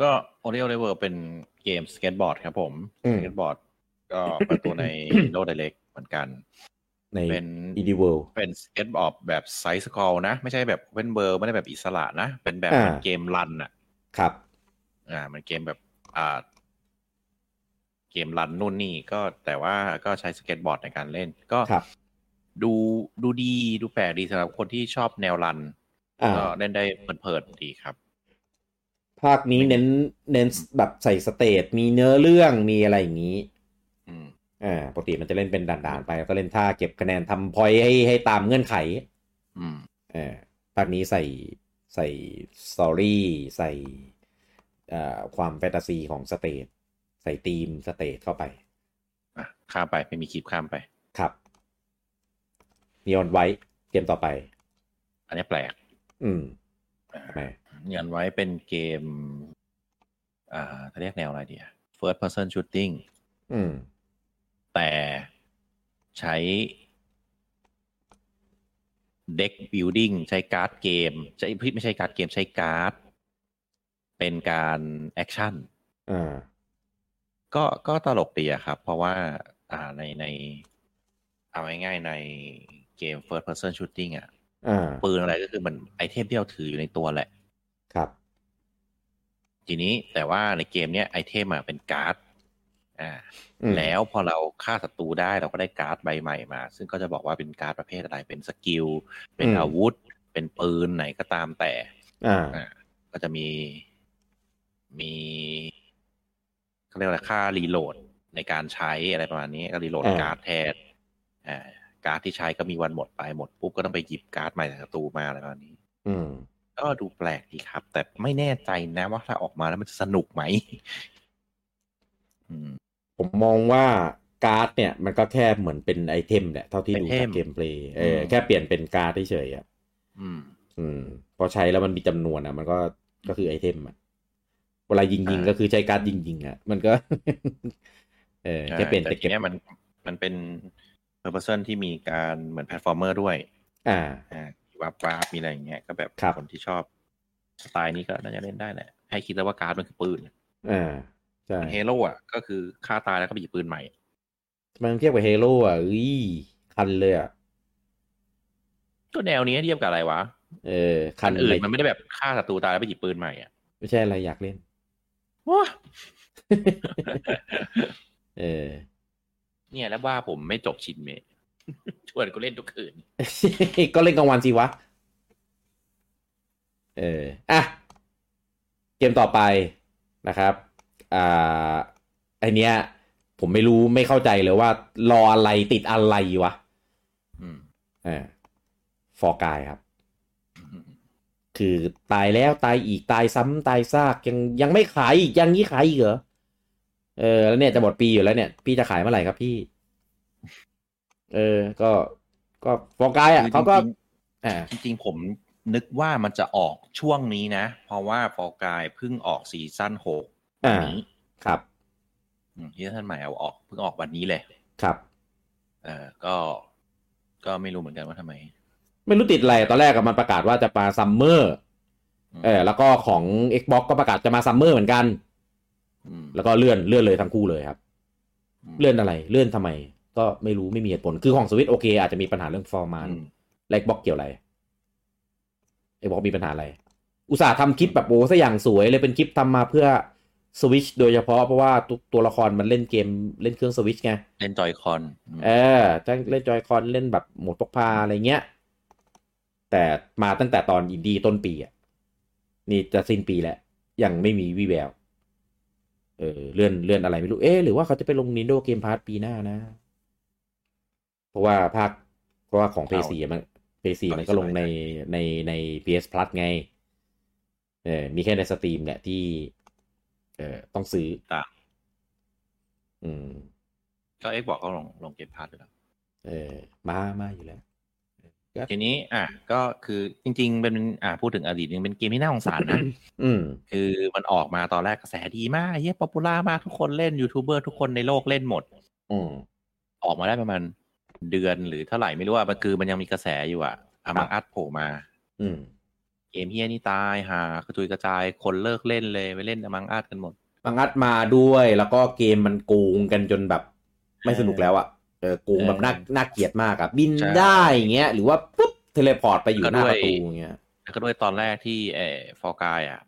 Speaker 2: ก็โอลิโอลิเวิลเป็นเกมสเก็ตบอร์ดครับผม
Speaker 1: อืม
Speaker 2: สเก็ตบอร์ดก็เปิดตัวใน โลดไดเล็กเหมือนกัน
Speaker 1: ใน
Speaker 2: เป็น
Speaker 1: อีดีเวิลด์
Speaker 2: เป็นสเก็ตบอร์ดแบบไซส์สครอลนะ ไม่ใช่แบบเว้นเบอร์ไม่ได้แบบอิสระนะ เป็นแบบ
Speaker 1: อ่า
Speaker 2: เกมรันอ่ะ
Speaker 1: ครับ
Speaker 2: อ่า มันเกมแบบอ่า เกมรันนู่นนี่ก็แต่ว่าก็ใช้สเก็ตบอร์ดในการเล่น ก็
Speaker 1: ครับ
Speaker 2: ดูดูดีดูแปลกดีสำหรับคนที่ชอบแนวรัน
Speaker 1: อ่า
Speaker 2: ก็เล่นได้เพลินๆดีครับ
Speaker 1: ภาคนี้เน้นเน้นแบบใส่สเตจมีเนื้อเรื่องมีอะไรอย่างนี้
Speaker 2: อืม
Speaker 1: อ่าปกติมันจะเล่นเป็นด่านๆไปแล้วก็เล่นท่าเก็บคะแนนทำพอยให้ให้ตามเงื่อนไข
Speaker 2: อืม
Speaker 1: เออภาคนี้ใส่ใส่สตอรี่ใส่เอ่อความแฟนตาซีของสเตทใส่ธีมสเตทเข้าไป
Speaker 2: อ่ะ ข้ามไปไม่มีคลิปข้ามไป
Speaker 1: ครับนีออนไวท์เกมต่อไป
Speaker 2: อันนี้แปลก
Speaker 1: อืม
Speaker 2: อ่า
Speaker 1: ทำไม
Speaker 2: เงินไว้เป็นเกม อ่าจะเรียกแนวอะไรดีอะ first person shooting
Speaker 1: อืม
Speaker 2: แต่ใช้ เด็กบิ l ดิ้งใช้การ์ดเกม ใช้ไม่ใช่การ์ดเกมใช้การ์ด เป็นการแอคชั่น
Speaker 1: อ่า
Speaker 2: ก็ก็ตลกดีอะครับ เพราะว่า อ่าในใน เอาง่ายๆในเกม first person shooting อะ
Speaker 1: อ่า
Speaker 2: ปืนอะไรก็คือมันไอเทมที่เราถืออยู่ในตัวแหละ
Speaker 1: ครับ
Speaker 2: ทีนี้แต่ว่าในเกมเนี้ยไอเทมอะเป็นการ์ด อ่า
Speaker 1: อืม
Speaker 2: แล้วพอเราฆ่าศัตรูได้เราก็ได้การ์ดใบใหม่มา ซึ่งก็จะบอกว่าเป็นการ์ดประเภทอะไรเป็นสกิล เป็นอาวุธ เป็นปืนไหนก็ตามแต่
Speaker 1: อ่า
Speaker 2: ก็จะมีมีเขาเรียกอะไรค่ารีโหลดในการใช้อะไรประมาณนี้ก็รีโหลด
Speaker 1: อ่า
Speaker 2: การ์ดแทนอ่าการ์ดที่ใช้ก็มีวันหมดไปหมดปุ๊บก็ต้องไปหยิบการ์ดใหม่จากศัตรูมาอะไรประมาณนี้
Speaker 1: อืม
Speaker 2: ก็ดูแปลกดีครับ แต่ไม่แน่ใจนะว่าถ้าออกมาแล้วมันจะสนุกไหม [laughs] อืม
Speaker 1: ผมมองว่าการ์ดเนี่ยมันก็แค่เหมือนเป็นไอเทมแหละเท่าที่ดู
Speaker 2: ไอเท
Speaker 1: จาก
Speaker 2: ม
Speaker 1: เกมเพลย์เอออ
Speaker 2: ม
Speaker 1: แค่เปลี่ยนเป็นการ์ดเฉยๆอ่ะ
Speaker 2: อืม
Speaker 1: อืมพอใช้แล้วมันมีจำนวนอ่ะ มันก็ก็คือไอเทมอ่ะเวลายิงยิง
Speaker 2: อ่า
Speaker 1: ก็คือใช้การ์ดยิงยิงอ่ะ [laughs] มันก็ [laughs] เออแค่เปลี่ยน
Speaker 2: แต่
Speaker 1: แต่
Speaker 2: ที
Speaker 1: เก็บ
Speaker 2: เนี้ยมันมันเป็นเพอร์เพอนที่มีการเหมือนแพลตฟอร์เมอร์ด้วย
Speaker 1: อ่า
Speaker 2: อ่ามีวับวับมีอะไรอย่างเงี้ยก็แบบ
Speaker 1: ครับ
Speaker 2: คนที่ชอบสไตล์นี้ก็น่าจะเล่นได้แหละ ให้คิดแล้วว่าการ์ดมันคือปืน
Speaker 1: อ่าใช่
Speaker 2: เฮโร่อะก็คือฆ่าตายแล้วก็ไปหยิบปืนใหม่
Speaker 1: มันเทียบกับเฮโร่อ่ะอุ้ยคันเลยอ่ะ
Speaker 2: ก็แนวนี้เทียบกับอะไรวะ
Speaker 1: เออคั
Speaker 2: คั
Speaker 1: น
Speaker 2: น
Speaker 1: เล
Speaker 2: อื่น
Speaker 1: ย
Speaker 2: มันไม่ได้แบบฆ่าศัตรูตายแล้วไปหยิบปืนใหม่อ่ะ
Speaker 1: ไม่ใช่อะไรอยากเล่น [laughs]
Speaker 2: ว้า
Speaker 1: เออ
Speaker 2: เนี่ยแล้วว่าผมไม่จบชินเมะ [laughs] ชวนกูเล่นทุกคืน
Speaker 1: [laughs] ก็เล่นกลางวันสิวะ เออ อ่ะ เกมต่อไปนะครับ อ่าไอเนี้ย ผมไม่รู้ไม่เข้าใจเลยว่า รออะไรติดอะไรวะ
Speaker 2: อืม
Speaker 1: เออฟอร์กายครับ คือตายแล้วตายอีกตายซ้ำตายซากยังยังไม่ขายอีกยังนี้ขายอีกเหรอ เออ แล้วเนี่ยจะหมดปีอยู่แล้วเนี่ย พี่จะขายเมื่อไหร่ครับพี่ เออ ก็ก็ฟอร์กายอ่ะเขาก็ อ่า
Speaker 2: จริงๆผมนึกว่ามันจะออกช่วงนี้นะ เพราะว่าฟอร์กายเพิ่งออกซีซั่นหก
Speaker 1: อ่า
Speaker 2: นี้
Speaker 1: ครับ
Speaker 2: อืมซีซั่นใหม่เอาออกเพิ่งออกวันนี้เลย
Speaker 1: ครับ
Speaker 2: เออก็ ก็ไม่รู้เหมือนกันว่าทำไม
Speaker 1: ไม่รู้ติดอะไร ตอนแรกอะมันประกาศว่าจะมาซัมเมอร์
Speaker 2: อืม
Speaker 1: เออ แล้วก็ของ Xbox ก็ประกาศจะมาซัมเมอร์เหมือนกัน
Speaker 2: อืม
Speaker 1: แล้วก็เลื่อนเลื่อนเลยทั้งคู่เลยครับ
Speaker 2: อืม
Speaker 1: เลื่อนอะไร เลื่อนทำไม ก็ไม่รู้ไม่มีเหตุผล คือของสวิตโอเค อาจจะมีปัญหาเรื่องฟอร์มาน
Speaker 2: อืม
Speaker 1: เล็กบ็อกเกี่ยวอะไรไอ้บอกมีปัญหาอะไร อุตส่าห์ทำคลิปแบบโอ้ซะอย่างสวยเลยเป็นคลิปทำมาเพื่อสวิชโดยเฉพาะเพราะว่าตัวตัวละครมันเล่นเกมเล่นเครื่องสวิชไง
Speaker 2: เล่นจอยคอนอืม
Speaker 1: เออจะเล่นจอยคอนเล่นแบบโหมดพกพาอะไรเงี้ย แต่มาตั้งแต่ตอนอินดี้ต้นปีอ่ะ นี่จะสิ้นปีแล้ว ยังไม่มีวี่แวว เออ เลื่อนเลื่อนอะไรไม่รู้ เอ๊ะหรือว่าเขาจะไปลง Nintendo Game Pass ปีหน้านะ เพราะว่าภาคเพราะว่าของ p พ4มันเพ4มันก็ลงในในใน PS Plus ไง เออ มีแค่ในสตรีมเนี่ยที่ เออต้องซื้อ อืม
Speaker 2: ก็เอ็กบอกก็ลงลงเกมพาร์ทไปแล้ว
Speaker 1: เออ มามาอยู่แล้ว
Speaker 2: ทีนี้อ่ะก็คือจริง ๆ เป็นอ่ะพูดถึงอดีตนึงเป็นเกมที่น่าสงสารนะ [coughs]
Speaker 1: อืม
Speaker 2: คือมันออกมาตอนแรกกระแสดีมากเย้ป๊อปปูล่ามากทุกคนเล่นยูทูบเบอร์ทุกคนในโลกเล่นหมด
Speaker 1: อืม
Speaker 2: ออกมาได้ประมาณเดือนหรือเท่าไหร่ไม่รู้อ่ะมันคือมันยังมีกระแสอยู่อ่ะอามังอัดโผล่มา
Speaker 1: อืม
Speaker 2: เกมเฮียนี่ตายหากระจุยกระจายคนเลิกเล่นเลยไปเล่นอามังอัดกันหมด
Speaker 1: บังอัดมาด้วยแล้วก็เกมมันโกงกันจนแบบ ไม่สนุกแล้วอะ่ะเออโกงแบบน่าน่าเกลียดมากอะ่ะ บิน
Speaker 2: ใช่
Speaker 1: ได้อย่างเงี้ยหรือว่าปุ๊บเทเลพอร์ตไปอยู่
Speaker 2: ก็
Speaker 1: ห
Speaker 2: ด้
Speaker 1: น้า
Speaker 2: ว
Speaker 1: ป
Speaker 2: ย
Speaker 1: ระตูอย่างเงี้ย
Speaker 2: แล้วก็ด้วยตอนแรกที่เอฟอร์กายอ่ะ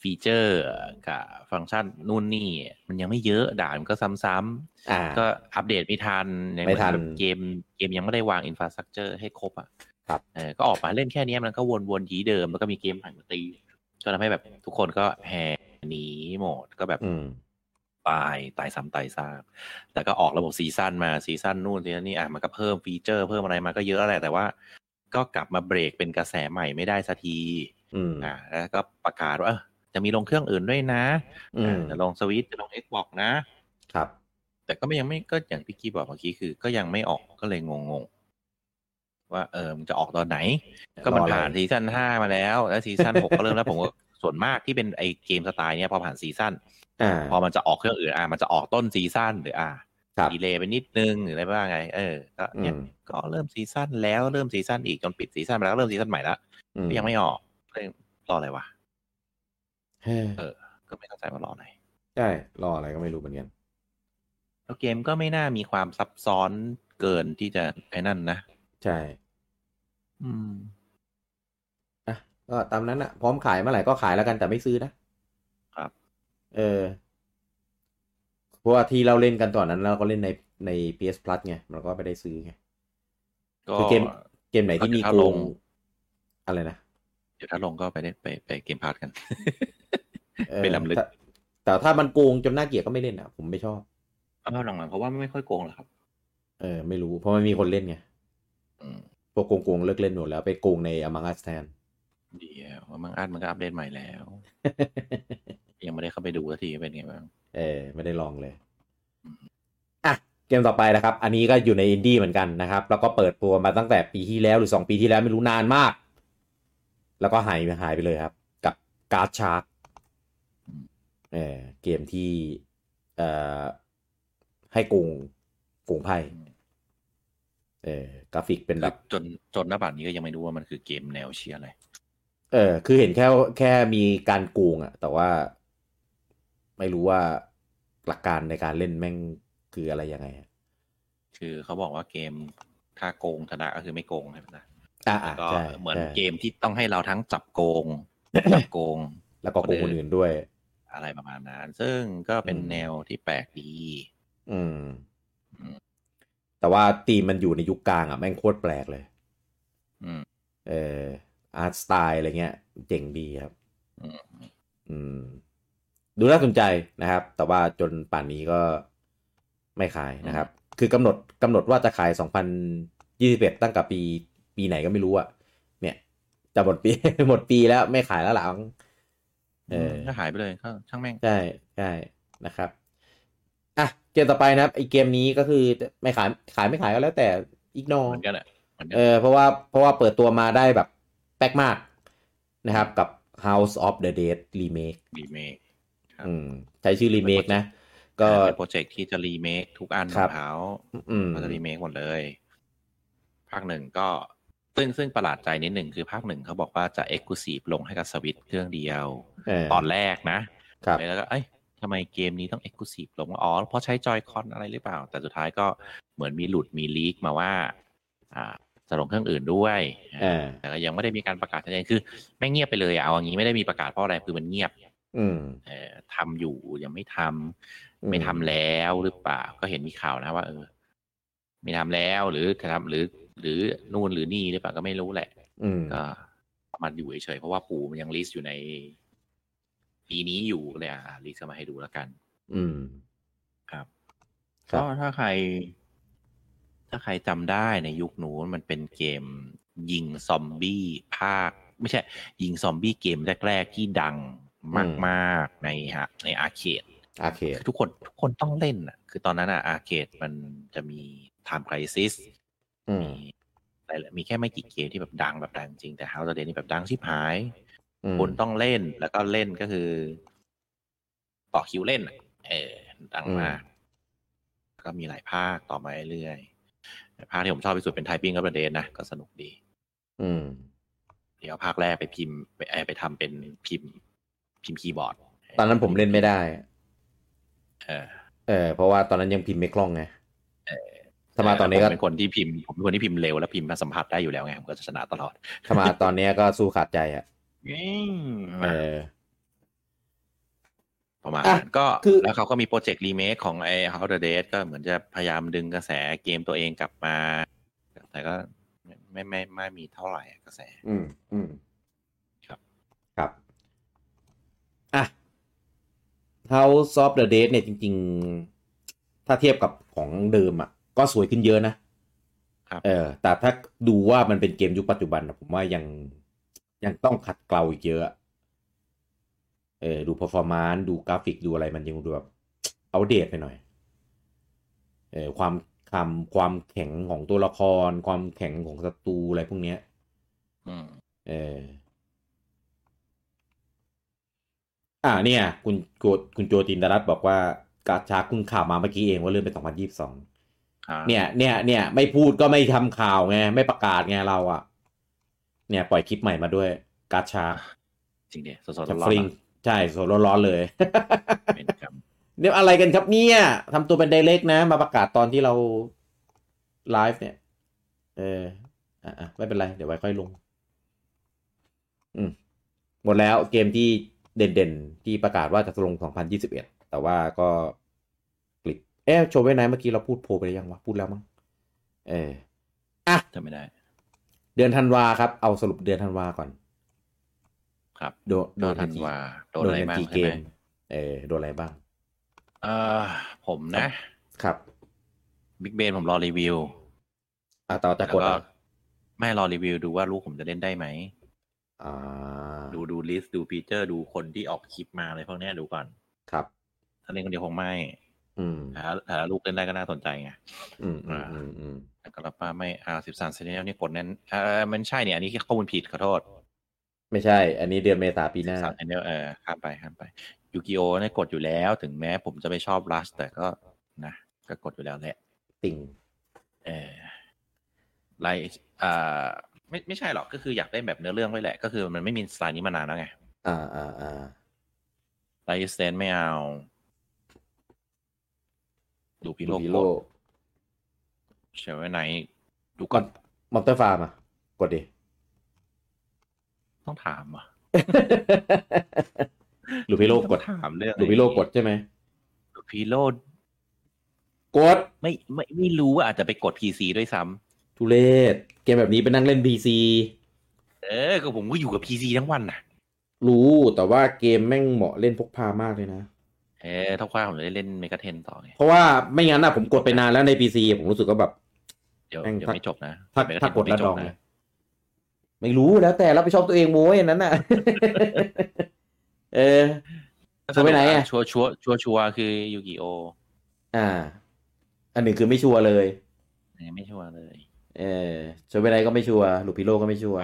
Speaker 2: ฟีเจอร์กับฟังก์ชันนู่นนี่ มันยังไม่เยอะด่านมันก็ซ้ำๆ
Speaker 1: อ่า
Speaker 2: ก็อัปเดตไม่ทันเนี่ย
Speaker 1: ไม่ทัน
Speaker 2: เหอเกมเกมยังไม่ได้วางอินฟ a าส t r ั c เจอร์ให้ครบอ่ะ
Speaker 1: ครับ
Speaker 2: เออก็ออกมาเล่นแค่เนี้ยมันก็วนๆทีเดิม แล้วก็มีเกมใหม่มาตี ก็ทำให้แบบทุกคนก็แห่หนีโหมดก็แบบ
Speaker 1: อืม
Speaker 2: ตายตายซ้ำตายซากแต่ก็ออกระบบซีซั่นมาซีซั่นนู่นซีซั่นนี่อ่ะมันก็เพิ่มฟีเจอร์เพิ่มอะไรมาก็เยอะแหละแต่ว่า ก็กลับมาเบรกเป็นกระแสใหม่ไม่ได้สักที
Speaker 1: อืม
Speaker 2: อ่าแล้วก็ประกาศว่าเออจะมีลงเครื่องอื่นด้วยนะ
Speaker 1: อืม
Speaker 2: อ่าจะลงสวิตจะลง Xbox นะ
Speaker 1: ครับ
Speaker 2: แต่ก็ไม่ยังไม่ก็อย่างที่กี้บอกเมื่อกี้คือก็ยังไม่ออกก็เลยงงๆว่าเออมันจะออกตอนไหน ก็มัน
Speaker 1: รออะไร
Speaker 2: ผ่านซีซั่นห้ามาแล้ว แล้วซีซั่นหกก็เริ่มแล้วผมก็ [laughs] ส่วนมากที่เป็นไอเกมสไตล์เนี้ยพอผ่านซีซั่น
Speaker 1: อ่า
Speaker 2: พอมันจะออกเครื่องอื่นอ่ะมันจะออกต้นซีซั่นหรืออ่ะ
Speaker 1: ครับ
Speaker 2: ดีเลย์ไปนิดนึงหรืออะไรบ้างไง เออก็เนี่ย
Speaker 1: อืม
Speaker 2: ก็เริ่มซีซั่นแล้วเริ่มซีซั่นอีกจนปิดซีซั่นไปแล้วเริ่มซีซั่นใหม่แล้ว
Speaker 1: อื
Speaker 2: ก็ยังไม่ออกเลยรออะไรวะ
Speaker 1: เฮ้ย
Speaker 2: ก็ไม่เข้าใจว่ารออะไร
Speaker 1: ใช่ รออะไรก็ไม่รู้เหมือนกัน
Speaker 2: แล้วเกมก็ไม่น่ามีความซับซ้อนเกินที่จะไอ้นั่นนะ
Speaker 1: ใช่
Speaker 2: อืม
Speaker 1: อ่ะก็ตามนั้นอะพร้อมขายเมื่อไหร่ก็ขายแล้วกันแต่ไม่ซื้อนะครับ เออเพราะว่าที่เราเล่นกันตอนนั้นเราก็เล่นในใน PS Plus ไงมันก็ไม่ได้ซื้อไง
Speaker 2: ก็
Speaker 1: คือเกมเกมไหนที่มี
Speaker 2: ก็
Speaker 1: โก
Speaker 2: ล
Speaker 1: ง
Speaker 2: ง
Speaker 1: อะไรนะ
Speaker 2: เดี๋ยวถ้าลงก็ไปได้ไปไปเกมพาร์ทกัน ไปล้ำลึก
Speaker 1: แต่แต่ถ้ามันโกงจนน่าเกลียดก็ไม่เล่นอ่ะ ผมไม่ชอบ
Speaker 2: เอาหลังๆเพราะว่าไม่ค่อยโกงหรอกครับ
Speaker 1: เออไม่รู้เพราะมันมีคนเล่นไง
Speaker 2: อืม
Speaker 1: พวกโกงๆเลิกเล่นหมดแล้วไปโกงใน Among Us แทน
Speaker 2: เดียวมังอาดมันก็อัปเดตใหม่แล้ว ยังไม่ได้เข้าไปดูสักทีเป็นไงบ้าง
Speaker 1: เออไม่ได้ลองเลยอ่ะเกมต่อไปนะครับ อันนี้ก็อยู่ในอินดี้เหมือนกันนะครับ แล้วก็เปิดตัวมาตั้งแต่ปีที่แล้วหรือ 2 ปีที่แล้วไม่รู้นานมาก แล้วก็หายไปหายไปเลยครับ กับการ์ดชาร์กเออเกมที่เอ่อให้โกงโกงไพ่เออกราฟิกเป็นแบบ
Speaker 2: จนจนหน้าบัดนี้ก็ยังไม่รู้ว่ามันคือเกมแนวเชียร์อะไร
Speaker 1: เออคือเห็นแค่แค่มีการโกงอะแต่ว่า ไม่รู้ว่าหลักการในการเล่นแม่งคืออะไรยังไงอะ
Speaker 2: คือเขาบอกว่าเกมถ้าโกงธนาก็คือไม่โกงใช่ไหมนะ
Speaker 1: อ่ะอ่ะ
Speaker 2: แล้วก็
Speaker 1: ใช่
Speaker 2: เหมือน
Speaker 1: ใช่
Speaker 2: เกมที่ต้องให้เราทั้งจับโก [coughs] ง จับโกง
Speaker 1: แล้วก็โกงคนอื่นด้วย
Speaker 2: อะไรประมาณนั้น ซึ่งก็เป็น
Speaker 1: อืม
Speaker 2: แนวที่แปลกดี
Speaker 1: อืม
Speaker 2: อืม
Speaker 1: แต่ว่าตีมมันอยู่ในยุคกลางอะแม่งโคตรแปลกเลย
Speaker 2: อืม
Speaker 1: เอออาร์ตสไตล์อะไรเงี้ย เจ๋งดีครับ
Speaker 2: อืม
Speaker 1: อืม ดูน่าสนใจนะครับ แต่ว่าจนป่านนี้ก็ไม่ขายนะครับ คือกำหนดกำหนดว่าจะขาย 2021 ตั้งกับปี ปีไหนก็ไม่รู้อะเนี่ย จะหมดปี [laughs] หมดปีแล้วไม่ขายแล้วหลัง เออ
Speaker 2: ก็หายไปเลยก็ช่างแม่ง
Speaker 1: ใช่ใช่นะครับ อ่ะ เกมต่อไปนะครับไอเกมนี้ก็คือไม่ขายขายไม่ขายก็แล้วแต่อีกนอ
Speaker 2: เหมือนกันอ่ะเหมือนกัน
Speaker 1: เออเพราะว่าเพราะว่าเปิดตัวมาได้แบบแป๊กมากนะครับกับ House of the Dead Remake
Speaker 2: รีเมค ครับ
Speaker 1: อืมใช้ชื่อ Remake นะ ก็
Speaker 2: เป็นโปรเจกต์ที่จะรีเมคทุกอัน
Speaker 1: ค
Speaker 2: ข
Speaker 1: รั
Speaker 2: อบ งเขา
Speaker 1: อืม
Speaker 2: เขาจะรีเมคหมดเลย ภาคหนึ่งก็ซึ่งซึ่งประหลาดใจนิดหนึ่งคือภาคหนึ่งเขาบอกว่าจะเอ็กซ์คลูซีฟลงให้กับสวิตเครื่องเดียว
Speaker 1: เ
Speaker 2: ตอนแรกนะครับ แล้วก็เอ้ยทำไมเกมนี้ต้องเอ็กซ์คลูซีฟลงอ๋อเพราะใช้จอยคอนอะไรหรือเปล่า แต่สุดท้ายก็เหมือนมีหลุดมีลีกมาว่า อ่าจะลงเครื่องอื่นด้วย
Speaker 1: อ่า
Speaker 2: แต่ก็ยังไม่ได้มีการประกาศชัดเจนคือไม่งเงียบไปเลยอะเอาอย่างนี้ไม่ได้มีประกาศเพราะอะไรคือมันเงียบ
Speaker 1: อืม
Speaker 2: เอ่อทำอยู่ยังไม่ทำ
Speaker 1: อืม
Speaker 2: ไม่ทำแล้วหรือเปล่า ก็เห็นมีข่าวนะว่า เออ ไม่ทำแล้วหรือทำหรือ หรือนู่นหรือนี่หรือเปล่าก็ไม่รู้แหละ
Speaker 1: อืม
Speaker 2: ก็มันอยู่เฉยๆเพราะว่าปู่มันยังลิสต์อยู่ในปีนี้อยู่เลยอ่ะลิสต์เอามาให้ดูแล้วกัน
Speaker 1: อืม
Speaker 2: ครับ
Speaker 1: ครับ
Speaker 2: ก็ถ้าใคร ถ้าใครจำได้ในยุคนู้นมันเป็นเกม ยิงซอมบี้ภาค ไม่ใช่ ยิงซอมบี้เกมแรก ๆ ที่ดังมากๆในฮะ ในอาร์เคด
Speaker 1: อาเคด
Speaker 2: คือทุกคนทุกคนต้องเล่นอ่ะ คือตอนนั้นอ่ะอาร์เคดมันจะมี Time Crisis
Speaker 1: อืม
Speaker 2: มีอะไรละมีแค่ไม่กี่เกมที่แบบดังแบบดังจริง แต่ House of the Dead นี่แบบดังชิบหาย
Speaker 1: อืม
Speaker 2: คนต้องเล่นแล้วก็เล่นก็คือ ต่อคิวเล่นอะเออ ดังมากแล้วก็มีหลายภาคต่อมาเรื่อยๆภาคที่ผมชอบที่สุดเป็นไทปิ้งกับประเด็นนะ ก็สนุกดี
Speaker 1: อืม
Speaker 2: เดี๋ยวภาคแรกไปพิมพ์ไปเอ่อไปทำเป็นพิมพ์ พิมพ์คีย์บอร์ด
Speaker 1: ตอนนั้นผมเล่นไม่ได้
Speaker 2: เออ
Speaker 1: เออเพราะว่าตอนนั้นยังพิมพ์ไม่คล่องไง
Speaker 2: เออ
Speaker 1: ถ้ามาตอนนี้ก็
Speaker 2: ผมเป็นคนที่พิมพ์ผมเป็นคนที่พิมพ์เร็วและพิมพ์มาสัมผัสได้อยู่แล้วไงผมก็จะชนะตลอด
Speaker 1: ถ้ามาตอนนี้ก็สู้ขาดใจอ่ะเออ
Speaker 2: [laughs] ประมาณ
Speaker 1: อ่ะ
Speaker 2: นั้นก็
Speaker 1: คือ
Speaker 2: แล้วเขาก็มีโปรเจกต์รีเมคของไอ้ How the Dead ก็เหมือนจะพยายามดึงกระแสเกมตัวเองกลับมา แต่ก็ไม่ไม่ไม่ไม่มีเท่าไหร่อะกระแส
Speaker 1: อืมอืม
Speaker 2: ครับ
Speaker 1: ครับ อ่ะ House of the Dead เนี่ยจริง ๆ ถ้าเทียบกับของเดิมอ่ะ ก็สวยขึ้นเยอะนะ
Speaker 2: ครับ
Speaker 1: เออ แต่ถ้าดูว่ามันเป็นเกมยุคปัจจุบันอะผมว่ายังยังต้องขัดเกลาอีกเยอะอะเออ ดู performance ดูกราฟิกดูอะไรมันยังดูแบบเอาเดตไปหน่อย เออความความความแข็งของตัวละคร ความแข็งของศัตรูอะไรพวกเนี้ย
Speaker 2: อืม
Speaker 1: เออ อ่าเนี่ย คุณโกคุณโจตินดารัตน์บอกว่ากาชาคุณข่าวมาเมื่อกี้เองว่าเลื่อนไปสองพันยี่สิบสอง
Speaker 2: อ่า
Speaker 1: เนี่ยเนี่ยเนี่ยไม่พูดก็ไม่ทำข่าวไง ไม่ประกาศไงเราอ่ะ เนี่ยปล่อยคลิปใหม่มาด้วยกาชา
Speaker 2: จริงเดียสดๆ
Speaker 1: จาก
Speaker 2: ร้อ
Speaker 1: ฟ
Speaker 2: น
Speaker 1: ริง
Speaker 2: ๆ
Speaker 1: ใช่สดร้อนๆเลย
Speaker 2: อะเป็นกรรม
Speaker 1: เนี่ยอะไรกันครับเนี่ยทำตัวเป็นไดเรกนะ มาประกาศตอนที่เราไลฟ์เนี่ย เอออ่ะๆไม่เป็นไร เดี๋ยวไว้ค่อยลง อืม หมดแล้วเกมที่เด่นๆ ที่ประกาศว่าจะลง 2021 แต่ว่าก็กลิบเอ๊ะโชว์ไว้ไหนเมื่อกี้เราพูดโพลไปหรือยังวะ พูดแล้วมั้งเออ
Speaker 2: จำไม่ได้
Speaker 1: เดือนธันวาครับ เอาสรุปเดือนธันวาก่อน
Speaker 2: ครับ
Speaker 1: โดน
Speaker 2: โดนทันวาโดนอะไรบ้าง
Speaker 1: กี่
Speaker 2: ใช่
Speaker 1: เก
Speaker 2: ไหม
Speaker 1: ม เออโดนอะไรบ้าง
Speaker 2: เอ่อผมนะครับ บิ๊กเบนผมรอรีวิว
Speaker 1: อ่ะต่อจากกด
Speaker 2: แล้ว
Speaker 1: อ่ะ
Speaker 2: ไม่รอรีวิวดูว่าลูกผมจะเล่นได้ไหม
Speaker 1: อ่า
Speaker 2: ดูดูลิสต์ดูฟีเจอร์ดูคนที่ออกคลิปมาอะไรพวกเนี้ยดูก่อน
Speaker 1: ครับ
Speaker 2: ถ้าเล่นคนเดียวคงไม่
Speaker 1: อืม
Speaker 2: หาหาลูกเล่นได้ก็น่าสนใจไง
Speaker 1: อืมอืม
Speaker 2: อ่า
Speaker 1: อืมอืม
Speaker 2: แต่ก็รับว่าไม่อาสิบสามเซนเนลนี่ยกดนั้นเออมันใช่เนี่ยอันนี้ข้อมูลผิดขอโทษ
Speaker 1: ไม่ใช่ อันนี้เดือนเมษาปีหน้า
Speaker 2: สามเซนเนลเออข้ามไปข้ามไปยูกิโอเนี่ยกดอยู่แล้ว ถึงแม้ผมจะไม่ชอบรัชแต่ก็นะก็กดอยู่แล้วแหละ
Speaker 1: ติ่ง
Speaker 2: เออไลอ่า ไม่ไม่ใช่หรอกก็คืออยากได้แบบเนื้อเรื่องไว้แหละ ก็คือมันไม่มีสไตล์นี้มานานแล้วไง
Speaker 1: อ่าอ่าอ่า
Speaker 2: ไลท์สเตนไม่เอา ดูพิโลก
Speaker 1: ฮีโร่
Speaker 2: โคตรเชลไว้ไหน ดู
Speaker 1: ก่
Speaker 2: ก่
Speaker 1: อ
Speaker 2: อน น
Speaker 1: มอนเตอร์ฟาร์มอ่ะ กด
Speaker 2: [laughs]
Speaker 1: ดิ
Speaker 2: ต้องถามอ่ะ
Speaker 1: หรือพี่โลกกด
Speaker 2: ต้องถามเรื่อง
Speaker 1: หรือพี่โลกกดใช่ไหม
Speaker 2: ดูพิโลก
Speaker 1: กด
Speaker 2: ไม่ไม่ไม่รู้ว่าอาจจะไปกด PC ด้วยซ้ำ
Speaker 1: ทุเรศเกมแบบนี้ไปนั่งเล่น PC
Speaker 2: เออก็ผมก็อยู่กับ PC ทั้งวันน่ะ
Speaker 1: รู้แต่ว่าเกมแม่งเหมาะเล่นพกพามากเลยนะ
Speaker 2: เออถ้าคว้าผมจะได้เล่นเมกาเทนต่อไง
Speaker 1: เพราะว่าไม่งั้นนะผมกดไปนานแล้วใน PC ผมรู้สึกว่าแบบ
Speaker 2: เดี๋ยว
Speaker 1: แม่ง
Speaker 2: เดี๋ยวไม่จบนะ
Speaker 1: ถ้า
Speaker 2: เม
Speaker 1: ถ้ากด
Speaker 2: ไม่
Speaker 1: ระ
Speaker 2: จ
Speaker 1: ด
Speaker 2: บ
Speaker 1: อง
Speaker 2: นะ
Speaker 1: เลยไม่รู้แล้วแต่รับผิดชอบตัวเองโว้ยอันนั้นน่ะ [laughs] เออ
Speaker 2: สรุ
Speaker 1: ไปไหนอะ
Speaker 2: ชัวร์ชัวร์ชัวร์ชัวร์คือยูกิโอ
Speaker 1: อ่า อันหนึ่งคือไม่ชัวร์เลย
Speaker 2: ไม่ชัวร์เลย
Speaker 1: เออชวนไปไหนก็ไม่ชัวร์หลุดพิโลก็ไม่ชัวร์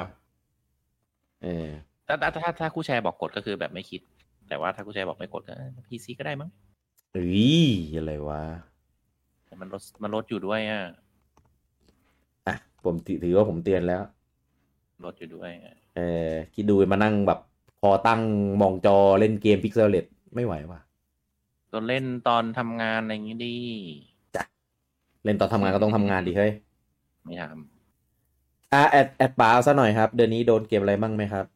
Speaker 1: เออ
Speaker 2: ถ้าถ้าถ้าถ้าคู่แชร์บอกกดก็คือแบบไม่คิด แต่ว่าถ้าคู่แชร์บอกไม่กดก็พีซีก็ได้มั้ง
Speaker 1: เอ้ยอะไรวะ
Speaker 2: แต่มันลดมันลดอยู่ด้วยอ่ะ
Speaker 1: อ่ะ ผมถือถือว่าผมเตือนแล้ว
Speaker 2: ลดอยู่ด้วยอะ
Speaker 1: เออคิดดูมานั่งแบบคอตั้งมองจอเล่นเกมพิกเซลเลตไม่ไหวว่ะ
Speaker 2: ตอนเล่นตอนทำงานอะไรอย่างงี้ดิ
Speaker 1: เล่นตอนทำงานก็ต้องทำงานดีเฮ้ย
Speaker 2: ไม่ท
Speaker 1: อ่ะแอดแอดป๋าซะหน่อยครับ เดือนนี้โดนเกมอะไรบ้างไหมครับ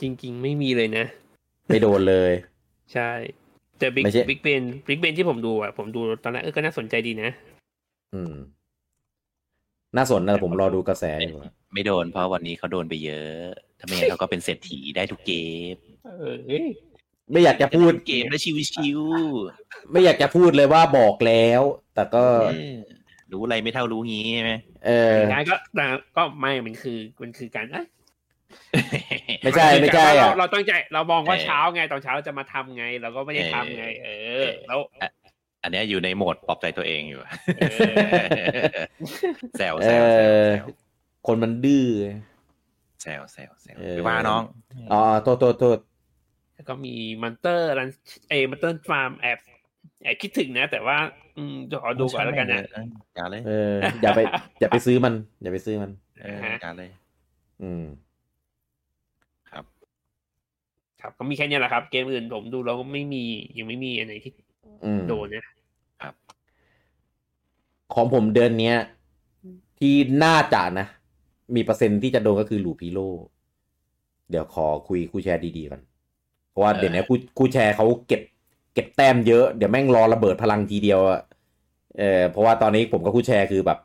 Speaker 3: จริง ๆ ไม่มีเลยนะ
Speaker 1: ไม่โดนเลย [laughs]
Speaker 3: ใช่ แต่บิ๊ก
Speaker 1: ไม่ใช่
Speaker 3: บิ๊กเบนบิ๊กเบนที่ผมดูอ่ะ ผมดูตอนแรกเออก็น่าสนใจดีนะ
Speaker 1: อืม น่าสนนะผมรอดูกระแสอยู่อะ
Speaker 2: ำไม่โดนเพราะวันนี้เขาโดนไปเยอะทำไมงั้นเขาก็เป็นเศรษฐีได้ทุกเกม
Speaker 3: เออเอ้ย
Speaker 1: ไม่อยากจะพูด
Speaker 2: เกมและชิวชิว
Speaker 1: ไม่อยากจะพูดเลยว่าบอกแล้ว แต่ก็
Speaker 2: ๆเออรู้อะไรไม่เท่ารู้งี้ใช่ไหม
Speaker 1: เออ
Speaker 3: งานก็แต่ก็ไม่มันคือมันคือการเอ้ย
Speaker 1: ไม่ใช่
Speaker 3: นคือ
Speaker 1: ไม่
Speaker 3: การ
Speaker 1: ใช่
Speaker 3: ว่าเรา
Speaker 1: อ่ะ
Speaker 3: เราตั้งใจเรามองว่า
Speaker 2: เออ
Speaker 3: เช้าไงตอนเช้าเราจะมาทำไง เราก็ไม่ได้ทำไง เอ
Speaker 2: เอ
Speaker 3: อ
Speaker 2: อ
Speaker 3: แล้ว
Speaker 2: อันเนี้ยอยู่ในโหมดปลอบใจตัวเอง
Speaker 1: [laughs]
Speaker 2: อยู่
Speaker 3: เออ
Speaker 2: แซว
Speaker 1: เอ
Speaker 2: แซว
Speaker 1: อ คนมันดื้อ
Speaker 2: แซวแซวแซว
Speaker 1: เออ
Speaker 2: ไปว่าน้อง
Speaker 1: อ๋อโทษโทษโทษ
Speaker 3: แล้วก็มีมันเตอร์รันเอมันเตอร์ฟาร์มแอบแอบคิดถึงนะ แต่ว่า อืมเดี๋ยวขอดูก่อนแล้วกันนะ
Speaker 2: เอออย่าเลย
Speaker 1: เออ อย่าไป อย่าไปซื้อมัน อย่าไปซื้อมัน
Speaker 2: เอออย่าเลย
Speaker 1: อืม
Speaker 3: ครับก็มีแค่เนี้ยแหละครับ เกมอื่นผมดูแล้วก็ไม่มียังไม่มีอันไหนที่
Speaker 1: อืม
Speaker 3: โดนนะ
Speaker 1: ของผมเดือนเนี้ย ที่น่าจะนะ มีเปอร์เซ็นต์ที่จะโดนก็คือหลูพิโล เดี๋ยวขอคุยคู่แชร์ดีๆก่อน เพราะว่า
Speaker 2: เออ
Speaker 1: เดี๋ยวนี้คู่คู่แชร์เขาเก็บ เก็บแต้มเยอะเดี๋ยวแม่งรอระเบิดพลังทีเดียวอะเออเพราะว่าตอนนี้ผมกับคู่แชร์คือแบบ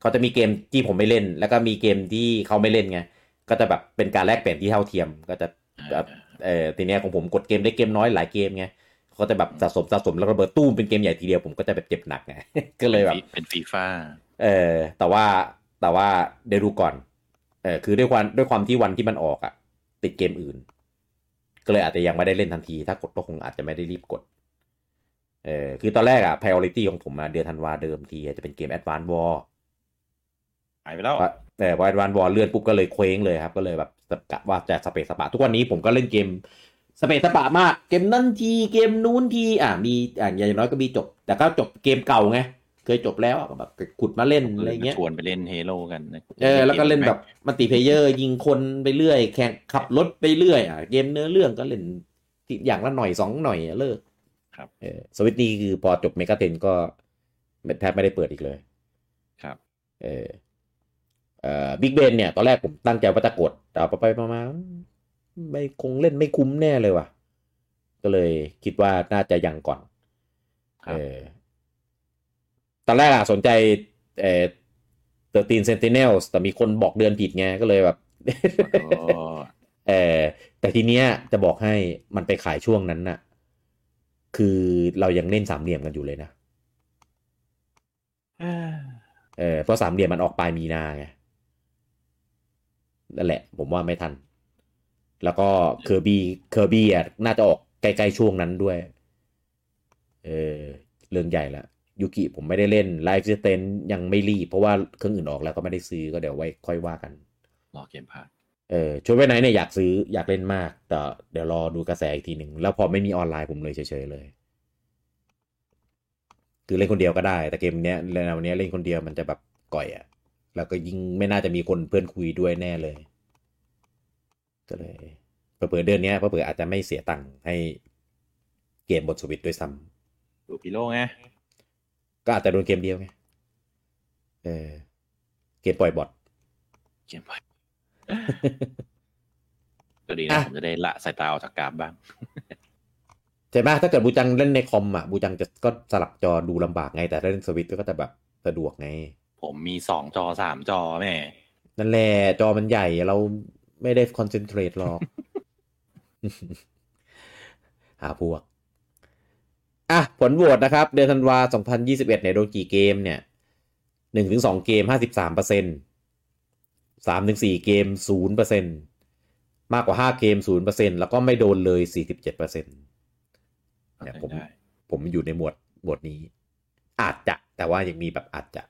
Speaker 1: เขาจะมีเกมที่ผมไม่เล่น แล้วก็มีเกมที่เขาไม่เล่นไงก็จะแบบเป็นการแลกเปลี่ยนที่เท่าเทียม ก็จะแบบเออทีเนี้ยของผมกดเกมได้เกมน้อยหลายเกมไงเขาก็จะแบบสะสมสะสมแล้วระเบิดตู้มเป็นเกมใหญ่ทีเดียวผมก็จะแบบเจ็บหนักไง [laughs] ก็เลยแบบ
Speaker 2: เป็นฟีฟ่า
Speaker 1: เออแต่ว่าแต่ว่าเดี๋ยวดูก่อน เออคือด้วยความด้วยความที่วันที่มันออกอะติดเกมอื่น ก็เลยอาจจะยังไม่ได้เล่นทันที ถ้ากดก็คงอาจจะไม่ได้รีบกด เออคือตอนแรกอะ priority ของผมอะเดือนธันวาเดิมทีอะจะเป็นเกม Advanced War
Speaker 2: หายไปแล้ว
Speaker 1: ว่าแต่ว่า Advanced War เลื่อนปุ๊บก็เลยเคว้งเลยครับ ก็เลยแบบกะว่าจะสเปซสปะ ทุกวันนี้ผมก็เล่นเกมสเปซสปะมาก เกมนั่นทีเกมนู้นทีอ่ะมีอ่ะอย่างน้อยก็มีจบ แต่ก็จบเกมเก่าไงเคยจบแล้วอะก็แบบขุดมาเล่นอะไรเงี้ย
Speaker 2: ชวนไปเล่นเฮโร่กันนะ
Speaker 1: เออแล้วก็เล่นแบบมัลติเพเยอร์ ยิงคนไปเรื่อย แข่งขับรถไปเรื่อยอ่ะเกมเนื้อเรื่องก็เล่นทีอย่างละหน่อยสองหน่อยอ่ะเลิก
Speaker 2: ครับ
Speaker 1: เออสวิตช์นี้คือพอจบเมกาเทนก็แทบไม่ได้เปิดอีกเลย
Speaker 2: ครับ
Speaker 1: เออเอ่อบิ๊กเบนเนี่ย ตอนแรกผมตั้งใจว่าจะกด แต่ไปไปๆมาๆไม่คงเล่นไม่คุ้มแน่เลยว่ะ ก็เลยคิดว่าน่าจะยังก่อน
Speaker 2: ครับ
Speaker 1: เออตอนแรกอะสนใจเออเตอร์ตีนเซนติเนลแต่มีคนบอกเดือนผิดไง ก็เลยแบบ
Speaker 2: โอ้
Speaker 1: เออแต่ทีเนี้ยจะบอกให้มันไปขายช่วงนั้นน่ะ คือเรายังเล่นสามเหลี่ยมกันอยู่เลยนะ
Speaker 2: เอ้ย
Speaker 1: เออเพราะสามเหลี่ยมมันออกปลายมีนาไง นั่นแหละ ผมว่าไม่ทัน แล้วก็เคอร์บี้เคอร์บี้อ่ะน่าจะออกใกล้ๆช่วงนั้นด้วย เออเรื่องใหญ่ละยูกิผมไม่ได้เล่นไลฟ์สเตนยังไม่รีบ เพราะว่าเครื่องอื่นออกแล้วก็ไม่ได้ซื้อก็เดี๋ยวไว้ค่อยว่ากัน
Speaker 2: รอเกมพาร์ท
Speaker 1: เออช่วยไว้ไหนเนี่ยอยากซื้ออยากเล่นมาก แต่เดี๋ยวรอดูกระแสอีกทีหนึ่ง แล้วพอไม่มีออนไลน์ผมเลยเฉยๆเลย คือเล่นคนเดียวก็ได้ แต่เกมเนี้ยแนวเนี้ยเล่นคนเดียวมันจะแบบก่อยอะ แล้วก็ยิ่งไม่น่าจะมีคนเพื่อนคุยด้วยแน่เลย ก็เลยเปิดเดือนเนี้ยเปิดอาจจะไม่เสียตังค์ให้เกมบนสวิตช์ด้วยซ้
Speaker 2: ดูพิโลไง
Speaker 1: ำก็อาจจะโดนเกมเดียวไงเออเกมปล่อยบอท
Speaker 2: เกมไป
Speaker 1: [laughs]
Speaker 2: ก็ดีนะ
Speaker 1: อ่ะ
Speaker 2: ผมจะได้ละสายตาออกจากกราฟบ้าง
Speaker 1: ใช่ไหมถ้าเกิดบูจังเล่นในคอมอ่ะบูจังจะก็สลับจอดูลำบากไงแต่ถ้าเล่นสวิตช์ก็จะแบบสะดวกไง
Speaker 2: ผมมีสองจอสามจอแม่
Speaker 1: นั่นแหละจอมันใหญ่เราไม่ได้คอนเซนเทรตหรอก [laughs] หาพวก อ่ะ ผลโหวตนะครับ เดือนธันวา 2021 เนี่ยโดนกี่เกมเนี่ย1ถึง2เกม 53% 3ถึง4เกม 0%มากกว่า 5 เกม 0%แล้วก็ไม่โดนเลย 47%เนี่ยผม
Speaker 2: ได้
Speaker 1: ผมอยู่ในหมวดหมวดนี้ อาจจะแต่ว่ายังมีแบบอาจจะ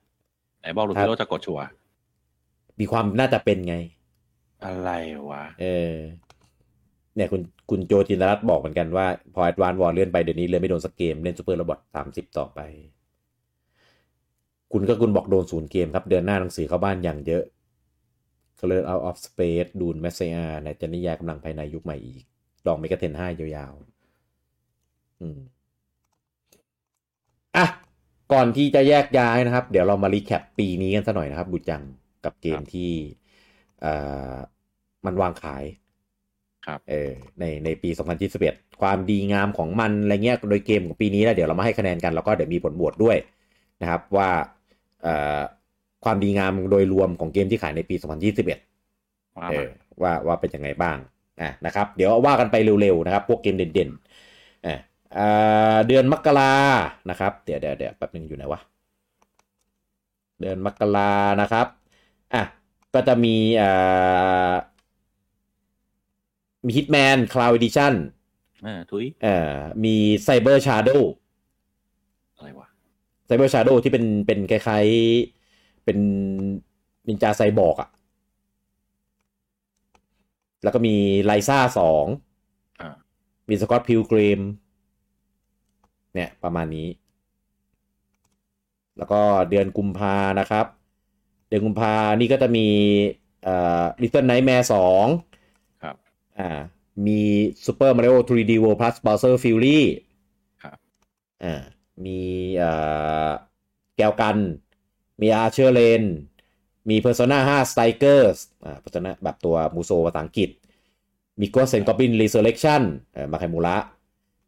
Speaker 2: ไหนบอกลู
Speaker 1: ครับ
Speaker 2: พิโลจะกดชัวร์
Speaker 1: มีความน่าจะเป็นไง
Speaker 2: อะไรวะ
Speaker 1: เออเนี่ยคุณคุณโจจินรัตน์บอกเหมือนกันว่า พอแอดวานวอลเลื่อนไปเดี๋ยวนี้เลื่อนไม่โดนสักเกม เล่นซูเปอร์โรบอทสามสิบต่อไป คุณก็คุณบอกโดนศูนย์เกมครับ เดือนหน้าหนังสือเข้าบ้านอย่างเยอะ c o l o r Out of Space ดูนแมสเซอาในจันนิยายกำลังภายในยุคใหม่อีก ดองเมกาเทนห้ายาวๆ อืม อ่ะ ก่อนที่จะแยกย้ายนะครับ เดี๋ยวเรามารีแคปปีนี้กันสักหน่อยนะครับ บุจังกับเกมที่เอ่อมันวางขาย
Speaker 2: ครับ
Speaker 1: เออในในปี 2021 ความดีงามของมันอะไรเงี้ยโดยเกมของปีนี้แล้วเดี๋ยวเรามาให้คะแนนกัน แล้วก็เดี๋ยวมีผลบวชด้วยนะครับ ว่าเอ่อความดีงามโดยรวมของเกมที่ขายในปี 2021
Speaker 2: ว่า
Speaker 1: เออ
Speaker 2: มา
Speaker 1: ว่าว่าเป็นยังไงบ้างอ่ะนะครับ เดี๋ยวว่ากันไปเร็วๆนะครับ พวกเกมเด่นๆอ่ะอ่าเดือนมกรานะครับ เดี๋ยวเดี๋ยวเดี๋ยวแป๊บนึงอยู่ไหนวะเดือนมกรานะครับอ่ะก็จะมีอ่ามี Hitman Cloud Edition
Speaker 2: เออทุย
Speaker 1: เอ่อมี Cyber Shadow
Speaker 2: อะไรวะ
Speaker 1: Cyber Shadow ที่เป็นเป็นคล้ายๆเป็นนินจาไซบอร์กอะแล้วก็มีไลซ่าสอง
Speaker 2: อ่า
Speaker 1: มีสกอตพิลกรมเนี่ยประมาณนี้ แล้วก็เดือนกุมภานะครับ เดือนกุมภานี่ก็จะมีเอ่อ Little Nightmare 2
Speaker 2: ครับ
Speaker 1: อ่ามี Super Mario 3D World Plus Bowser Fury
Speaker 2: ครับ
Speaker 1: อ่ามีเอ่อแก้วกัน มี Archer Lane มี Persona 5 Strikers อ่า Persona แบบตัวมูโซภาษาอังกฤษ มี Ghost and Goblin Resurrection เอ่อมาไคมูระ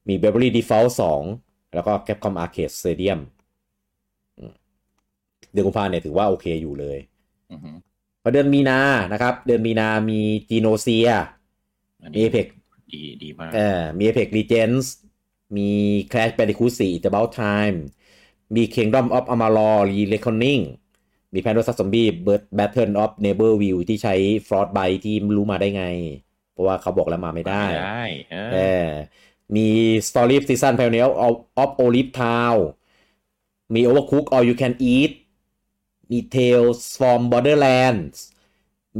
Speaker 1: มี Beverly Default 2 แล้วก็ Capcom Arcade Stadium อืมเดือนกุมภาเนี่ยถือว่าโอเคอยู่เลย
Speaker 2: อือหือ
Speaker 1: พอเดือนมีนานะครับ เดือนมีนามีจีโนเซีย
Speaker 2: อัน
Speaker 1: มี
Speaker 2: นี้
Speaker 1: Apex
Speaker 2: ดีดีมาก
Speaker 1: เอ่อมี Apex Legends มี Crash Bandicoot 4 It's About Time มี Kingdom of Amalur Re-Reckoning มี Pandora Zombie Bird Battle of Neighborview ที่ใช้ Frostbite ที่ไม่รู้มาได้ไง เพราะว่าเขาบอกแล้วมาไม่ได้
Speaker 2: ได้เออ
Speaker 1: เออมี Story of Season Pioneer of of Olive Town มี Overcook All You Can Eat มี Tales from Borderlands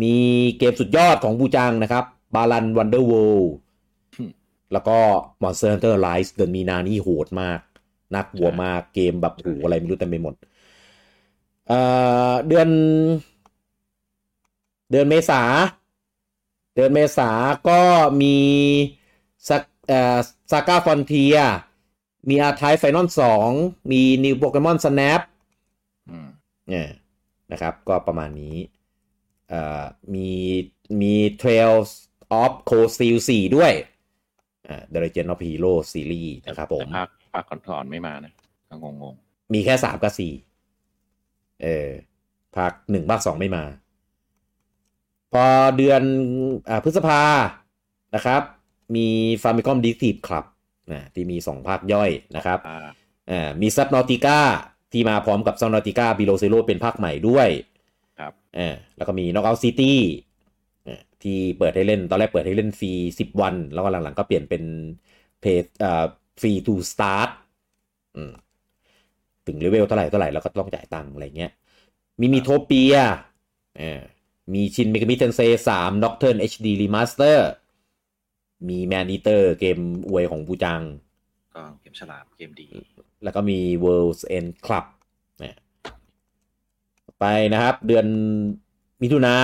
Speaker 1: มีเกมสุดยอดของบูจังนะครับ Balan Wonder World แล้วก็ Monster Hunter Rise เดือนมีนานี่โหดมาก น่ากลัวมากเกมแบบโหูอะไรไม่รู้เต็มไปหมดเอ่อเดือน เดือนเมษา เดือนเมษาก็มีซักเอ่อซาก้าฟอนเทีย มีอาร์ไทไฟนอลสองมีนิวโปเกมอนสแนป
Speaker 2: ม
Speaker 1: เนี่ยนะครับก็ประมาณนี้เอ่อมีมี Trails of c o s t e e l 4 ด้วยอ่า The Legend of Hero Series นะครับผม
Speaker 2: แต่ภาคภาคก่อนๆไม่มานะก็งงง
Speaker 1: มีแค่สามกับสี่ เออภาคหนึ่งภาคสองไม่มา พอเดือนอาพฤษภานะครับ มี f a m i c o m d e t e c t i v e Club นะที่มีสองภาคย่อยนะครับ
Speaker 2: ๆอ่า
Speaker 1: อ่ามี Subnautica ที่มาพร้อมกับ Subnautica Below Zero เป็นภาคใหม่ด้วย
Speaker 2: ครับ
Speaker 1: อ่าแล้วก็มี Knockout City อ่าที่เปิดให้เล่น ตอนแรกเปิดให้เล่นฟรี 10 วัน แล้วก็หลังๆก็เปลี่ยนเป็นเพจอ่าฟรี to start อืม ถึงเลเวลเท่าไหร่เท่าไหร่แล้วก็ต้องจ่ายตังค์อะไรเงี้ย มีมีโทเปียเออมีชินเมกามิเทนเซสามด็อกเทิร์น HD Remaster มีแมนอีเตอร์เกมอวยของบูจัง
Speaker 2: ก็เกมฉลาดเกมดี
Speaker 1: แล้วก็มี World's End Club นะ ไปนะครับ เดือนมิถุนา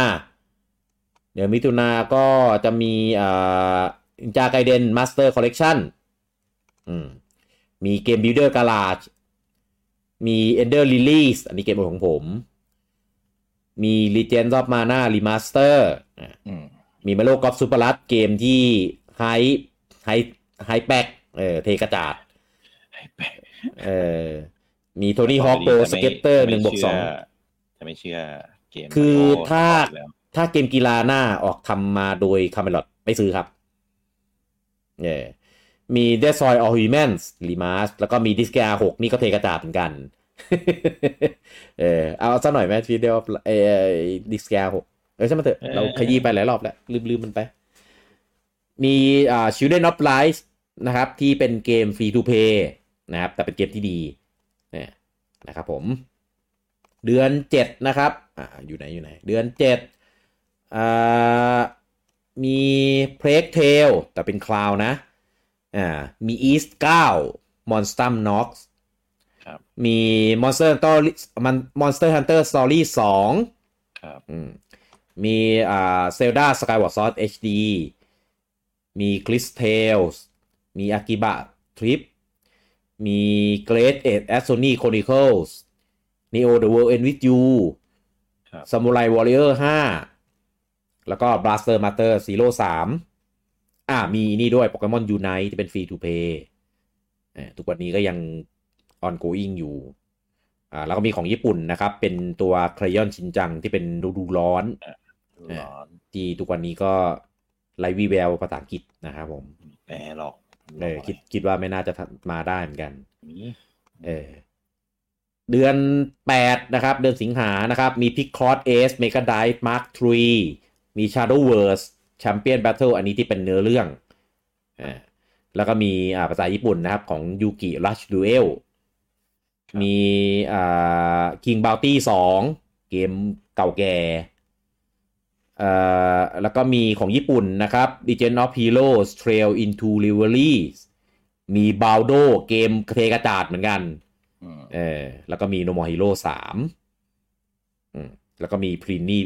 Speaker 1: เดือนมิถุนาก็จะมีอ่าจากไกเดนมาสเตอร์คอลเลกชันอืมมีเกมบิลเดอร์กาลาชมี Ender Lilies อันนี้เกมโปรดของผม มี Legend of Mana Remaster อ่ะ
Speaker 2: อืม
Speaker 1: มีมาโลกอฟซูเปอร์ลัสเกมที่ไฮไฮไฮแป๊กเออเทกระจาดเออมีโทนี่ฮอคโปสเก็ตเตอร์หนึ่งบวกสอง
Speaker 2: จะไม่เชื่อเกม
Speaker 1: คือถ้า
Speaker 2: แล้ว
Speaker 1: ถ้าเกมกีฬาหน้าออกทำมาโดยคาเมลอดไม่ซื้อครับเออมี d e s o y All Humans Remas แล้วก็มี d i s c a 6นี่ก็เทกระจาดเหมือน [laughs] กัน เออเอาซะหน่อยไหมทีเดียวเออ d i s c a 6เออใช่ไหมนเถอะ
Speaker 2: เออ
Speaker 1: เราขยี้ไปหลายรอบแล้ว ลืมลืมมันไป มีอ่า Children of Light นะครับ ที่เป็นเกม Free to Play นะครับ แต่เป็นเกมที่ดีเนี่ยนะครับผม เดือน 7 นะครับ อ่า อยู่ไหน อยู่ไหน เดือน7อ่า มีเพลกเทลแต่เป็นคลาวนะ อ่า มีอีส9 Monster Knox
Speaker 2: ครับ
Speaker 1: มี Monster Hunter มัน Monster Hunter Story
Speaker 2: ครับ
Speaker 1: 2อืมมีอ่า Zelda Skyward Sword HD มี Chris Tales มี Akiba Trip มี Great Age a s o n y Chronicles Neo the World End with You
Speaker 2: ครับ
Speaker 1: Samurai Warrior 5 แล้วก็ Blaster Master Zero 3อ่า มีนี่ด้วย Pokemon Unite ที่เป็น Free to Play อ่าทุกวันนี้ก็ยัง ongoing อยู่ อ่า แล้วก็มีของญี่ปุ่นนะครับ เป็นตัว Crayon ชินจังที่เป็นดูดูร้อน
Speaker 2: ร้อน
Speaker 1: ที่ทุกวันนี้ก็ไร้วีแววภาษาอังกฤษนะครับผม
Speaker 2: แปรหรอก
Speaker 1: เออคิดคิดว่าไม่น่าจะมาได้เหมือนกัน
Speaker 2: นี่
Speaker 1: เออเดือน 8 นะครับ เดือนสิงหานะครับ มี p i c c o s Ace Mega Dive Mark 3 มี Shadow Wars Champion Battle อันนี้ที่เป็นเนื้อเรื่องอ่าแล้วก็มีอ่าภาษาญี่ปุ่นนะครับ ของ Yuki Rush Duel มีอ่า King Bounty 2 เกมเก่าแก่เอ่อแล้วก็มีของญี่ปุ่นนะครับ Legend of Heroes Trail into Rivalry มี Baldo เกมเทกระจาดเหมือนกัน
Speaker 2: อืม
Speaker 1: เออแล้วก็มีโนมอฮิโร่สามอืมแล้วก็มีพรีนี่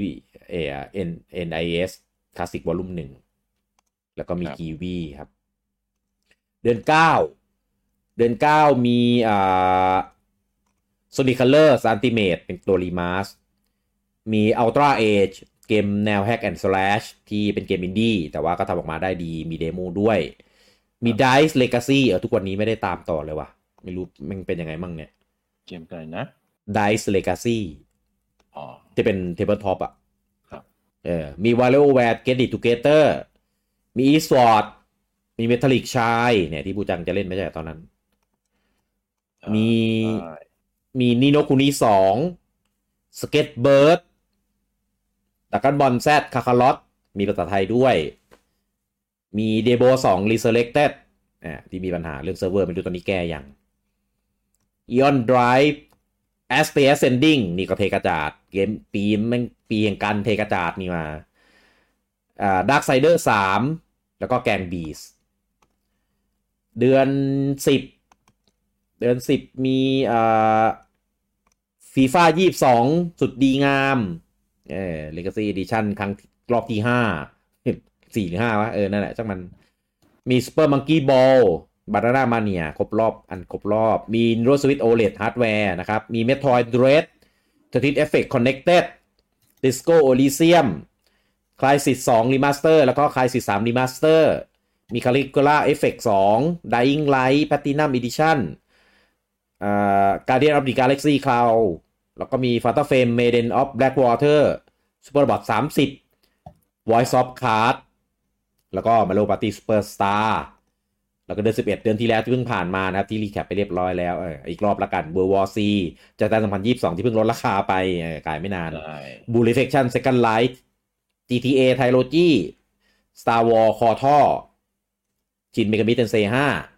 Speaker 1: เอเอ็นเอ็นไอเอสคลาสสิกวอลลุ่มหนึ่งแล้วก็มีกีวีครับ เดือนเก้าเดือนเก้ามีอ่าโซนิคัลเลอร์ซันติเมตเป็นตัวรีมาสมีอัลตร้าเอจเกมแนวแฮกแอนด์ส a s h ที่เป็นเกมอินดี้แต่ว่าก็ทำออกมาได้ดีมีเดโมด้วย มี Dice Legacy เออทุกวันนี้ไม่ได้ตามต่อเลยว่ะ ไม่รู้มันเป็นยังไงมั่งเนี่ย
Speaker 2: เกมอะไรนะ
Speaker 1: Dice Legacy
Speaker 2: อ๋อ
Speaker 1: ที่เป็น Tabletop อ่ะ
Speaker 2: ครับ
Speaker 1: เออ มี WarioWare Get It Together มี eSword มี Metallic ชายเนี่ยที่ปูจังจะเล่นไม่ใช่เหรอตอนนั้น
Speaker 2: เอ่อ
Speaker 1: มี
Speaker 2: ใช่
Speaker 1: มี Nino Kuni 2 Skatebird ดักกันบอลแซดคาคาลอตมีภาษาไทยด้วย มี d e b o 2 Resurrected อ่าที่มีปัญหาเรื่องเซิร์ฟเวอร์ไม่รู้ตอนนี้แก้ยัง Eon Drive a s t e a Ascending นี่ก็เทกระจาด เกมปีแม่งปีแห่งการเทกระจาดนี่มาอ่า Darksider 3 แล้วก็แกงบีส เดือน 10 เดือน 10 มีอ่าฟีฟ่ายี่สองสุดดีงามเออ Legacy Edition ครั้งรอบที่ห้า [laughs] สี่หรือห้าวะ เออ นั่นแหละจังมัน มี Super Monkey Ball บาร์ a ามาเนียครบรอบอันครบรอบ มีโรสวิตโอเลดฮาร์ดแวร์นะครับ มี Metroid Dread t e t r i s Effect Connected Disco Elysium Crisis 2 Remaster แล้วก็ Crisis 3 Remaster มี Caligula Effect 2 Dying Light Platinum Edition อ่า Guardian of the Galaxy Cloud แล้วก็มี Fatal Frame Maiden of Blackwater Superbot 30 Voice of Card แล้วก็ Mario Party Superstar แล้วก็เดือน11 เดือนที่แล้วที่เพิ่งผ่านมานะครับ ที่รีแคปไปเรียบร้อยแล้วเอออีกรอบละกัน World War C จากการ2022 ที่เพิ่งลดราคาไปเออขายไม่นาน
Speaker 2: ใช่
Speaker 1: บูริเฟคชั่นเซคันไลท์ GTA ไทโลจีสตาร์วอลคอท่อจินเมกามิเทนเซ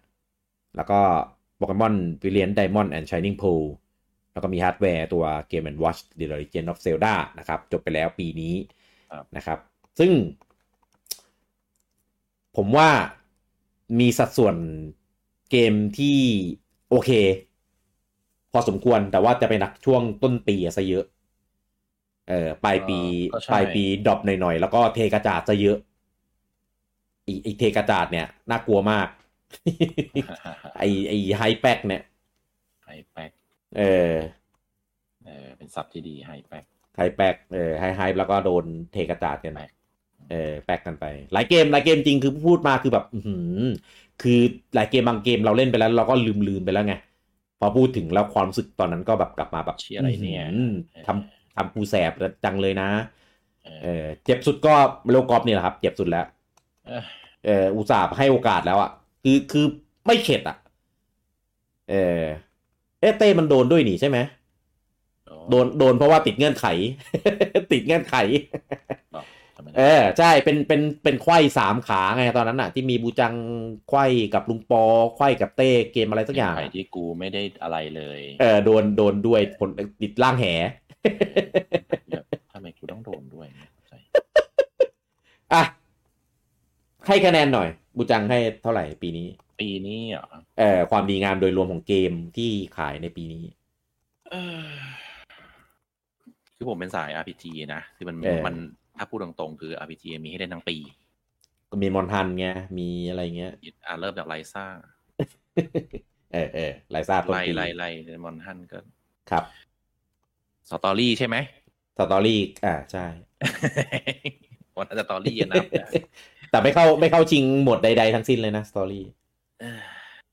Speaker 1: 5แล้วก็โปเกมอนวิเลียนไดมอนด์แอนด์ชายนิ่งพูแล้วก็มีฮาร์ดแวร์ตัวเกมแอนด์วอชเดลริเจนออฟเซลดานะครับ จบไปแล้วปีนี้นะครับ ซึ่ง ผมว่ามีสัดส่วนเกมที่โอเค พอสมควรแต่ว่าจะไปหนักช่วงต้นปีอะซะเยอะ เออปลายปี
Speaker 2: ก็ใช่
Speaker 1: ปลายปีดรอปหน่อยๆ แล้วก็เทกระจาดซะเยอะไอีไอเทกระจาดเนี่ย น่ากลัวมาก ไอไอไฮแป๊กเนี่ย
Speaker 2: [laughs] ไฮแป๊ก
Speaker 1: เออ
Speaker 2: เออเป็นศัพท์ที่ดีไฮแป๊ก
Speaker 1: ไฮแป๊กเออไฮไฮแล้วก็โดนเทกระจาดกันไป
Speaker 2: แป๊ก
Speaker 1: เออแป๊กกันไป หลายเกมหลายเกมจริงคือพูดมาคือแบบอื้อหือ คือหลายเกมบางเกมเราเล่นไปแล้ว เราก็ลืมลืมไปแล้วไงพอพูดถึงแล้วความรู้สึกตอนนั้นก็แบบกลับมาแบบ
Speaker 2: เชี่ยอะไรเนี่ย
Speaker 1: อื้อหือทำทำกูแสบจังเลยนะ
Speaker 2: เอ
Speaker 1: เอ
Speaker 2: อ
Speaker 1: อเจ็บสุดก็โลกอฟนี่แหละครับ เจ็บสุดแล้ว
Speaker 2: เออ
Speaker 1: เอออุตส่าห์ให้โอกาสแล้วอะ่ะ คือคือไม่เข็ดอะ่ะ เออเอะเต้มันโดนด้วยนี่ใช่ไหมโดนโดนเพราะว่าติดเงื่อนไข [laughs] ติดเงื่อนไข
Speaker 2: ทำไม
Speaker 1: เออ
Speaker 2: นะ
Speaker 1: ใช่เป็นเป็นเป็นไขว้สามขาไงตอนนั้นอะ่ะ ที่มีบูจังไขว้กับลุงปอไขว้กับเต้เกมอะไรสักอย่าง
Speaker 2: ไข่
Speaker 1: อะ
Speaker 2: ที่กูไม่ได้อะไรเลย
Speaker 1: เออโดนโดนด้วยผลติดล่างแห
Speaker 2: แบบทำไมกูต้องโดนด้วยเนี่ยเข้าใจ
Speaker 1: อ่ะให้คะแนนหน่อย บูจังให้เท่าไหร่ปีนี้
Speaker 2: ปีนี้เหรอ่ะ
Speaker 1: เอ่อความดีงามโดยรวมของเกมที่ขายในปีนี้
Speaker 2: คือผมเป็นสาย RPG นะ คือมัน
Speaker 1: เออ
Speaker 2: มันถ้าพูดตรงๆ คือ RPG มีให้เล่นทั้งปี
Speaker 1: ก็มีมอนฮันไงมีอะไรเงี้ย [laughs]
Speaker 2: อ่าเริ่มจากไลซ่า
Speaker 1: เออเออไลซ่าต้น
Speaker 2: ไล
Speaker 1: ปี
Speaker 2: ไลไลเดมอนฮันก็
Speaker 1: ครับ
Speaker 2: สตอรี่
Speaker 1: [laughs]
Speaker 2: ใช่ไหม
Speaker 1: สตอรี่อ่าใช่
Speaker 2: วันสตอรี่อะนะ [laughs]
Speaker 1: [laughs] แต่ไม่เข้าไม่เข้าชิงหมวดใด ๆ ทั้งสิ้นเลยนะสตอรี่
Speaker 2: เออ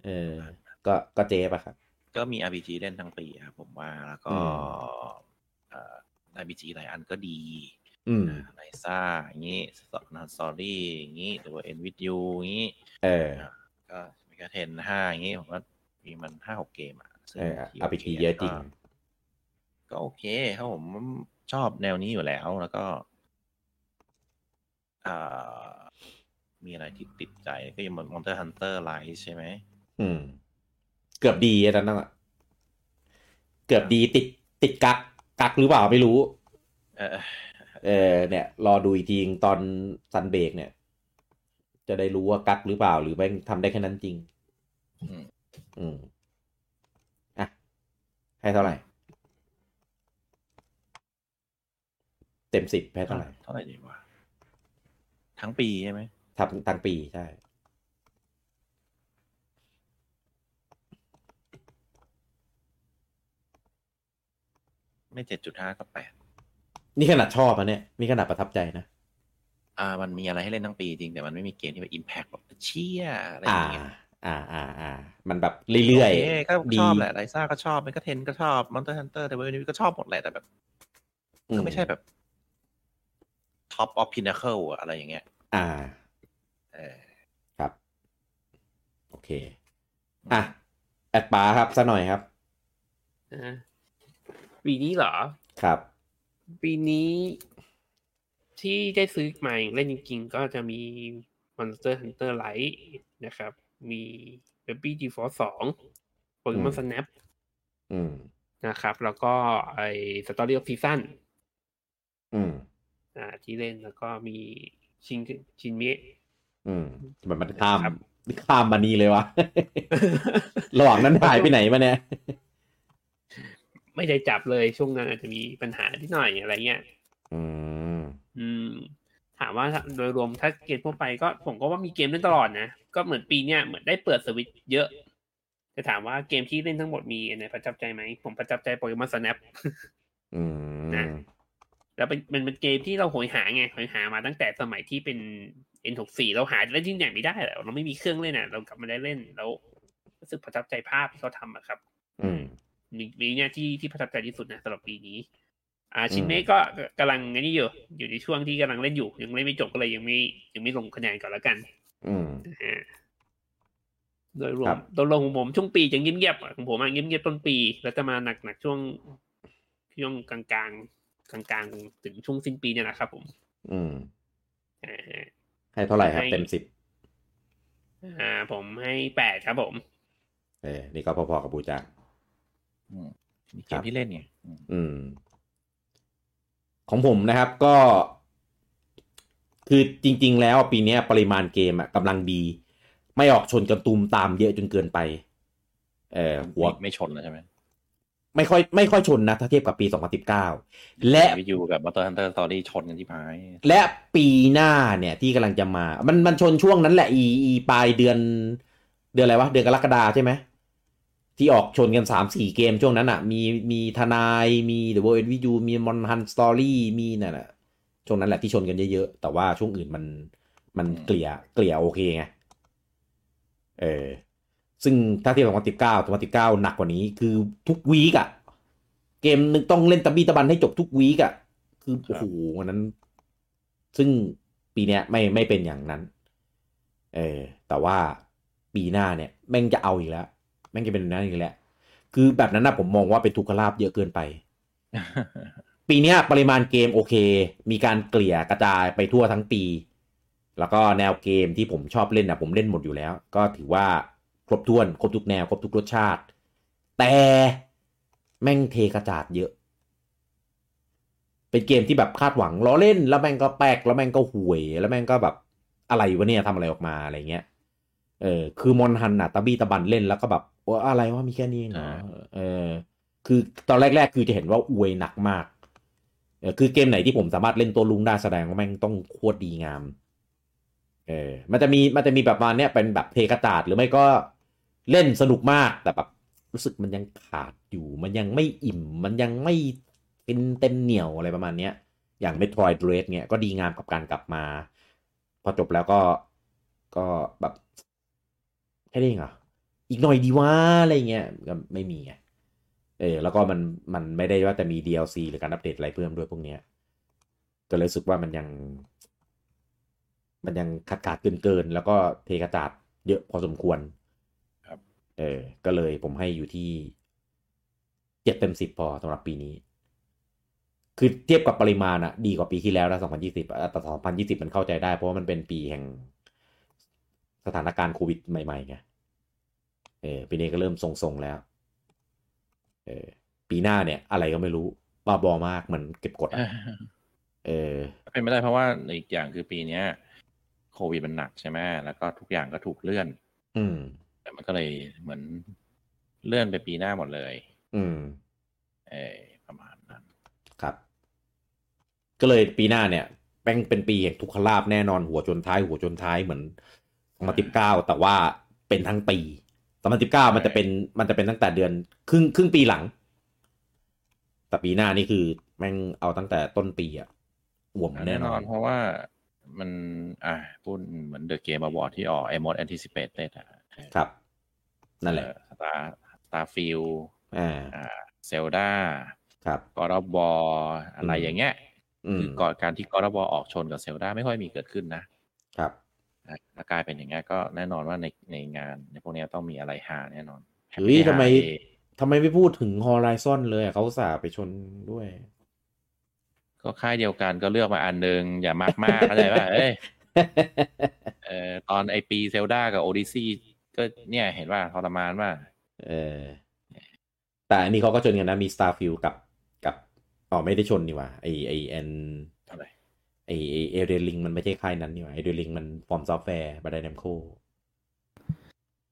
Speaker 1: เออ ก็ก็เจ๊ปะครับ
Speaker 2: ก็มี RPG เล่นทั้งปีครับผมว่าแล้วก็
Speaker 1: อื
Speaker 2: เอ่อ RPG หลายอันก็ดี
Speaker 1: อืม
Speaker 2: ไลซ่าอย่างนี้สตอนสตอรี่อย่างนี้หรือว่าเอ็นวิดยูอย่างนี้
Speaker 1: เออ
Speaker 2: ก็มีกาเทนห้าอย่างนี้ผมว่ามีมันห้าหกเกมอ่ะซึ่ง
Speaker 1: เออ
Speaker 2: ที่
Speaker 1: อาพีทีเยอะจริง
Speaker 2: ก็ก็โอเคครับผมชอบแนวนี้อยู่แล้วแล้วก็อ่ามีอะไรที่ติดใจก็ยังมอนเตอร์ฮันเตอร์ไลท์ใช่ไหม
Speaker 1: อืม เกือบดีอันนั้นอะเกือบดีติดติดกักกักหรือเปล่าไม่รู้
Speaker 2: เออ
Speaker 1: เออเนี่ย รอดูอีกทีตอนซันเบรกเนี่ย จะได้รู้ว่ากักหรือเปล่า หรือแม่งทำได้แค่นั้นจริง
Speaker 2: อืม
Speaker 1: อืมอ่ะ ให้เท่าไหร่ เต็มสิบให้เท่าไหร่
Speaker 2: เท่าไหร่ดีวะทั้งปีใช่ไหม
Speaker 1: ทับตั้งปีใช่
Speaker 2: ไม่เจ็ดจุดห้าก็แปด
Speaker 1: นี่ขนาดชอบนะเนี่ย นี่ขนาดประทับใจนะ
Speaker 2: อ่า มันมีอะไรให้เล่นทั้งปีจริง แต่มันไม่มีเกมที่แบบอิมแพคแบบเชี่ยอะไรอ
Speaker 1: อ่า
Speaker 2: ย่างเงี้ย
Speaker 1: อ่า อ่า อ่า มันแบบเรื่อย
Speaker 2: โคก็
Speaker 1: ๆ ดี
Speaker 2: ชอบแหละไลซ่าก็ชอบเมกาเทนก็ชอบมอนเตอร์ฮันเตอร์แต่วันนี้ก็ชอบหมดแหละแต่แบบ
Speaker 1: อื
Speaker 2: ก็ไม่ใช่แบบท็อปออฟพินาเคิลอะไรอย่างเงี้ย
Speaker 1: อ่า
Speaker 2: เออ
Speaker 1: ครับ โอเค อ่ะ แอดปาครับซะหน่อยครับ
Speaker 3: นะฮะปีนี้เหรอ
Speaker 1: ครับ
Speaker 3: ปีนี้ที่ได้ซื้อมาอย่างเล่นจริงๆ ก็จะมี Monster Hunter Lite นะครับ มี Baby G4 2
Speaker 1: อื
Speaker 3: Pokemon
Speaker 1: ม
Speaker 3: Snap
Speaker 1: อืม
Speaker 3: นะครับ แล้วก็ไอ Story of Season
Speaker 1: อืม
Speaker 3: อ่าที่เล่นแล้วก็มีชินชินเมะ
Speaker 1: อืมมันมันข้าม
Speaker 3: ครับ
Speaker 1: ข้ามมานี่เลยวะ [laughs] ระหว่างนั้นหายไปไหนมาเนี่ย
Speaker 3: [laughs] ไม่ได้จับเลยช่วงนั้นอาจจะมีปัญหาที่หน่อยอะไรเงี้ย
Speaker 1: อืม
Speaker 3: อืม ถามว่าโดยรวมถ้าเกมทั่วไปก็ผมก็ว่ามีเกมเล่นตลอดนะ ก็เหมือนปีเนี้ยเหมือนได้เปิดสวิตช์เยอะแต่ถามว่าเกมที่เล่นทั้งหมดมีอันไหนประทับใจไหม ผมประทับใจโปเกมอนสแนป
Speaker 1: อื
Speaker 3: นะ
Speaker 1: ม
Speaker 3: แล้วเป็นมันเป็นเกมที่เราโหยหาไงโหยหามาตั้งแต่สมัยที่เป็น N64 เราหาเล่นที่ไหนไม่ได้แล้วเราไม่มีเครื่องเล่นอ่ะ เรากลับมาได้เล่นแล้วรู้สึกประทับใจภาพที่เขาทำอะครับ
Speaker 1: อืม
Speaker 3: มีมีเนี่ยที่ที่ประทับใจที่สุดนะสำหรับปีนี้ อ่าชิน
Speaker 1: อื
Speaker 3: เมะ
Speaker 1: ม
Speaker 3: ก็ก็กำลังอันนี้อยู่อยู่ในช่วงที่กำลังเล่นอยู่ ยังเล่นไม่จบก็เลยยังไม่ยังไม่ลงคะแนนก่อนแล้วกัน
Speaker 1: อืม
Speaker 3: นะฮะโดยรว
Speaker 1: ครั
Speaker 3: ม
Speaker 1: บ
Speaker 3: โดยรวมของผมช่วงปียังเงียบๆอ่ะของผมอะเงียบๆต้นปี แล้วจะมาหนักๆช่วงช่วงกลางๆกลางๆถึงช่วงสิ้นปีเนี่ยนะครับผม
Speaker 1: อืม
Speaker 3: อ่าฮะ
Speaker 1: ให้เท่าไหร่ครับ
Speaker 3: ให้
Speaker 1: เต็มสิบ
Speaker 3: อ่า ผมให้แปดครับผม
Speaker 1: เออ นี่ก็พอๆกับบูจัง
Speaker 2: อืมมีเก
Speaker 1: ครั
Speaker 2: ม
Speaker 1: บ
Speaker 2: ที่เล่นไงอืม
Speaker 1: อืม ของผมนะครับก็ คือจริง ๆ แล้วปีเนี้ยปริมาณเกมอะกำลังดี ไม่ออกชนกันตูมตามเยอะจนเกินไป เออหัว
Speaker 2: ไม่ไม่ชนแล้วใช่ไหม
Speaker 1: ไม่ค่อยไม่ค่อยชนนะ ถ้าเทียบกับปี 2019 และ
Speaker 2: วิวกับมอเตอร์ฮันเตอร์สตอรี่ชนกันที่พาย [laughs]
Speaker 1: และปีหน้าเนี่ยที่กำลังจะมา มันมันชนช่วงนั้นแหละอีอีปลายเดือน เดือนอะไรวะ เดือนกรกฎาใช่ไหม ที่ออกชนกัน 3 4 เกมช่วงนั้นอ่ะ มีมีทนายมีเดอะ o ว l ์วิวมีมอนฮันสตอรี่มีนั่นน่ะช่วงนั้นแหละที่ชนกันเยอะๆ แต่ว่าช่วงอื่นมันมัน
Speaker 2: อืม
Speaker 1: เกลี่ยเกลี่ยโอเคไงเออซึ่งถ้าเทียบกับวันที่เก้าวันที่เก้าหนักกว่านี้คือทุกวีกอะเกมนึงต้องเล่นตะบี้ตะบันให้จบทุกวีกอะคือโอ้โหวันนั้น ซึ่งปีเนี้ยไม่ไม่เป็นอย่างนั้น เออแต่ว่าปีหน้าเนี่ยแม่งจะเอาอีกแล้ว แม่งจะเป็นแบบนั้นอีกแล้ว คือแบบนั้นนะผมมองว่าเป็นทุกขลาบเยอะเกินไป ปีเนี้ยปริมาณเกมโอเค มีการเกลี่ยกระจายไปทั่วทั้งปี แล้วก็แนวเกมที่ผมชอบเล่นนะผมเล่นหมดอยู่แล้ว ก็ถือว่าครบถ้วน ครบทุกแนว ครบทุกรสชาติ แต่แม่งเทกระจาดเยอะ เป็นเกมที่แบบคาดหวังล้อเล่น แล้วแม่งก็แปลกแล้วแม่งก็ห่วย แล้วแม่งก็แบบอะไรวะเนี่ยทำอะไรออกมาอะไรเงี้ย เออคือมอนฮันน่ะตะบี้ตะบันเล่นแล้วก็แบบโอ้อะไรว่ามีแค่นี้เองเหรอ
Speaker 2: อ่า
Speaker 1: เออ คือตอนแรก ๆ คือจะเห็นว่าอวยหนักมากเออคือเกมไหนที่ผมสามารถเล่นตัวลุงได้แสดงว่าแม่งต้องโคตรดีงาม เออ มันจะมี มันจะมีแบบมาเนี้ยเป็นแบบเทกระจาดหรือไม่ก็เล่นสนุกมาก แต่แบบรู้สึกมันยังขาดอยู่ มันยังไม่อิ่ม มันยังไม่เป็นเต็มเหนียวอะไรประมาณเนี้ย อย่าง Metroid Dread เนี่ยก็ดีงามกับการกลับมา พอจบแล้วก็ก็แบบแค่นี้เองเหรอ อีกหน่อยดีว่าอะไรเงี้ยก็ไม่มีไงเออ แล้วก็มันมันไม่ได้ว่าจะมี DLC หรือการอัปเดตอะไรเพิ่มด้วยพวกเนี้ยก็เลยรู้สึกว่ามันยัง มันยังขาดขาดเกินเกินๆแล้วก็เทกระจาดเยอะพอสมควร
Speaker 2: ครับ
Speaker 1: เออ ก็เลยผมให้อยู่ที่เจ็ดเต็มสิบพอสำหรับปีนี้ คือเทียบกับปริมาณอะดีกว่าปีที่แล้วนะ2020อะแต่2020 มันเข้าใจได้เพราะว่ามันเป็นปีแห่งสถานการณ์โควิดใหม่ๆไง เออปีนี้ก็เริ่มทรงๆแล้ว เออปีหน้าเนี่ยอะไรก็ไม่รู้ บ้าบอมากเหมือนเก็บกดอะเออ
Speaker 2: เป็นไม่ได้เพราะว่าอีกอย่างคือปีเนี้ยโควิดมันหนักใช่ไหมแล้วก็ทุกอย่างก็ถูกเลื่อน
Speaker 1: อืม
Speaker 2: แต่มันก็เลยเหมือนเลื่อนไปปีหน้าหมดเลย
Speaker 1: อืม
Speaker 2: เออประมาณนั้น
Speaker 1: ครับ ก็เลยปีหน้าเนี่ยแป้งเป็นปีแห่งทุกขลาบแน่นอนหัวจนท้าย หัวจนท้ายเหมือนสองพันสิบเก้าแต่ว่าเป็นทั้งปีสองพันสิบเก้ามันจะเป็นมันจะเป็นตั้งแต่เดือนครึ่งครึ่งปีหลัง แต่ปีหน้านี่คือแม่งเอาตั้งแต่ต้นปีอะอ่วมแน่
Speaker 2: แน่
Speaker 1: น
Speaker 2: น
Speaker 1: อ
Speaker 2: อน นเพราะว่ามันอ่ะพูดเหมือนเดอะเกมบอร์ดที่ออกไอมอดแอนติซิเปตเต็ดอ่ะ
Speaker 1: ครับ นั่นแหละ
Speaker 2: สตาร์สตาร์ฟิล
Speaker 1: อ่า
Speaker 2: เซลดา
Speaker 1: ครับ
Speaker 2: กอร์บออะไรอย่างเงี้ย
Speaker 1: อืม
Speaker 2: คือก่อนการที่กอร์บอออกชนกับเซลดาไม่ค่อยมีเกิดขึ้นนะครับ อ่ะแล้วกลายเป็นอย่างเงี้ยก็แน่นอนว่าในในงานในพวกเนี้ยต้องมีอะไรหาแน่นอน
Speaker 1: เฮ้ย
Speaker 2: หา
Speaker 1: ทำไม
Speaker 2: เอง
Speaker 1: ทำไมไม่พูดถึง Horizon เลยอะเขาอุตสาห์ไปชนด้วย
Speaker 2: ก็ค่ายเดียวกันก็เลือกมาอันหนึงอย่ามากมากเข้า [laughs] ใจป่ะเอ้ย เออตอนไอปีเซลดากับโอดิซีก็เนี่ยเห็นว่าทรมานว่า
Speaker 1: เออแต่อันนี้เขาก็ชนกันนะมี Starfield กับกับอ๋อไม่ได้ชนนี่หว่าไอไอแอน
Speaker 2: อะไร
Speaker 1: ไอไอเอเดลิงมันไม่ใช่ค่ายนั้นนี่หว่าเอเดลิงมันฟอร์มซอฟต์แวร์บาดานมโค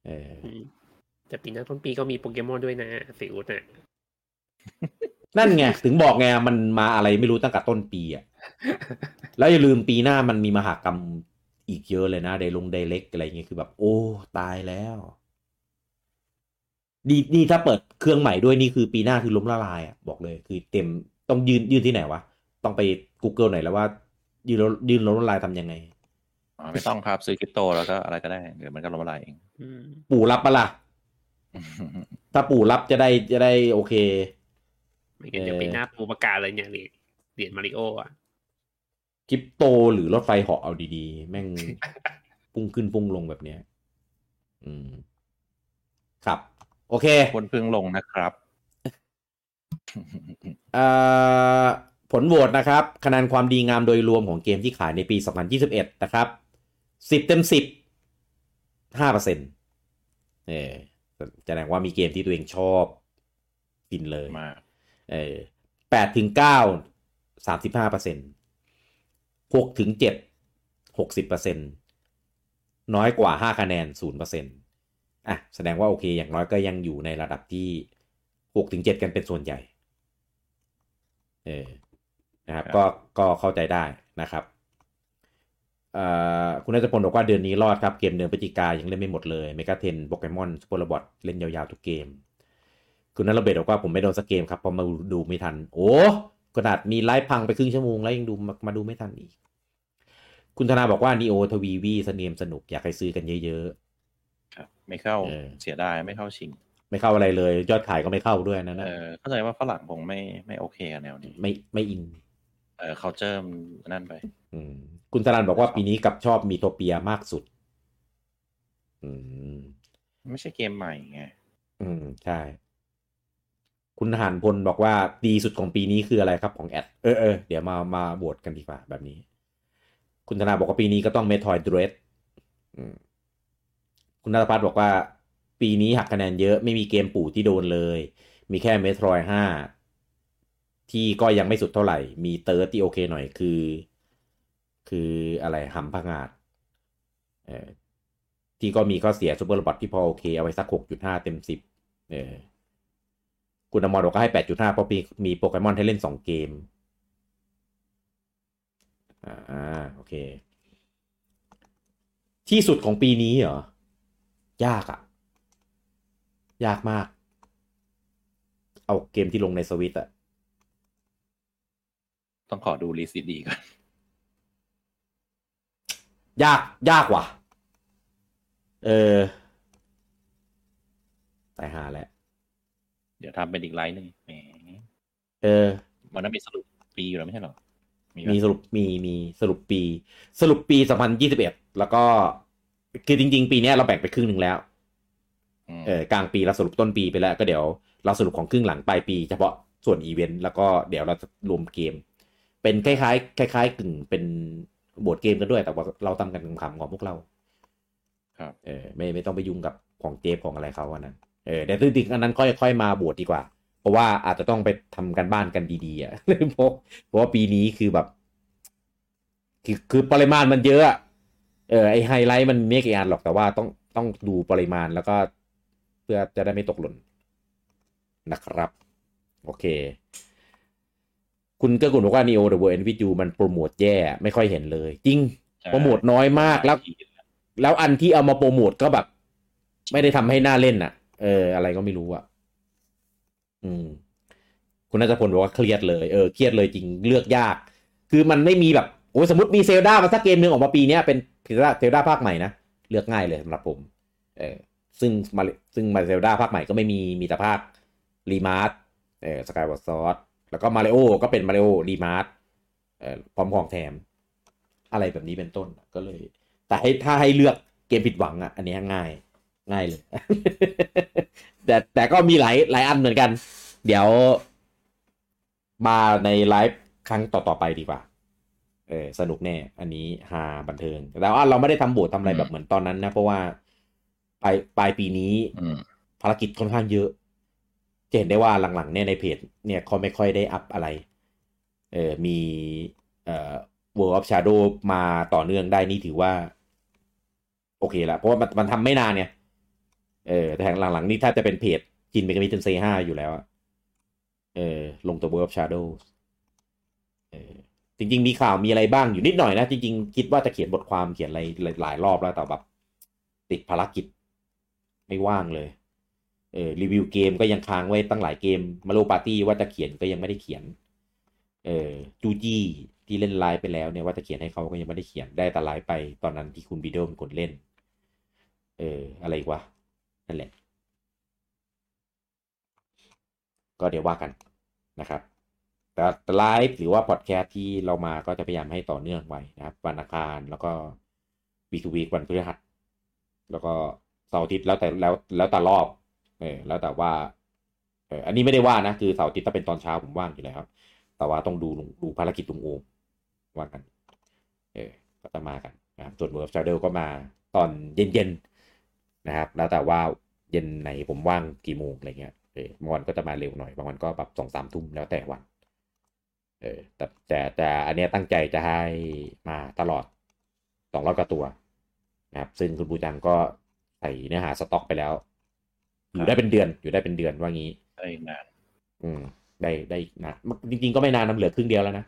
Speaker 1: เออ
Speaker 3: อืมแต่ปีหน้าต้นปีก็มีโปเกมอนด้วยนะสิอุดน่ะ
Speaker 1: นั่นไง ถึงบอกไงมันมาอะไรไม่รู้ตั้งแต่ต้นปีอะแล้วอย่าลืมปีหน้ามันมีมหากรรมอีกเยอะเลยนะเดลงเดเล็กอะไรเงี้ยคือแบบ โอ้ตายแล้วดีนี่ถ้าเปิดเครื่องใหม่ด้วยนี่คือปีหน้าคือล้มละลายอะบอกเลย คือเต็มต้องยืนยืนที่ไหนวะ ต้องไป Google หน่อยแล้วว่า ยืนล้มยืนล้มละลายทำยังไง
Speaker 2: อ๋อไม่ต้องครับซื้อคริปโตแล้วก็อะไรก็ได้ เดี๋ยวมันก็ล้มละลายเอง [laughs]
Speaker 3: อืม
Speaker 1: ปู่รับปะล่ะ ถ้าปู่รับจะได้จะได้โอเค
Speaker 3: ไม่งั้นเดี๋ยวปีหน้าปูประกาศเลยเนี่ยเหรียญเหรียญมาริโออ่ะ
Speaker 1: คริปโตหรือรถไฟเหาะเอาดีๆ แม่ง พุ่งขึ้นพุ่งลงแบบเนี้ย อืม ครับ โอเค
Speaker 2: คนเพิ่งลงนะครับ
Speaker 1: เอ่อผลโหวตนะครับ คะแนนความดีงามโดยรวมของเกมที่ขายในปี 2021 นะครับ 10 เต็ม 10 5เปอร์เซ็นต์เออแสดงว่ามีเกมที่ตัวเองชอบกินเลย
Speaker 2: มา
Speaker 1: เออแปดถึงเก้าสามสิบห้าเปอร์เซ็นต์หกถึงเจ็ดหกสิบเปอร์เซ็นต์น้อยกว่าห้าคะแนนศูนย์เปอร์เซ็นต์อ่ะ แสดงว่าโอเค อย่างน้อยก็ยังอยู่ในระดับที่ หกถึงเจ็ดกันเป็นส่วนใหญ่ เออนะครับ
Speaker 2: ครับ
Speaker 1: ก็ก็เข้าใจได้นะครับเอ่อคุณนัทพลบอกว่าเดือนนี้รอดครับ เกมเดือนพฤศจิกายังเล่นไม่หมดเลยเมกาเทนโปเกมอนสปอร์บอทเล่นยาวๆทุกเกม คุณนัทระเบิดบอกว่าผมไม่โดนสักเกมครับเพราะมาดูไม่ทัน โอ้ขนาดมีไลฟ์พังไปครึ่งชั่วโมงแล้วยังดูมามาดูไม่ทันอีก คุณธนาบอกว่านีโอทวีวีสเนียมสนุกอยากให้ซื้อกันเยอะ
Speaker 2: ครับไม่เข้า
Speaker 1: เออ
Speaker 2: เสียดายไม่เข้าชิง
Speaker 1: ๆ ไม่เข้าอะไรเลย ยอดขายก็ไม่เข้าด้วยนะนะ
Speaker 2: เออเข้าใจว่าฝรั่งคงไม่ไม่โอเคกับแนวนี้
Speaker 1: ไม่ไม่อิน
Speaker 2: เออเขาเจิมนั่นไป
Speaker 1: อืมคุณธนันบอกว่าปีนี้กลับชอบมีโทเปียมากสุด อืม
Speaker 2: ไม่ใช่เกมใหม่ไง
Speaker 1: อืม ใช่ คุณหันพลบอกว่าดีสุดของปีนี้คืออะไรครับของแอด เออเออเดี๋ยวมามาโหวตกันดีกว่า แบบนี้ คุณธนาบอกว่าปีนี้ก็ต้องเมทอยดรสคุณนัทพัฒน์บอกว่า ปีนี้หักคะแนนเยอะไม่มีเกมปู่ที่โดนเลย มีแค่เมทรอยห้าที่ก็ยังไม่สุดเท่าไหร่ มีเติร์ดที่โอเคหน่อยคือ คืออะไรหำพังอาดเออที่ก็มีข้อเสียซูเปอร์บอทที่พอโอเค เอาไว้สักหกจุดห้าเต็มสิบเออคุณอมรบอกก็ให้แปดจุดห้าเพราะมีมีโปเกมอนให้เล่นสองเกม อ่าโอเค ที่สุดของปีนี้เหรอ ยากอะ่ะ ยากมาก เอาเกมที่ลงในสวิตอะ
Speaker 2: ต้องขอดูลิสต์ดีๆก่อน [laughs]
Speaker 1: ยากยากว่ะ เออตายหาแล้ว
Speaker 2: เดี๋ยวทำเป็นอีกไลน์หนึ่งแหม
Speaker 1: เออ
Speaker 2: วันนั้นมีสรุปปีอยู่แล้วไม่ใช่เหรอปะ
Speaker 1: มีสรุปมีมีสรุปปี สรุปปี 2021 แล้วก็คือจริง ๆ ปีเนี้ยเราแบ่งไปครึ่งหนึ่งแล้ว
Speaker 2: ม
Speaker 1: เออกลางปีเราสรุปต้นปีไปแล้วก็เดี๋ยวเราสรุปของครึ่งหลังปลายปี เฉพาะส่วนอีเวนต์แล้วก็เดี๋ยวเราจะรวมเกม เป็นคล้ายๆคล้ายๆกึ่งเป็นบทเกมกันด้วยแต่ว่าเราทำกันขำๆของพวกเรา
Speaker 2: ครับ
Speaker 1: เออไม่ไม่ต้องไปยุ่งกับของเจฟของอะไรเขาอันนั้นเออเดี๋ยวจริงๆอันนั้นค่อยค่อยมาบวชดีกว่า เพราะว่าอาจจะต้องไปทำกันบ้านกันดีๆอ่ะ [laughs] เพราะเพราะว่าปีนี้คือแบบ คือคือปริมาณมันเยอะอะเออไอไฮไลท์มันไม่กี่อันหรอกแต่ว่าต้องต้องดูปริมาณแล้วก็เพื่อจะได้ไม่ตกหล่นนะครับ โอเค คุณเกื้อกูลบอกว่า Neo The World With You มันโปรโมทแย่ ไม่ค่อยเห็นเลย จริง
Speaker 2: ใช่
Speaker 1: โปรโมทน้อยมากแล้ว แล้วอันที่เอามาโปรโมทก็แบบ ไม่ได้ทำให้หน้าเล่นน่ะ เออ อะไรก็ไม่รู้อ่ะ อืม คุณนัทพลบอกว่าเครียดเลย เออ เครียดเลยจริง เลือกยาก คือมันไม่มีแบบ โอ้ยสมมติมีเซลดามาสักเกมหนึ่งออกมาปีเนี้ยเป็นเซลดาเซลดาภาคใหม่นะ เลือกง่ายเลยสำหรับผม เออ ซึ่งมาซึ่งมาเซลดาภาคใหม่ก็ไม่มี มีแต่ภาครีมาร์เออสกายวอร์ซอสแล้วก็มาริโอก็เป็นมาริโอรีมาร์เออพร้อมของแถม อะไรแบบนี้เป็นต้น ก็เลย แต่ให้ถ้าให้เลือกเกมผิดหวังอ่ะ อันเนี้ยง่าย ง่ายเลย [laughs] แต่แต่ก็มีหลายหลายอันเหมือนกัน เดี๋ยวมาในไลฟ์ครั้งต่อ ๆ ไปดีกว่า เออสนุกแน่ อันนี้ฮาบันเทิง แต่ว่าเราไม่ได้ทำโบททำอะไรแบบเหมือนตอนนั้นนะ เพราะว่าปลายปลายปีนี้
Speaker 2: อืม
Speaker 1: ภารกิจค่อนข้างเยอะ จะเห็นได้ว่าหลังๆเนี่ยในเพจเนี่ยเขาไม่ค่อยได้อัพอะไร เออมีเอ่อ World of Shadow มาต่อเนื่องได้นี่ถือว่า โอเคละเพราะว่ามันมันทำไม่นานเนี่ย เออ แต่หลังๆนี่ถ้าจะเป็นเพจจินเมกามิเทนเซห้าอยู่แล้วอะเออ ลงตัว World of Shadow เออจริงๆ มีข่าวมีอะไรบ้างอยู่นิดหน่อยนะ จริงๆ คิดว่าจะเขียนบทความเขียนอะไรหลายรอบแล้วแต่แบบ ติดภารกิจ ไม่ว่างเลย เออรีวิวเกมก็ยังค้างไว้ตั้งหลายเกมมาโลปาร์ตี้ว่าจะเขียนก็ยังไม่ได้เขียน เออจูจี้ที่เล่นไลฟ์ไปแล้วเนี่ยว่าจะเขียนให้เขาก็ยังไม่ได้เขียนได้แต่ไลฟ์ไปตอนนั้นที่คุณบีโดเป็นคนเล่น เออ อะไรอีกวะนั่นแหละ ก็เดี๋ยวว่ากันนะครับ แต่แต่ไลฟ์หรือว่าพอดแคสต์ที่เรามาก็จะพยายามให้ต่อเนื่องไว้นะครับวันอังคารแล้วก็วีควีควันพฤหัส แล้วก็เสาร์อาทิตย์แล้วแต่แล้วแล้วแต่รอบ เออแล้วแต่ว่าเอออันนี้ไม่ได้ว่านะ คือเสาร์อาทิตย์ถ้าเป็นตอนเช้าผมว่างอยู่แล้วครับ แต่ว่าต้องดูลุงดูภารกิจลุงโอมว่ากัน เออก็จะมากันนะครับส่วนเวิร์ฟชาเดลก็มาตอนเย็นๆนะครับ แล้วแต่ว่าเย็นไหนผมว่างกี่โมงอะไรเงี้ยเออบางวันก็จะมาเร็วหน่อยบางวันก็แบบสองสามทุ่มแล้วแต่วัน เออแต่แต่แต่อันเนี้ยตั้งใจจะให้มาตลอดสองร้อยกว่าตัวนะครับ ซึ่งคุณบูจังก็ใส่เนื้อหาสต็อกไปแล้ว อยู่ได้เป็นเดือนอยู่ได้เป็นเดือนว่างี้
Speaker 2: ได้อีกนาน
Speaker 1: อืมได้ได้อีกนานจริง ๆ ก็ไม่นานนะเหลือครึ่งเดียวแล้วนะ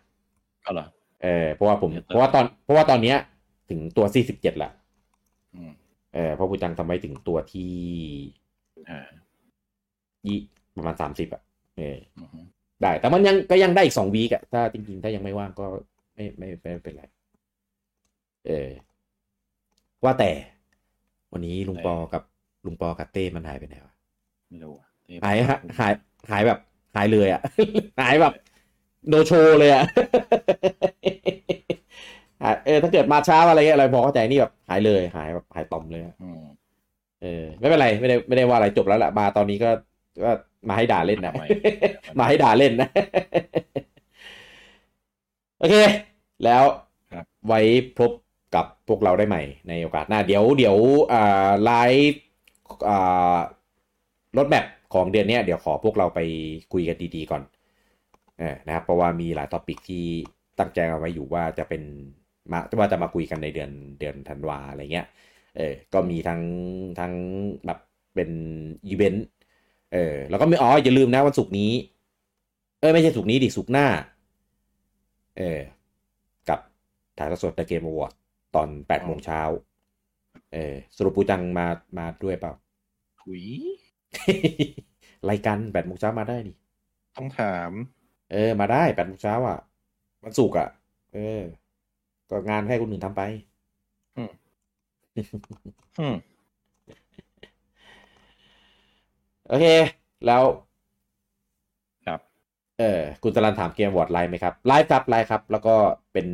Speaker 2: ก็เหรอ
Speaker 1: เออเพราะว่าผมเพ
Speaker 2: เดี๋ยวต่อ
Speaker 1: ราะว่าตอนเพราะว่าตอนเนี้ยถึงตัว 47ละ
Speaker 2: อืม
Speaker 1: เออเพราะผู้จังทำไว้ถึงตัวที่
Speaker 2: อ่า
Speaker 1: ยี่ประมาณ 30อ่ะเออ
Speaker 2: อือฮึ
Speaker 1: ได้แต่มันยังก็ยังได้อีกสองวีกอะถ้าจริงๆ ถ้ายังไม่ว่างก็ไม่ไม่ไม่ไม่เป็นไร เออว่าแต่ วันนี้ลุงปอกับลุงปอกับเต้มันหายไปไหนวะ
Speaker 2: ไม่รู้อะ
Speaker 1: หายฮะหายหายแบบหายเลยอะ [laughs] หายแบบโนโชว์เลยอะ [laughs] หายเออถ้าเกิดมาช้าอะไรเงี้ยอะไรพอเข้าใจนี่แบบหายเลย หายแบบหายต่อมเลยอะ
Speaker 2: อืม
Speaker 1: เออไม่เป็นไรไม่ได้ไม่ได้ว่าอะไรจบแล้วแหละมาตอนนี้ก็ก็มาให้ด่าเล่นนะ [laughs] มาให้ด่าเล่นนะ [laughs] โอเค แล้วไว้พบกับพวกเราได้ใหม่ในโอกาสหน้า เดี๋ยวเดี๋ยวอ่าไลฟ์อ่ารถแมพของเดือนเนี้ยเดี๋ยวขอพวกเราไปคุยกันดีๆก่อนเออนะครับเพราะว่ามีหลายท็อปิกที่ตั้งใจเอาไว้อยู่ว่าจะเป็นมาว่าจะมาคุยกันในเดือนเดือนธันวาอะไรเงี้ย เออ ก็มีทั้งทั้งแบบเป็นอีเวนต์ เออ แล้วก็ไม่อ๋ออย่าลืมนะวันศุกร์นี้ เอ้ยไม่ใช่ศุกร์นี้ดิศุกร์หน้า เออ กับถ่ายทอดสดในเกมอวอร์ดตอนแปดโมงเช้า เออ สรุปปูจังมา มาด้วยเปล่า [laughs]
Speaker 2: ถุย
Speaker 1: รายการแปดโมงเช้ามาได้ดิ
Speaker 2: ต้องถาม
Speaker 1: เออ มาได้แปดโมงเช้าอ่ะ วันศุกร์อ่ะ เออ ก็งานให้คนอื่นทำไป
Speaker 2: อืม
Speaker 1: โอเค แล้ว
Speaker 2: ครับ
Speaker 1: เออคุณจรันถามเกมวอร์ดไลฟ์ไหมครับ ไลฟ์ครับ ไลฟ์ครับ แล้วก็เป็น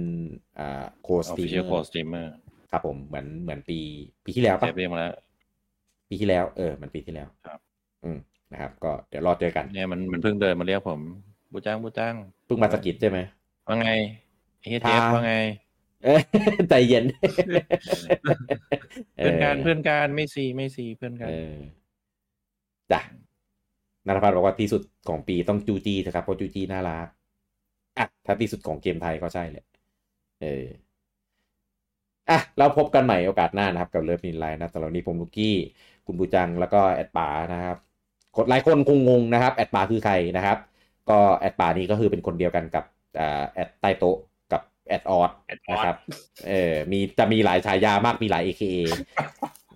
Speaker 1: อ่าโค
Speaker 2: อ
Speaker 1: ส
Speaker 2: อฟ
Speaker 1: ตรี
Speaker 2: ฟิ
Speaker 1: ม
Speaker 2: เชียลโค้ดสตรีมเมอร์
Speaker 1: ครับผมเหมือนเหมือนปีปีที่แล้ว
Speaker 2: เซ
Speaker 1: ปะ
Speaker 2: ฟเรียงมาแล้ว
Speaker 1: ปีที่แล้วเออเหมันปีที่แล้ว
Speaker 2: ครับ
Speaker 1: อืมนะครับ ก็เดี๋ยวรอเจอกัน
Speaker 2: เนี่ยมันมันเพิ่งเดินมาเรียกผมบูจ้างบูจ้าง
Speaker 1: เพิ่งมาสะกิดใช่ไหม
Speaker 2: ว่าไงไอ้เฮียเจฟ
Speaker 1: ทา
Speaker 2: ว่าไง
Speaker 1: เออ [laughs] ใจเย็
Speaker 2: [laughs]
Speaker 1: น
Speaker 2: เพื่อนกันเพื่อนกันไม่ซีไม่ซีเพื่อนกัน
Speaker 1: เออจ้ะนารพัฒน์บอกว่าที่สุดของปีต้องจูจีนะครับเพราะจูจีน่ารักอ่ะถ้าที่สุดของเกมไทยก็ใช่แหละเออ อ่ะเราพบกันใหม่โอกาสหน้านะครับ กับเลิฟนินไลน์นะสำหรับวันนี้ผมลูกกี้ คุณบูจังแล้วก็แอดป่านะครับคนหลายคนคงงงนะครับแอดป่าคือใครนะครับ ก็แอดป่านี้ก็คือเป็นคนเดียวกันกับอ่าแอดใต้โต๊ะกับแอดออด
Speaker 3: Add Odd
Speaker 1: นะครับเออมีจะมีหลายฉายามากมีหลาย AKA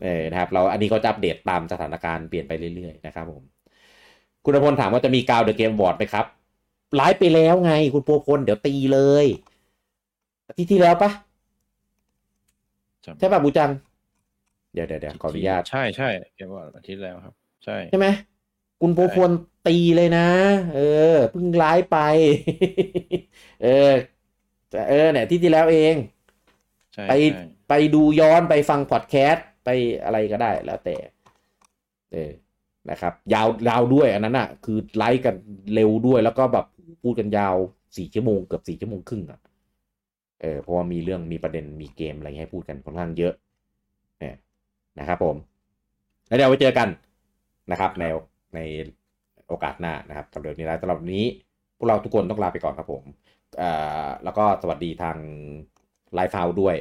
Speaker 1: เออนะครับเราอันนี้เขาจะอัปเดตตามสถานการณ์เปลี่ยนไปเรื่อยๆนะครับผม คุณพลถามว่าจะมีกาวเดอะเกมวอร์ดไหมครับไลฟ์ไปแล้วไง คุณปัวพลเดี๋ยวตีเลยอาทิตย์ที่แล้วปะ ใช่ป่ะบูจัง เดี๋ยวเดี๋ยวเดี๋ยวขออนุญาต
Speaker 2: ใช่ใช่เดี๋ยวว่าอาทิตย์แล้วครับ ใช่
Speaker 1: ใช่ไหมคุณโพพลตีเลยนะ เออเพิ่งไลฟ์ไป [laughs] เออแต่เออเนี่ยอาที่ที่แล้วเอง
Speaker 2: ใช่
Speaker 1: ไป
Speaker 2: ใช่
Speaker 1: ไปดูย้อนไปฟังพอดแคสต์ไปอะไรก็ได้แล้วแต่ เออนะครับ ยาวยาวด้วยอันนั้นอ่ะ คือไลฟ์กันเร็วด้วย แล้วก็แบบพูดกันยาวสี่ชั่วโมงเกือบสี่ชั่วโมงครึ่งอ่ะเออเพราะว่ามีเรื่องมีประเด็นมีเกมอะไรให้พูดกันค่อนข้างเยอะเนี่ยนะครับผม แล้วเดี๋ยวไว้เจอกันนะครับ ในในโอกาสหน้านะครับสำหรับนี้แล้วสำหรับวันนี้ พวกเราทุกคนต้องลาไปก่อนครับผม เอ่อแล้วก็สวัสดีทางไลฟ์เฟาด้วย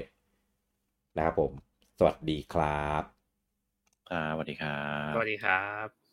Speaker 1: นะครับผม สวัสดีครับ
Speaker 2: อ่าสวัสดีครับ
Speaker 3: สวัสดีครับ